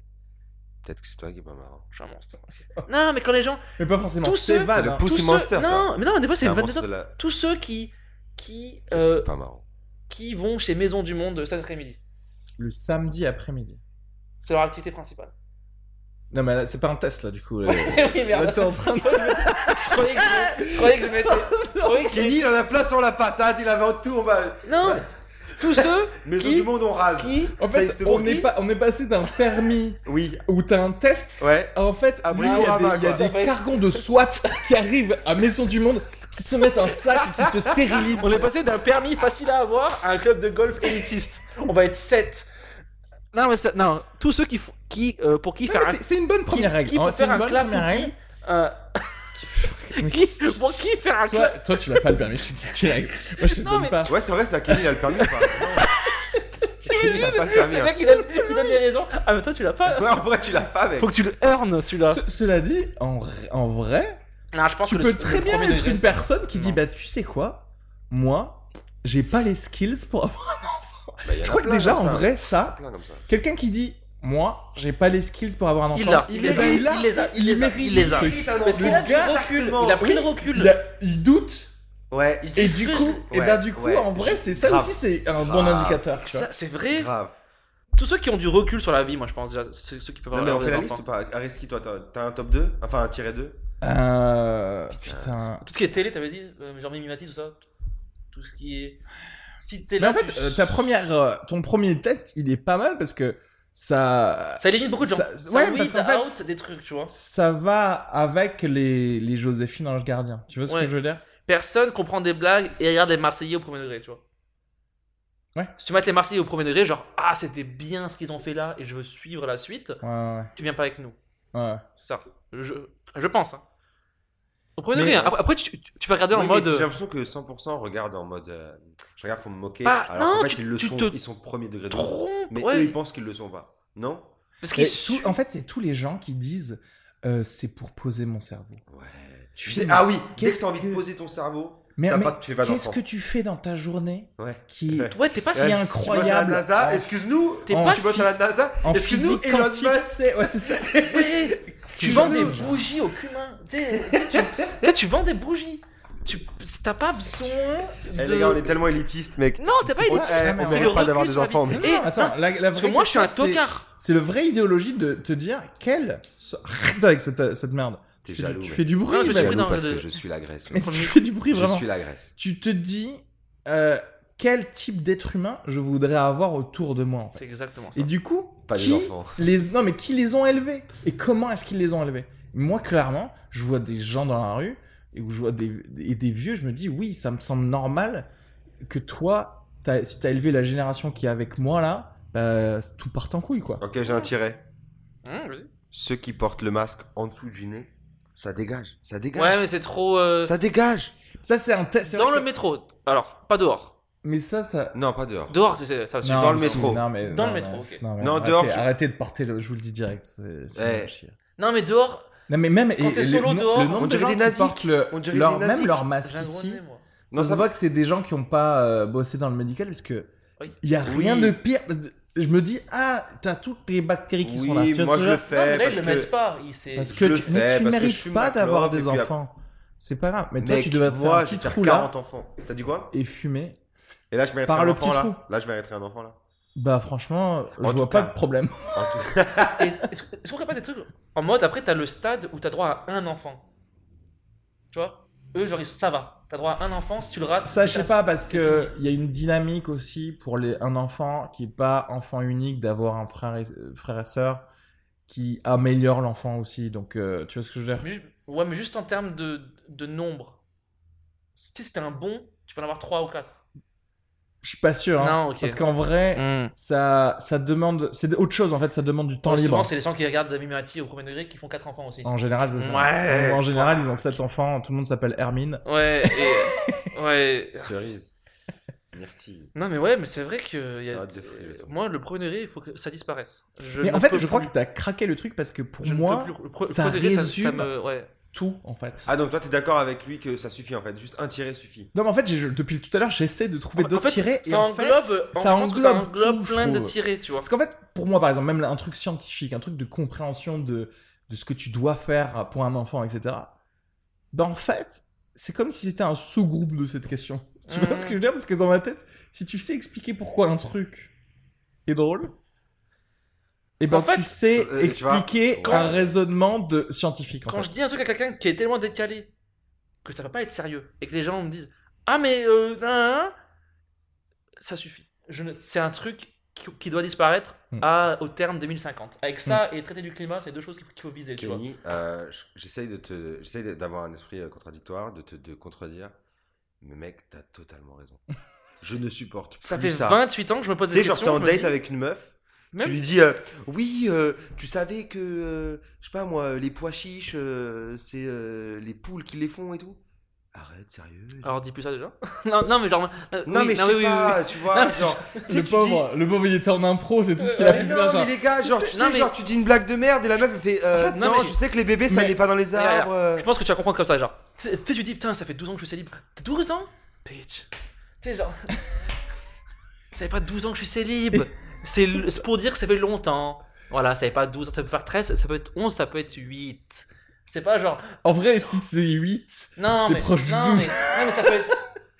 Peut-être que c'est toi qui est pas marrant. Je suis un monstre. ok. Non, mais quand les gens. Mais pas forcément. Tous C'est ceux- T'es van. le hein. Pussy tous ceux- Monster. Non, mais non, des fois, c'est une vanne de de toi. la. Tous ceux qui. Qui, euh, Pas marrant. qui vont chez Maison du Monde euh, cet après-midi. Le samedi après-midi. C'est leur activité principale. Non, mais là, c'est pas un test là, du coup. là. oui, Là, merde. Bah, t'es en train de. Je croyais que je, je croyais que je m'étais. je croyais que je- Kenny, il en a plein sur la patate, il avait en tout. bah, Non Tous ceux Mais Qui- du monde, on rase. qui. En Ça, fait, justement, on qui- est, pas, on est passé d'un permis Oui, où t'as un test. ouais. En fait, Ah, là, il y a Brigorama, des, il y a quoi. des Ça va être- cargons de SWAT qui arrivent à Maison du Monde, qui te mettent un sac et qui te stérilisent. On est passé d'un permis facile à avoir à un club de golf élitiste. On va être 7. Non, mais ça- non, tous ceux qui, font- qui euh, pour qui Non, faire mais un. c'est- C'est une bonne première qui- règle. qui hein, peut C'est faire une un bonne clap première règle. euh, Mais qui, pour qui faire un Toi, club toi, tu l'as pas le permis, je te dis direct. Moi, je te le Non, donne mais- pas. Ouais, c'est vrai, ça, Kenny, il a le permis ou pas Non. Kenny, il a pas le permis. Le hein. mec, il donne, il donne des raisons. Ah, mais toi, tu l'as pas. Ouais, en vrai, tu l'as pas, mec. Faut que tu le earn celui-là. Ce- Cela dit, en, r- en vrai, Non, je pense tu que peux le, très le bien premier être degré- une personne qui dit Non. Bah, tu sais quoi Moi, j'ai pas les skills pour avoir. Bah, il y en a Je crois que plein déjà, comme en ça. vrai, ça, Plein comme ça. quelqu'un qui dit Moi, j'ai pas les skills pour avoir un enfant. Il l'a, Il il les a, mérite, il les a, il les a, il les a. mérite. Parce que Le là, tu gars, recules, il a pris le recul. Il, a- il doute. Ouais, Il se dit, Et ce du que coup, je- et ben Ouais, du coup, ouais, en vrai, c'est ça grave. aussi, c'est un bon Grave. indicateur. Tu vois. Ça, c'est vrai. grave. Tous ceux qui ont du recul sur la vie, moi, je pense déjà, ceux, ceux qui peuvent Non, avoir mais on des fait la enfants. liste ou pas Areski, toi, t'as t'as un top 2 Enfin, un tiré 2 Euh, putain. Tout ce qui est télé, t'avais dit, euh, genre Mimimati, tout ça. Tout ce qui est. Si t'es Mais là. en fait, tu- euh, ta première, euh, ton premier test, il est pas mal parce que ça, Ça élimine beaucoup de gens. ça- Ça ouais, weed parce qu'en fait- out des trucs, tu vois. ça va avec les, les Joséphine Ange Gardien. Tu vois ce Ouais. que je veux dire Personne comprend des blagues et regarde les Marseillais au premier degré, tu vois. Ouais. Si tu mets les Marseillais au premier degré, genre, ah, c'était bien ce qu'ils ont fait là et je veux suivre la suite, Ouais, ouais, tu viens pas avec nous. ouais. ouais. C'est ça. Je, je pense. Hein. Au premier Mais- degré, hein. Après- après, tu, tu- tu peux regarder en Oui, mais mode. euh, J'ai l'impression que 100% regarde en mode. euh, je regarde pour me moquer. Pas- alors non, qu'en fait, tu- ils le tu sont. te Ils sont premier degré. dedans. Trompe, Mais ouais. eux, ils pensent qu'ils le sont pas. Non Parce Mais qu'ils tout- en fait, c'est tous les gens qui disent euh, c'est pour poser mon cerveau. Ouais. Tu fais- Ah oui, dès que qu'est-ce t'as envie que- de poser ton cerveau, mais, t'as mais pas, tu fais pas qu'est-ce d'enfant. que tu fais dans ta journée Ouais. qui Ouais. Ouais, t'es pas C'est si. Ouais, incroyable. Tu bosses à la En- NASA, excuse-nous. T'es en pas Tu tu bosses si. à la NASA, en excuse-nous, physique Elon quantique Musk. c'est- Ouais, c'est ça. Ouais. Tu C'est vends des génial, genre. bougies au cumin. Tu sais, tu sais, tu- tu sais, tu vends des bougies. Tu t'as pas besoin de. Eh les gars, on est tellement élitistes, mec. Non, t'es pas Eh, élitiste. c'est On le mérite pas recul d'avoir sur des la enfants. vie. mais- Non, attends, la- la Parce que vraie moi, je suis un question, c'est- tocard. C'est le vrai idéologie de te dire quelle. so- Arrête avec cette, cette merde. T'es Tu fais du- jaloux. tu mec. fais du bruit, Non, je T'es suis mec. pris jaloux dans parce le- que je suis la Grèce. Mais mec. tu fais du bruit Je vraiment. suis la Grèce. Tu te dis euh, quel type d'être humain je voudrais avoir autour de moi en fait. C'est exactement ça. Et du coup, Pas des qui enfants. les non mais qui les ont élevés et comment est-ce qu'ils les ont élevés Moi clairement, je vois des gens dans la rue et où je vois des et des vieux, je me dis oui, ça me semble normal que toi t'as- si t'as élevé la génération qui est avec moi là, bah, tout part euh, en couille quoi. Ok, j'ai un tiré. Hum, vas-y. ceux qui portent le masque en dessous du nez, ça dégage, ça dégage, Ouais, mais c'est trop. euh, ça dégage. Ça, c'est un test. dans le métro. Alors, pas dehors. Mais ça, ça. Non, pas dehors. Dehors, c'est- c'est- ça va Non, suffire. dans le mais si, métro. non, mais- Dans non, le non, métro, ok. Non, mais Non, arrêtez, dehors, je- Arrêtez de porter le. Je vous le dis direct. C'est c'est Eh. nul à chier. Non, mais dehors, Non, mais même. et- t'es et solo le, dehors, le nombre on de dirait gens des qui nazis. portent le- On dirait leur- des nazis. même leur j'ai masque un gros ici. nez, moi. Non, Non, ça ça se voit que c'est des gens qui n'ont pas euh, bossé dans le médical parce que Oui. il y a Oui. rien de pire. Je me dis ah t'as toutes les bactéries qui Oui, sont là. Tu vois moi ce je que le je veux dire Non, mais fais là, parce ils le que mettent pas. Ils- c'est- parce je que le tu, fais, mais tu parce que je mérites fume pas la clope, d'avoir et des puis après- enfants. C'est pas grave. Mais toi Mec, tu devais te faire moi, un je petit vais faire trou 40 là enfants. T'as dit quoi et fumer. Et là, je mériterais Par un le enfant petit là. trou. Là, je mériterais un enfant là. Bah franchement, En je tout vois pas cas. de problème. En tout- Et Est-ce que- est-ce qu'on ferait pas des trucs en mode après t'as le stade où t'as droit à un enfant Tu vois Eux, genre, ils- ça va. T'as droit à un enfant, si tu le rates. Ça c'est je sais casse. pas parce C'est que fini. il y a une dynamique aussi pour les un enfant qui est pas enfant unique d'avoir un frère et, euh, frère et sœur qui améliore l'enfant aussi. Donc euh, tu vois ce que je veux dire. Mais ju- ouais, mais juste en termes de, de nombre. Si tu sais, si t'es un bon, tu peux en avoir 3 ou 4. Je suis pas sûr. hein. Non, ok. Mm. Hmm. Parce qu'en vrai, ça, ça demande. C'est autre chose en fait, ça demande du temps Souvent, libre. c'est les gens qui regardent Mimimati au premier degré qui font 4 enfants aussi. En général, c'est ça. Ouais. En général, ils ont sept enfants, tout le monde s'appelle Hermine. Ouais, et- ouais. Cerise. Myrtille. Non, mais ouais, mais c'est vrai que. y a- Ça arrête de fruits, le truc. Moi, le premier degré, il faut que ça disparaisse. Je Mais ne en fait, peux je crois plus. que t'as craqué le truc parce que pour Je ne moi, peux plus. Le pre- le ça premier degré, ça- ça résume- me- ouais. tout en fait. Ah, donc toi, t'es d'accord avec lui que ça suffit en fait. Juste un tiré suffit. Non, mais en fait, j'ai- je- depuis tout à l'heure, j'essaie de trouver En d'autres fait, tirés. et ça en englobe, fait, en- ça je pense que ça englobe, englobe tout, je plein de trouve. tirés, tu vois. Parce qu'en fait, pour moi, par exemple, même un truc scientifique, un truc de compréhension de, de ce que tu dois faire pour un enfant, etc. Ben en fait, c'est comme si c'était un sous-groupe de cette question. Tu vois Mhm. ce que je veux dire Parce que dans ma tête, si tu sais expliquer pourquoi un truc est drôle, et ben En fait, tu sais euh, tu vois, expliquer quand- un raisonnement de scientifique. En Quand fait. je dis un truc à quelqu'un qui est tellement décalé que ça va pas être sérieux et que les gens me disent Ah, mais euh, nan, nan, nan, ça suffit. Je ne- C'est un truc qui, qui doit disparaître Hmm. à, au terme 2050. Avec ça et traiter du climat, c'est deux choses qu'il faut, qu'il faut viser, tu vois. Kenny, euh, j- j'essaye de te, j'essaye de- d'avoir un esprit euh, contradictoire, de te de contredire. Mais mec, t'as totalement raison. Je ne supporte plus Ça fait ça. 28 ans que je me pose Tu des sais, questions. genre, t'es je en me date dis, avec une meuf. même- Tu lui dis, euh, oui, euh, tu savais que, euh, je sais pas moi, les pois chiches, euh, c'est euh, les poules qui les font et tout. Arrête, sérieux. Alors dis plus ça déjà. non, non, mais genre. euh, non, Ah, oui, mais je oui, oui, sais oui, pas, tu vois, Non, mais- genre, tu sais, le, tu pauvre, le pauvre, il était en impro, c'est tout ce Euh, qu'il dis- a Mais pu non, faire. mais genre. les gars, genre, tu sais, Non, mais- genre, tu dis une blague de merde et la meuf, elle fait, euh, Non, non, mais je je- sais que les bébés, ça Mais- n'est pas dans les Regarde, arbres. euh. Je pense que tu vas comprendre comme ça, genre. Tu sais, tu dis, putain, ça fait 12 ans que je suis célib. T'as 12 ans Bitch. Tu sais, genre. ça fait pas 12 ans que je suis célib. C'est le- c'est pour dire que ça fait longtemps. Voilà, ça fait pas 12 ans, ça peut faire 13, ça peut être 11, ça peut être 8. C'est pas genre. En vrai, si c'est 8, Non, C'est mais. proche du non, 12. Mais, non, mais ça peut être.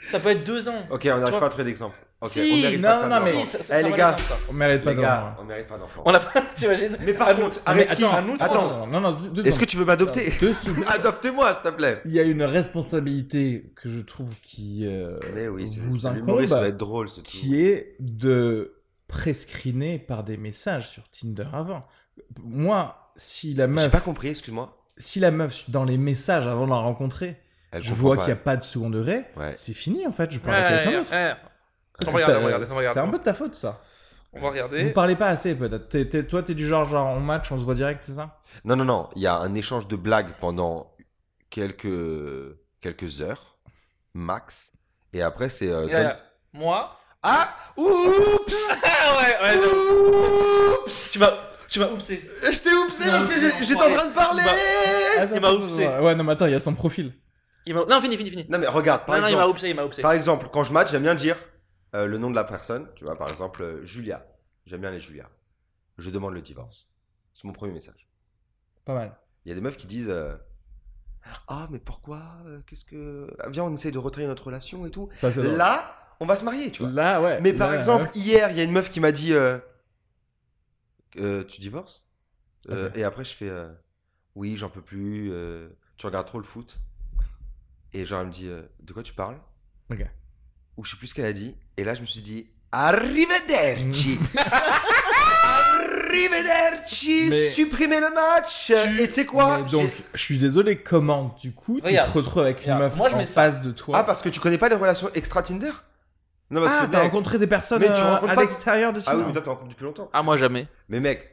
Ça peut être 2 ans. Ok, on n'arrive vois- pas à trouver d'exemple. Ok, Si, on mérite non, pas de non, faire mais- d'enfant. Si, ça- Eh, ça, ça les va gars, être comme ça. on mérite pas les d'en gars, on mérite pas d'enfant. On l'a pas, t'imagines Mais par À nous- contre, Ah, mais Areski, attends, attends, non, non, deux- deux est-ce que secondes. tu veux m'adopter Deux secondes. Adopte-moi, s'il te plaît. Il y a une responsabilité que je trouve qui euh, Eh vous incombe, ça va être drôle, ce qui est de prescreener par des messages sur Tinder avant. Moi, si la J'ai meuf, pas compris, excuse-moi. si la meuf dans les messages avant de la rencontrer, Elle je comprend vois pas. qu'il n'y a pas de second degré, Ouais. c'est fini en fait. Je Ouais, parle à ouais, quelqu'un ouais, d'autre. ouais. C'est On va regarder, on ta- va regarder, on va C'est un peu regarder. de ta faute ça. On va Vous regarder. parlez pas assez peut-être. T'es- t'es- Toi, t'es du genre genre on match, on se voit direct, c'est ça Non, non, non. Il y a un échange de blagues pendant quelques, quelques heures, max. Et après, c'est. euh, Regarde, donne- regarde. Moi. Ah Oups Ah ouais, ouais, Oups tu m'as. Tu m'as oupsé. Je t'ai oupsé parce que j'ai- j'étais en train de parler Attends, Il m'a attends, oupsé. attends. Ouais, non, mais attends, il y a son profil. Il m'a- Non, fini, fini, fini. Non, mais regarde, par non, non, il exemple. m'a oupsé, il m'a oupsé. Par exemple, quand je match, j'aime bien dire euh, le nom de la personne. Tu vois, par exemple, euh, Julia. J'aime bien les Julia. Je demande le divorce. C'est mon premier message. Pas mal. Il y a des meufs qui disent euh, Ah, mais pourquoi euh, Qu'est-ce que. Ah, Viens, on essaye de retraire notre relation et tout. Ça, c'est drôle. Là, on va se marier, tu vois. Là, ouais. Mais par Euh, Là, hein. exemple, ouais. hier, il y a une meuf qui m'a dit euh, Euh, Tu divorces Euh, Ok. Et après, je fais euh, Oui, j'en peux plus. euh, tu regardes trop le foot. Et genre, elle me dit euh, De quoi tu parles Ok. Ou je sais plus ce qu'elle a dit. Et là, je me suis dit Arrivederci Arrivederci Mais- Supprimer le match Et tu sais quoi Mais J'ai- donc, je suis désolé, comment du coup Regarde. tu te retrouves avec une Regarde. meuf Moi, je en mets ça. face de toi Ah, parce que tu connais pas les relations extra-Tinder Non, parce Ah, que. t'as mec- rencontré des personnes Mais tu euh, rencontres à pas- l'extérieur de Ah oui, Tinder. mais toi, t'es en couple depuis longtemps. Ah, moi jamais. Mais mec,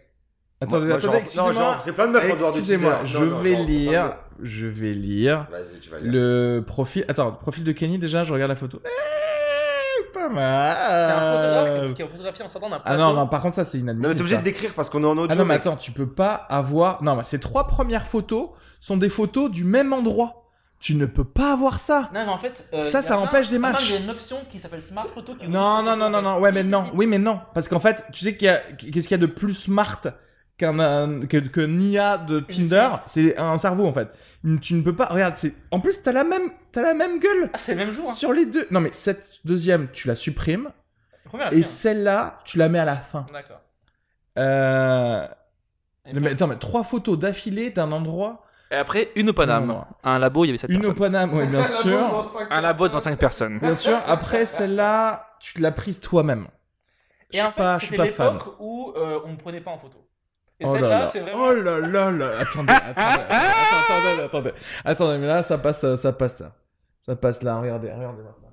Attendez, Moi, moi, attendez, j'en- Non, j'en excusez-moi. ferai plein de meufs en dehors de Excusez-moi, Tinder. je Non, non, vais j'en- lire. Je vais lire. Vas-y, tu vas lire. Le profil. Attends, profil de Kenny déjà, je regarde la photo. Eh, pas mal. C'est un photographe qui- qui a photographié en sortant d'un Euh, Ah plateau. non, non, par contre, ça, c'est inadmissible. Non, mais t'es obligé ça. de décrire parce qu'on est en audio. Ah non, mais mec. attends, tu peux pas avoir. Non, mais ces trois premières photos sont des photos du même endroit. Tu ne peux pas avoir ça. Non, mais en fait. euh, Ça, il y a ça plein- empêche des plein de- matchs. Il y a une option qui s'appelle Smart Photo qui. Non, non, non, non, non. Ouais, Si, mais si, non. si. Oui, mais non. Parce qu'en fait, tu sais qu'il y a. Qu'est-ce qu'il y a de plus smart qu'un euh, que, que Nia de Tinder C'est un cerveau, en fait. Tu ne peux pas. Regarde, c'est. En plus, t'as la même. T'as la même gueule Ah, c'est le même jour. hein. sur les deux. Non, mais cette deuxième, tu la supprimes. La première, elle Et vient. celle-là, tu la mets à la fin. D'accord. Euh. Et Mais attends, mais trois photos d'affilée d'un endroit. Et après, une au Paname. Non. Un labo, il y avait 7 Une au personnes. Paname, oui, Ah, bien sûr. Un labo de 25 personnes. Bien sûr. Après, celle-là, tu l'as prise toi-même. Je Et suis en fait, pas, je suis c'était pas fan. l'époque où euh, on me prenait pas en photo. Et Oh là celle-là, là. c'est vraiment. Oh là là là. Attendez, attendez, attendez, attendez, attendez. Attendez, mais là, ça passe, euh, ça passe, ça. Ça passe là. Regardez, regardez moi ça.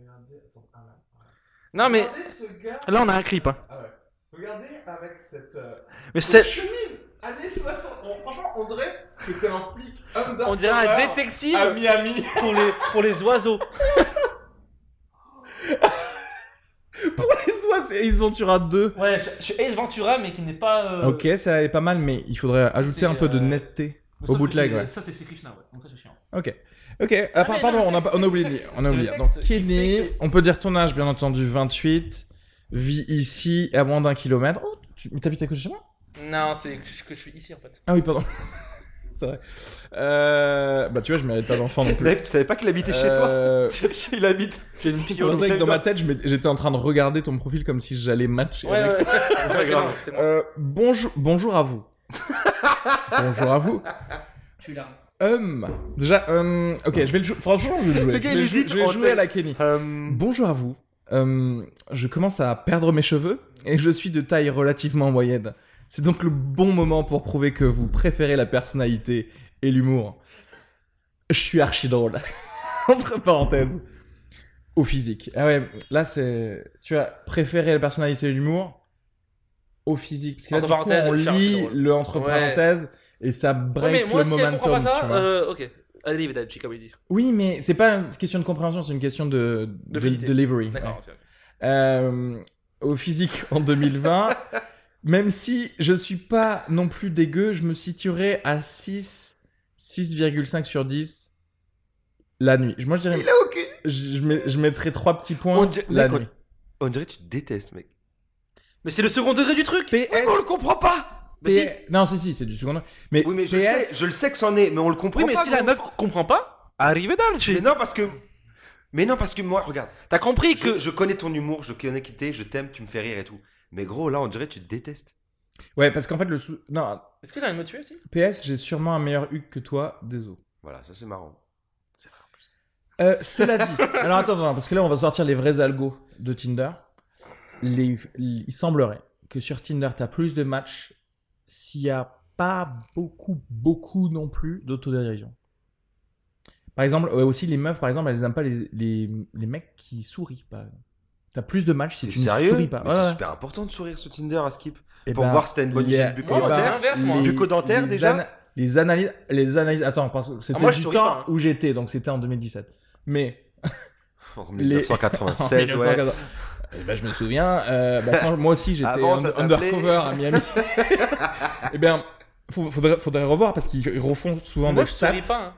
Regardez, attends, ah là, ah là. Non, mais Regardez ce gars. là, on a un clip. Hein. Ah ouais. Regardez avec cette, euh, Mais cette c'est. chemise années 60. On- franchement, on dirait que t'es un flic. undercover On dirait un détective Ah, à Miami. pour les, pour les oiseaux. Pour les oiseaux, c'est Ace Ventura 2. Ouais, je, je suis Ace Ventura, mais qui n'est pas. euh, Ok, ça est pas mal, mais il faudrait ajouter c'est, un peu de euh, netteté. mais au ça, bootleg, c'est- ouais. Ça, c'est chez Krishna, ouais. Donc ça, c'est chiant. Ok. Ok, ah, par- mais pardon, non, on a, le pas- texte, on a le oublié. texte, On a c'est le oublié. texte Donc, qui Kenny, fait que- on peut dire ton âge, bien entendu, 28, vit ici, à moins d'un kilomètre. Oh, tu, mais t'habites à côté de chez moi Non, c'est que je- que je suis ici en fait. Ah oui, pardon. C'est vrai. Euh, bah, tu vois, je mérite pas d'enfant non plus. Mec, tu savais pas qu'il habitait chez toi Euh, Il habite. J'ai une petite pensée que dans ma tête, je m'étais- j'étais en train de regarder ton profil comme si j'allais matcher avec ouais. Ouais, grave. c'est moi. Euh, bonjour, bonjour à vous. bonjour à vous. Je suis là. Hum. Déjà, hum. Ok, je vais le jouer. Franchement, je vais le jouer. Le gars, je vais, il jou- hésite je vais en jouer tête. à la Kenny. Hum, Bonjour à vous. Hum, je commence à perdre mes cheveux et je suis de taille relativement moyenne. C'est donc le bon moment pour prouver que vous préférez la personnalité et l'humour. Je suis archi drôle. Entre parenthèses. Au physique. Ah ouais, là c'est. Tu as préféré la personnalité et l'humour au physique. Parce que là, Entre du coup, parenthèses, on je suis archi lit drôle. le entre Ouais. parenthèses et ça Ouais, break mais moi, le si elle momentum. comprend pas tu ça, vois. euh, ok. Arrivederci, comme il dit. Oui, mais c'est pas une question de compréhension, c'est une question de, de, fluidité. delivery. D'accord. ouais. ok, ok. Euh, au physique en 2020. même si je suis pas non plus dégueu, je me situerai à 6, 6,5 sur 10 la nuit. Je- Moi, je dirais, Il a aucune. je, je mets- je mettrais trois petits On points dirait- la mec, nuit. On dirait que tu te détestes, mec. Mais c'est le second degré du truc. PS, On le comprend pas Mais si. P- Non, si, si, c'est du secondaire. Mais, Oui, mais je PS, sais, je le sais que c'en est, mais on le comprend Oui, mais pas. si la gros. meuf comprend pas, arrivederci. Mais non, parce que. Mais non, parce que moi, regarde, T'as compris que. je, je connais ton humour, je connais qui t'es, je t'aime, tu me fais rire et tout. Mais gros, là, on dirait que tu te détestes. Ouais, parce qu'en fait, le sou- non, Est-ce que j'ai envie de me tuer aussi PS, j'ai sûrement un meilleur HUC que toi, désolé. Voilà, ça c'est marrant. Euh, cela dit, alors attends, attends, parce que là on va sortir les vrais algos de Tinder. Les- il semblerait que sur Tinder, t'as plus de matchs s'il n'y a pas beaucoup, beaucoup non plus d'autodérision. Par exemple, ouais, aussi les meufs, par exemple, elles n'aiment pas les, les, les mecs qui sourient pas. T'as plus de matchs si T'es tu ne sérieux souris pas. Mais Ouais, c'est ouais. super important de sourire sur Tinder à Skip. Eh pour ben, voir si t'as une bonne les- eh ben, hygiène bucco-dentaire. Moi, l'inverse, moi. les- Bucco-dentaire, les déjà ana- les analyses, les analyses. Attends, parce que Ah, c'était moi, je du temps souris pas, hein. où j'étais, donc c'était en 2017. Mais En ben, Les- 1996, En ouais. 1980. Eh ben, je me souviens, euh, bah, quand moi aussi j'étais Avant, ça un- s'appelait- undercover à Miami. Eh bien, faut- faudrait, faudrait revoir parce qu'ils refont souvent Moi, des je stats. souris pas. Hein.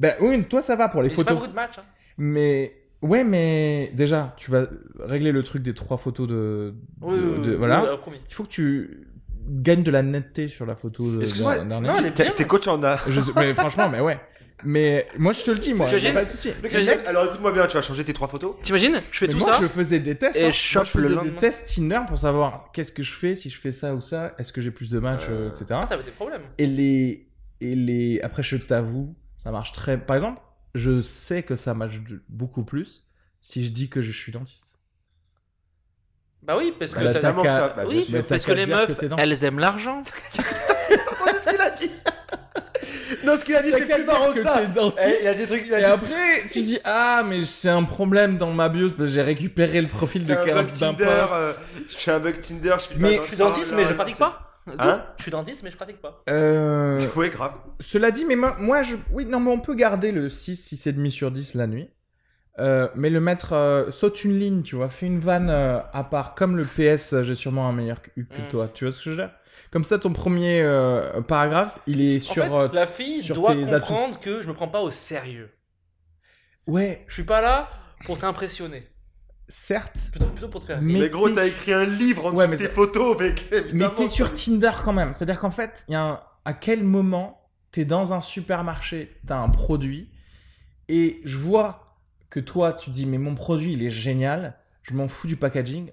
Ben oui, toi ça va pour les Et J'ai pas photos. beaucoup de matchs. hein. Mais ouais, mais déjà, tu vas régler le truc des trois photos de. de- Oui, oui, de- oui, voilà. oui, euh, promis. Il faut que tu gagnes de la netteté sur la photo de Excuse-moi, d'un- d'un non, équipe. elle est T'es bien. t'es coach en a. Je sais- mais franchement, mais ouais. Mais moi je te le dis, moi, C'est y a génial. pas de souci. Mec, T'imagines- mec, Alors écoute-moi bien, tu vas changer tes trois photos. T'imagines Je fais Mais tout moi, ça. je faisais des tests. et hein. je Moi, chope je le faisais des lendemain. tests Tinder pour savoir qu'est-ce que je fais si je fais ça ou ça, est-ce que j'ai plus de matchs, Euh, euh, etc. Ah, ça avait des problèmes. Et les, et les, après je t'avoue, ça marche très. Par exemple, je sais que ça marche de- beaucoup plus si je dis que je suis dentiste. Bah oui, parce que Bah, ça. t'as- Tellement que ça. Bah, bien Oui, sûr. mais t'as parce que qu'à les dire meufs, que t'es dans- elles aiment l'argent. T'as entendu ce qu'il a dit Non, ce qu'il a dit, c'est T'as qu'à plus dire marrant que que ça. t'es dentiste. Eh, il a dit des trucs, il Et a dit. après, tu dis ah mais c'est un problème dans ma bio parce que j'ai récupéré le profil de C'est un bug quelqu'un d'un Tinder. pote. euh, Je fais un bug Tinder, je suis Mais- pas Je suis dentiste, dans- mais je pratique pas. Hein Je suis dentiste, mais je pratique pas. Euh, Ouais, grave. cela dit, mais moi, moi, je oui non mais on peut garder le 6 6,5 sur 10 la nuit. Euh, mais le mettre euh, saute une ligne, tu vois, fais une vanne euh, à part comme le PS, euh, j'ai sûrement un meilleur que, que Mm. toi, tu vois ce que je veux dire Comme ça ton premier euh, paragraphe, il est En sur fait, euh, la fille sur doit tes atouts. comprendre que je me prends pas au sérieux. ouais, Je suis pas là pour t'impressionner. certes, Plutôt, plutôt pour te faire. Mais Mais gros, t'es- t'as écrit un livre en dessous Ouais, mais de tes ça- photos, mec. Mais évidemment. t'es sur Tinder quand même. C'est-à-dire qu'en fait, il y a un- à quel moment t'es dans un supermarché, t'as un produit, et je vois que toi, tu dis, mais mon produit, il est génial, je m'en fous du packaging,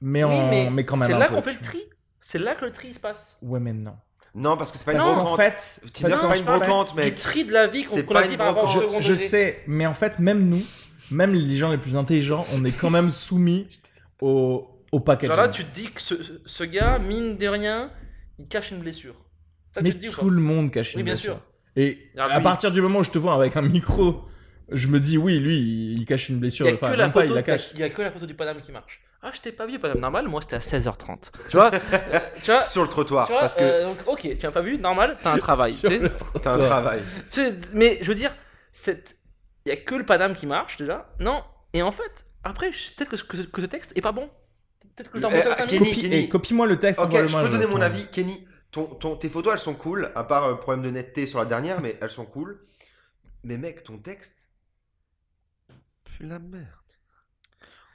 mais, Oui, en... mais, mais quand même C'est un là peu, qu'on fait tu le tri. C'est là que le tri se passe. vois. Ouais, mais non. Non, parce que c'est pas une Parce brocante. qu'en fait, Tinder, parce c'est qu'en pas une fait, brocante, Du mec. tri de la vie qu'on C'est qu'on a pas dit une par rapport au brocante. second Je degré. sais, mais en fait, même nous, même les gens les plus intelligents, on est quand même soumis au, au packaging. Genre là, tu te dis que ce, ce gars, mine de rien, il cache une blessure. Ça, mais tu te dis ou tout pas le monde cache une Oui, bien blessure. sûr. Et Ah, à lui. partir du moment où je te vois avec un micro, je me dis oui, lui, il- il cache une blessure. Il y a, Enfin, que la même pas, photo, il la cache. il y a que la photo du Paname qui marche. Ah, je t'ai pas vu, Paname. Normal, moi, c'était à 16h30. Tu vois Tu vois Sur le trottoir, tu vois, parce que euh, donc, ok, tu m'as pas vu, normal, t'as un travail. tu Sur sais. le trottoir. t'as un travail. Tu sais, Mais je veux dire, cette... il y a que le Paname qui marche déjà. Non, et en fait, après, je- peut-être que, ce- que, ce- que ce texte est pas bon. Peut-être que Eh, t'as pensé à ah, 5 Kenny, minutes. Copie- Kenny. eh, Copie-moi le texte. Ok, je envoie-le-moi, peux donner Jonathan. mon avis, Kenny. Ton, ton, tes photos, elles sont cool, à part euh, problème de netteté sur la dernière, mais elles sont cool. Mais mec, ton texte. Pue la merde.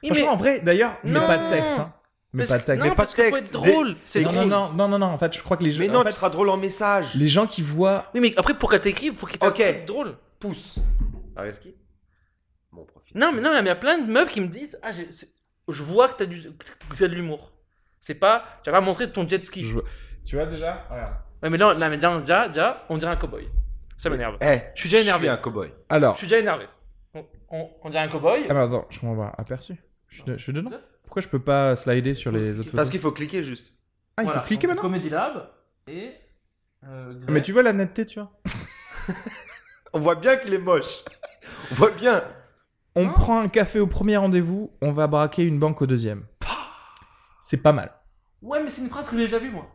Oui, mais- Franchement, en vrai, d'ailleurs, mais Non. pas de texte. hein. Mais parce pas de que- texte. Non, pas parce de que faut texte, être drôle. C'est Non, drôle. non, non, non, non, non, En fait, je crois que les gens, Mais non, en fait, tu seras drôle en message. les gens qui voient, Oui, mais après, pour qu'elle t'écrive, faut qu'il y ait Ok. un truc drôle. Pousse. Areski Mon profil. Non, mais non, mais il y a plein de meufs qui me disent Ah, j'ai- c'est- je vois que t'as du... que t'as de l'humour. C'est pas. Tu vas pas montré ton jet ski. Je- tu vois déjà. Regarde. Ouais, mais là, là, mais déjà, déjà, déjà, on dirait un cowboy. Ça m'énerve. Eh, Je suis déjà énervé. Je suis un cowboy. Je Alors, suis déjà énervé. On, on- on dirait un cowboy. ah bah, attends, je m'en vais aperçu. Je suis, de- je suis dedans. Deux. Pourquoi je peux pas slider sur les autres Parce qu'il faut cliquer juste. Ah, il Voilà, faut cliquer donc, maintenant. Comedy Lab et. euh, Ah, Mais Grey. tu vois la netteté, tu vois. On voit bien qu'il est moche. On voit bien. On Hein prend un café au premier rendez-vous, on va braquer une banque au deuxième. C'est pas mal. Ouais, mais c'est une phrase que j'ai déjà vue, moi.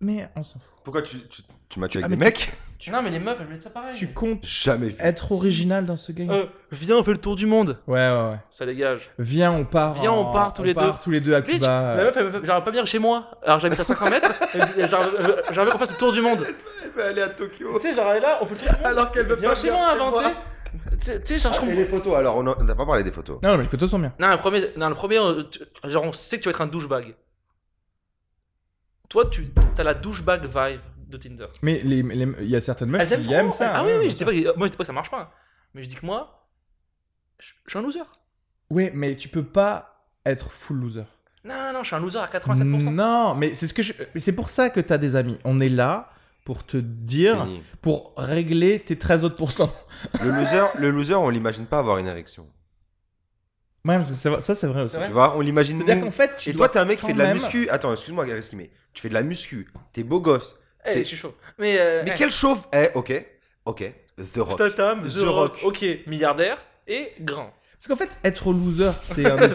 Mais on s'en fout. Pourquoi tu, tu, tu m'as tué Ah, avec mais des mecs Non, mais les meufs, elles veulent ça pareil. Tu comptes Jamais vu. être original dans ce game Euh, viens, on fait le tour du monde. Ouais, ouais, ouais. Ça dégage. Viens, on part. Viens, on en- part tous les part deux. tous les deux à Bitch, Cuba. La meuf, elle veut- j'arrive pas à venir chez moi. Alors j'habite à 500 mètres. et J'arrive j'arrive qu'on fasse le tour du monde. Elle veut aller à Tokyo. Tu sais, genre elle est là, on fait le tour du monde. Alors qu'elle veut Viens pas chez venir moi chez avant, moi. Ah, tu sais. Tu sais. Tu sais, genre je Et comprends. les photos alors, on en- on n'a pas parlé des photos. Non, mais les photos sont bien. Non, le premier, non, le premier euh, tu- genre on sait que tu vas être un douchebag. Toi, tu as la douchebag vibe de Tinder. Mais les- les- il y a certaines meufs Elle t'aime qui trop, aiment ça. Ah hein, oui, oui, bien je dis sûr. pas, que- moi je dis pas que ça marche pas. hein. Mais je dis que moi, je je suis un loser. Ouais, mais tu peux pas être full loser. Non, non, non, je suis un loser à 87%. Non, mais c'est ce que je... mais c'est pour ça que t'as des amis. On est là pour te dire, Fini. pour régler tes 13 autres pourcents. Le loser, le loser, on l'imagine pas avoir une érection. Ouais, mais c'est- ça c'est vrai aussi. C'est vrai. Tu vois, on l'imagine. C'est-à-dire qu'en fait, tu Et toi, dois t'es un mec qui quand fait de la même- muscu. Attends, excuse-moi, Gareski, mais tu fais de la muscu. T'es beau gosse. Eh, C'est- je suis chaud. Mais, euh, Mais eh, quel chauve Eh, ok, ok. The Rock. Statham, The The, Rock. Rock. Ok, milliardaire et grand. Parce qu'en fait, être loser, c'est un,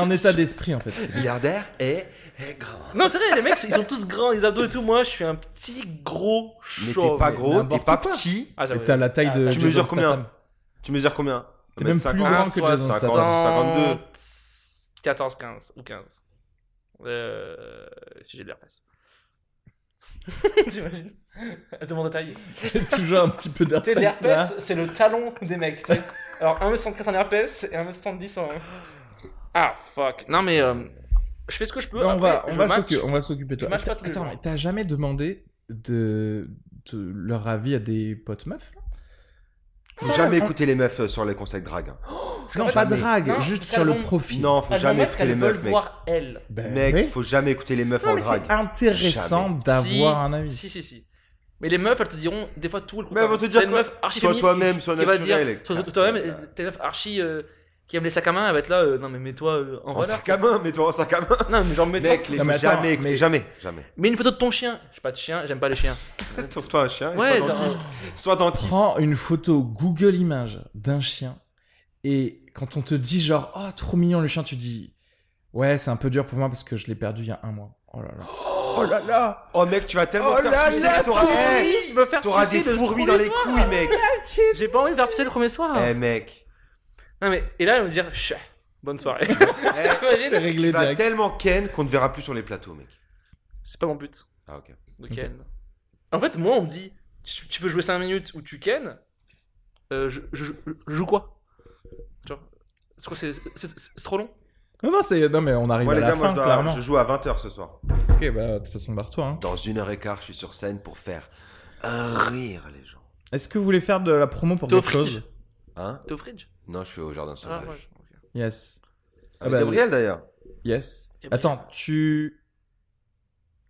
c'est un état d'esprit en fait. Milliardaire et, et grand. Non, c'est vrai, les mecs, ils sont tous grands, les abdos et tout. Moi, je suis un petit gros Mais chauve. t'es pas gros, t'es n'importe pas quoi. petit. Ah, j'avoue. Et t'as la taille de. Ah, Tu Jason mesures combien Statham. Tu mesures combien T'es même plus 50, grand que Jason 50, Statham. 52. 14, 15 ou 15. Euh, si j'ai de l'herpès. T'imagines Demande à taille. J'ai toujours un petit peu Tu sais, d'herpès là. l'herpès, c'est le talon des mecs. tu sais. Alors, 1m64 en herpès et 1m70 en. Ah, fuck. Non, mais euh, je fais ce que je peux. Non, on après, va, on je va match. s'occuper, on va s'occuper de je toi. match pas Attends, tous les attends, jours. mais t'as jamais demandé de, de leur avis à des potes meufs là Faut jamais écouter les meufs euh, sur les conseils de drague. hein. Non, fait, pas jamais. drague, Non, juste parce sur le qu'elles vont- profil. Non, faut Ah, Elles vont jamais mettre écouter les qu'elles meufs, veulent mec. voir elle. Ben Mec, oui. faut jamais écouter les meufs Non, en mais drague. c'est intéressant Jamais. d'avoir Si. un avis. Si, si, si. Mais les meufs, elles te diront des fois tout. le Mais elles vont contraire. te dire T'as une quoi meuf archi Sois féministe qui- toi-même, sois qui va naturel. dire- sois- sois Ah, toi-même, putain. et t'es une meuf archi euh, qui aime les sacs à main, elle va être là, euh, non mais mets-toi euh, en En valeur. sac à main, mets-toi en sac à main. Non mais genre mets-toi. Mec, les Non, mais faut attends, jamais, écoutez, mais- jamais, jamais. Mets une photo de ton chien. J'ai pas de chien, j'aime pas les chiens. Trouve-toi un chien, et Ouais, sois dans- dentiste. Sois dentiste. Prends une photo Google Images d'un chien et quand on te dit genre oh trop mignon le chien, tu dis ouais c'est un peu dur pour moi parce que je l'ai perdu il y a un mois. Oh là là. Oh là là. Oh mec, tu vas tellement Oh te faire là sucer, là, t'auras J'ai Eh, envie de me faire t'auras sucer des le premier fourmis dans les soir. couilles, mec. J'ai pas envie de faire pisser le premier soir. Eh mec, Non mais et là elle va me dire Chut, bonne soirée. Eh, C'est T'imagines tu réglé vas direct. tellement ken qu'on ne verra plus sur les plateaux, mec. C'est pas mon but. Ah ok. de Ok. ken. En fait moi on me dit tu, tu peux jouer 5 minutes ou tu ken. Euh, je, je- je joue quoi Tu vois Est-ce que c'est c'est- c'est- c'est trop long Non non c'est non mais on arrive Moi à les la gars, fin moi je, dois- clairement. je joue à 20h ce soir. Ok bah de toute façon barre-toi. hein. Dans une heure et quart, je suis sur scène pour faire un rire, les gens. Est-ce que vous voulez faire de la promo pour T'es au quelque chose fridge Hein T'es au fridge Non, je suis au jardin Ah, sauvage. ouais, Yes. Avec Ah bah, Gabriel d'ailleurs. Yes. Eh ben, Gabriel. Attends, tu.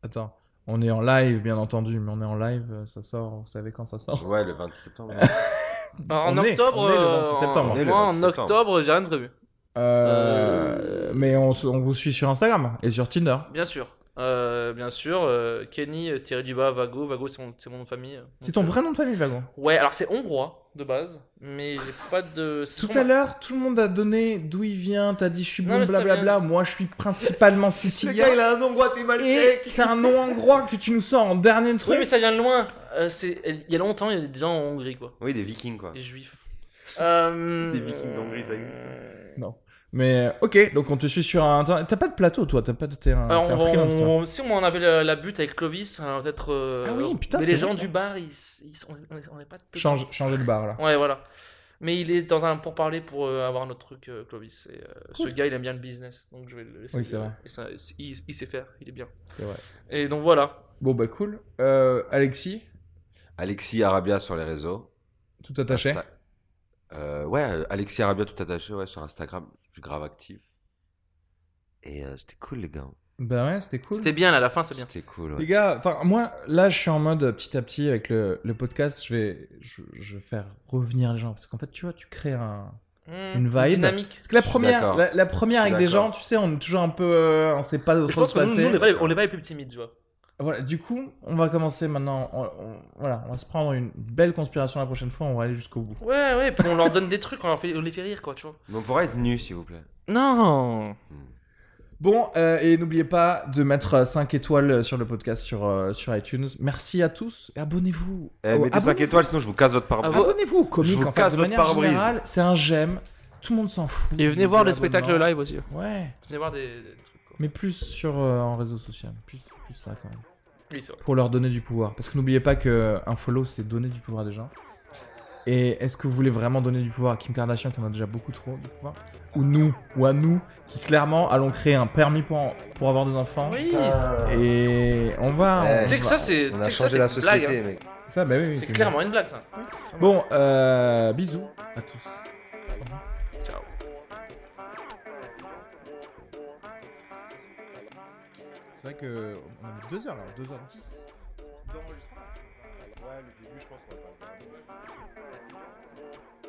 Attends, on est en live, bien entendu, mais on est en live, euh, ça sort, vous savez quand ça sort. Ouais, le 26 septembre. Ah. Alors, Ah, en On est- octobre, on est le euh, 26 en- septembre. On est le moi, 26 en septembre. octobre, j'ai rien de prévu. Euh, Mais on, se- on vous suit sur Instagram et sur Tinder. Bien sûr. Euh, bien sûr, euh, Kenny, euh, Thierry Dubas, Vago. Vago, c'est mon, c'est mon nom de famille. C'est ton vrai nom de famille, Vagon. Ouais, alors c'est hongrois de base, mais j'ai pas de. c'est Tout son- à l'heure, tout le monde a donné d'où il vient, t'as dit je suis Non, bon, mais ça blablabla, vient- moi je suis principalement sicilien. a un nom droit, t'es Et t'as un nom hongrois que tu nous sors en dernier Oui, truc. mais ça vient de loin. Euh, c'est- il y a longtemps, il y a des gens en Hongrie, quoi. Oui, des vikings quoi. Des juifs. Euh, Des Vikings d'Hongrie, ça existe. hein. euh, Mais euh, ok, donc on te suit sur un internet. T'as pas de plateau, toi, t'as pas de terrain. Alors, Ah, t'es un on- freelance, toi. on- si on en avait la, la butte avec Clovis, euh, peut-être. euh, Ah oui, putain, Mais c'est les vrai, gens ça. du bar, ils, ils sont- on est- on est pas. dedans. Change, changer le bar là. Ouais, voilà. Mais il est dans un pourparler pour euh, avoir notre truc, euh, Clovis. Et, euh, Cool. Ce gars, il aime bien le business. Donc je vais le laisser. Oui, c'est le- vrai. et ça, c'est- il, il sait faire, il est bien. C'est vrai. Et donc voilà. Bon bah cool. Euh, Alexis, Alexis Arabia sur les réseaux. tout attaché. Insta- Euh, ouais, euh, Alexis Arabia tout attaché ouais, sur Instagram. Je suis grave actif. Et euh, c'était cool, les gars. Bah ouais, c'était cool. C'était bien, là, la fin, c'est bien. C'était cool. Les Ouais. gars, enfin moi là je suis en mode euh, petit à petit avec le, le podcast, je vais je, je vais faire revenir les gens parce qu'en fait tu vois tu crées un Hmm, Une vibe. Dynamique. parce que la Je suis première d'accord. la, la première Je suis avec des gens d'accord. tu sais on est toujours un peu euh, on sait pas Je trop pense se que nous, passer. nous, on est pas les- on n'est pas, les plus timides, tu vois. Voilà du coup on va commencer maintenant on, on- voilà on va se prendre une belle conspiration la prochaine fois on va aller jusqu'au bout. Ouais, ouais, puis on leur donne des trucs, on, leur fait, on les fait rire, quoi, tu vois. Mais on pourrait être nus, s'il vous plaît. Non Hmm. Bon, euh, et n'oubliez pas de mettre 5 étoiles sur le podcast sur, euh, sur iTunes. Merci à tous et abonnez-vous. Eh, Oh, mettez 5 abonnez-vous. étoiles, sinon je vous casse votre pare-brise. Ah, vous- Abonnez-vous au comique Je vous en fait, casse de votre manière pare-brise. générale, c'est un j'aime, tout le monde s'en fout. Et venez voir le Abonnement. spectacle live aussi. Ouais, Venez voir des, des trucs, quoi. mais plus sur euh, en réseau social, plus, plus ça quand même. Oui, c'est vrai. Pour leur donner du pouvoir, parce que n'oubliez pas que un follow c'est donner du pouvoir à des gens. Et est-ce que vous voulez vraiment donner du pouvoir à Kim Kardashian qui en a déjà beaucoup trop de pouvoir Ou nous, ou à nous, qui clairement allons créer un permis pour, en- pour avoir des enfants Oui Et on va. on Eh, Tu sais que va- ça, c'est. Euh, On tu sais que Ah, ça, a changé c'est la une blague, société, hein. mec. Ça, bah oui, oui, C'est c'est clairement une blague, ça. bien. Bon, euh, bisous à tous. Ciao. C'est vrai que on a mis 2 heures là, 2h10. Ouais, le début, je pense qu'on va pas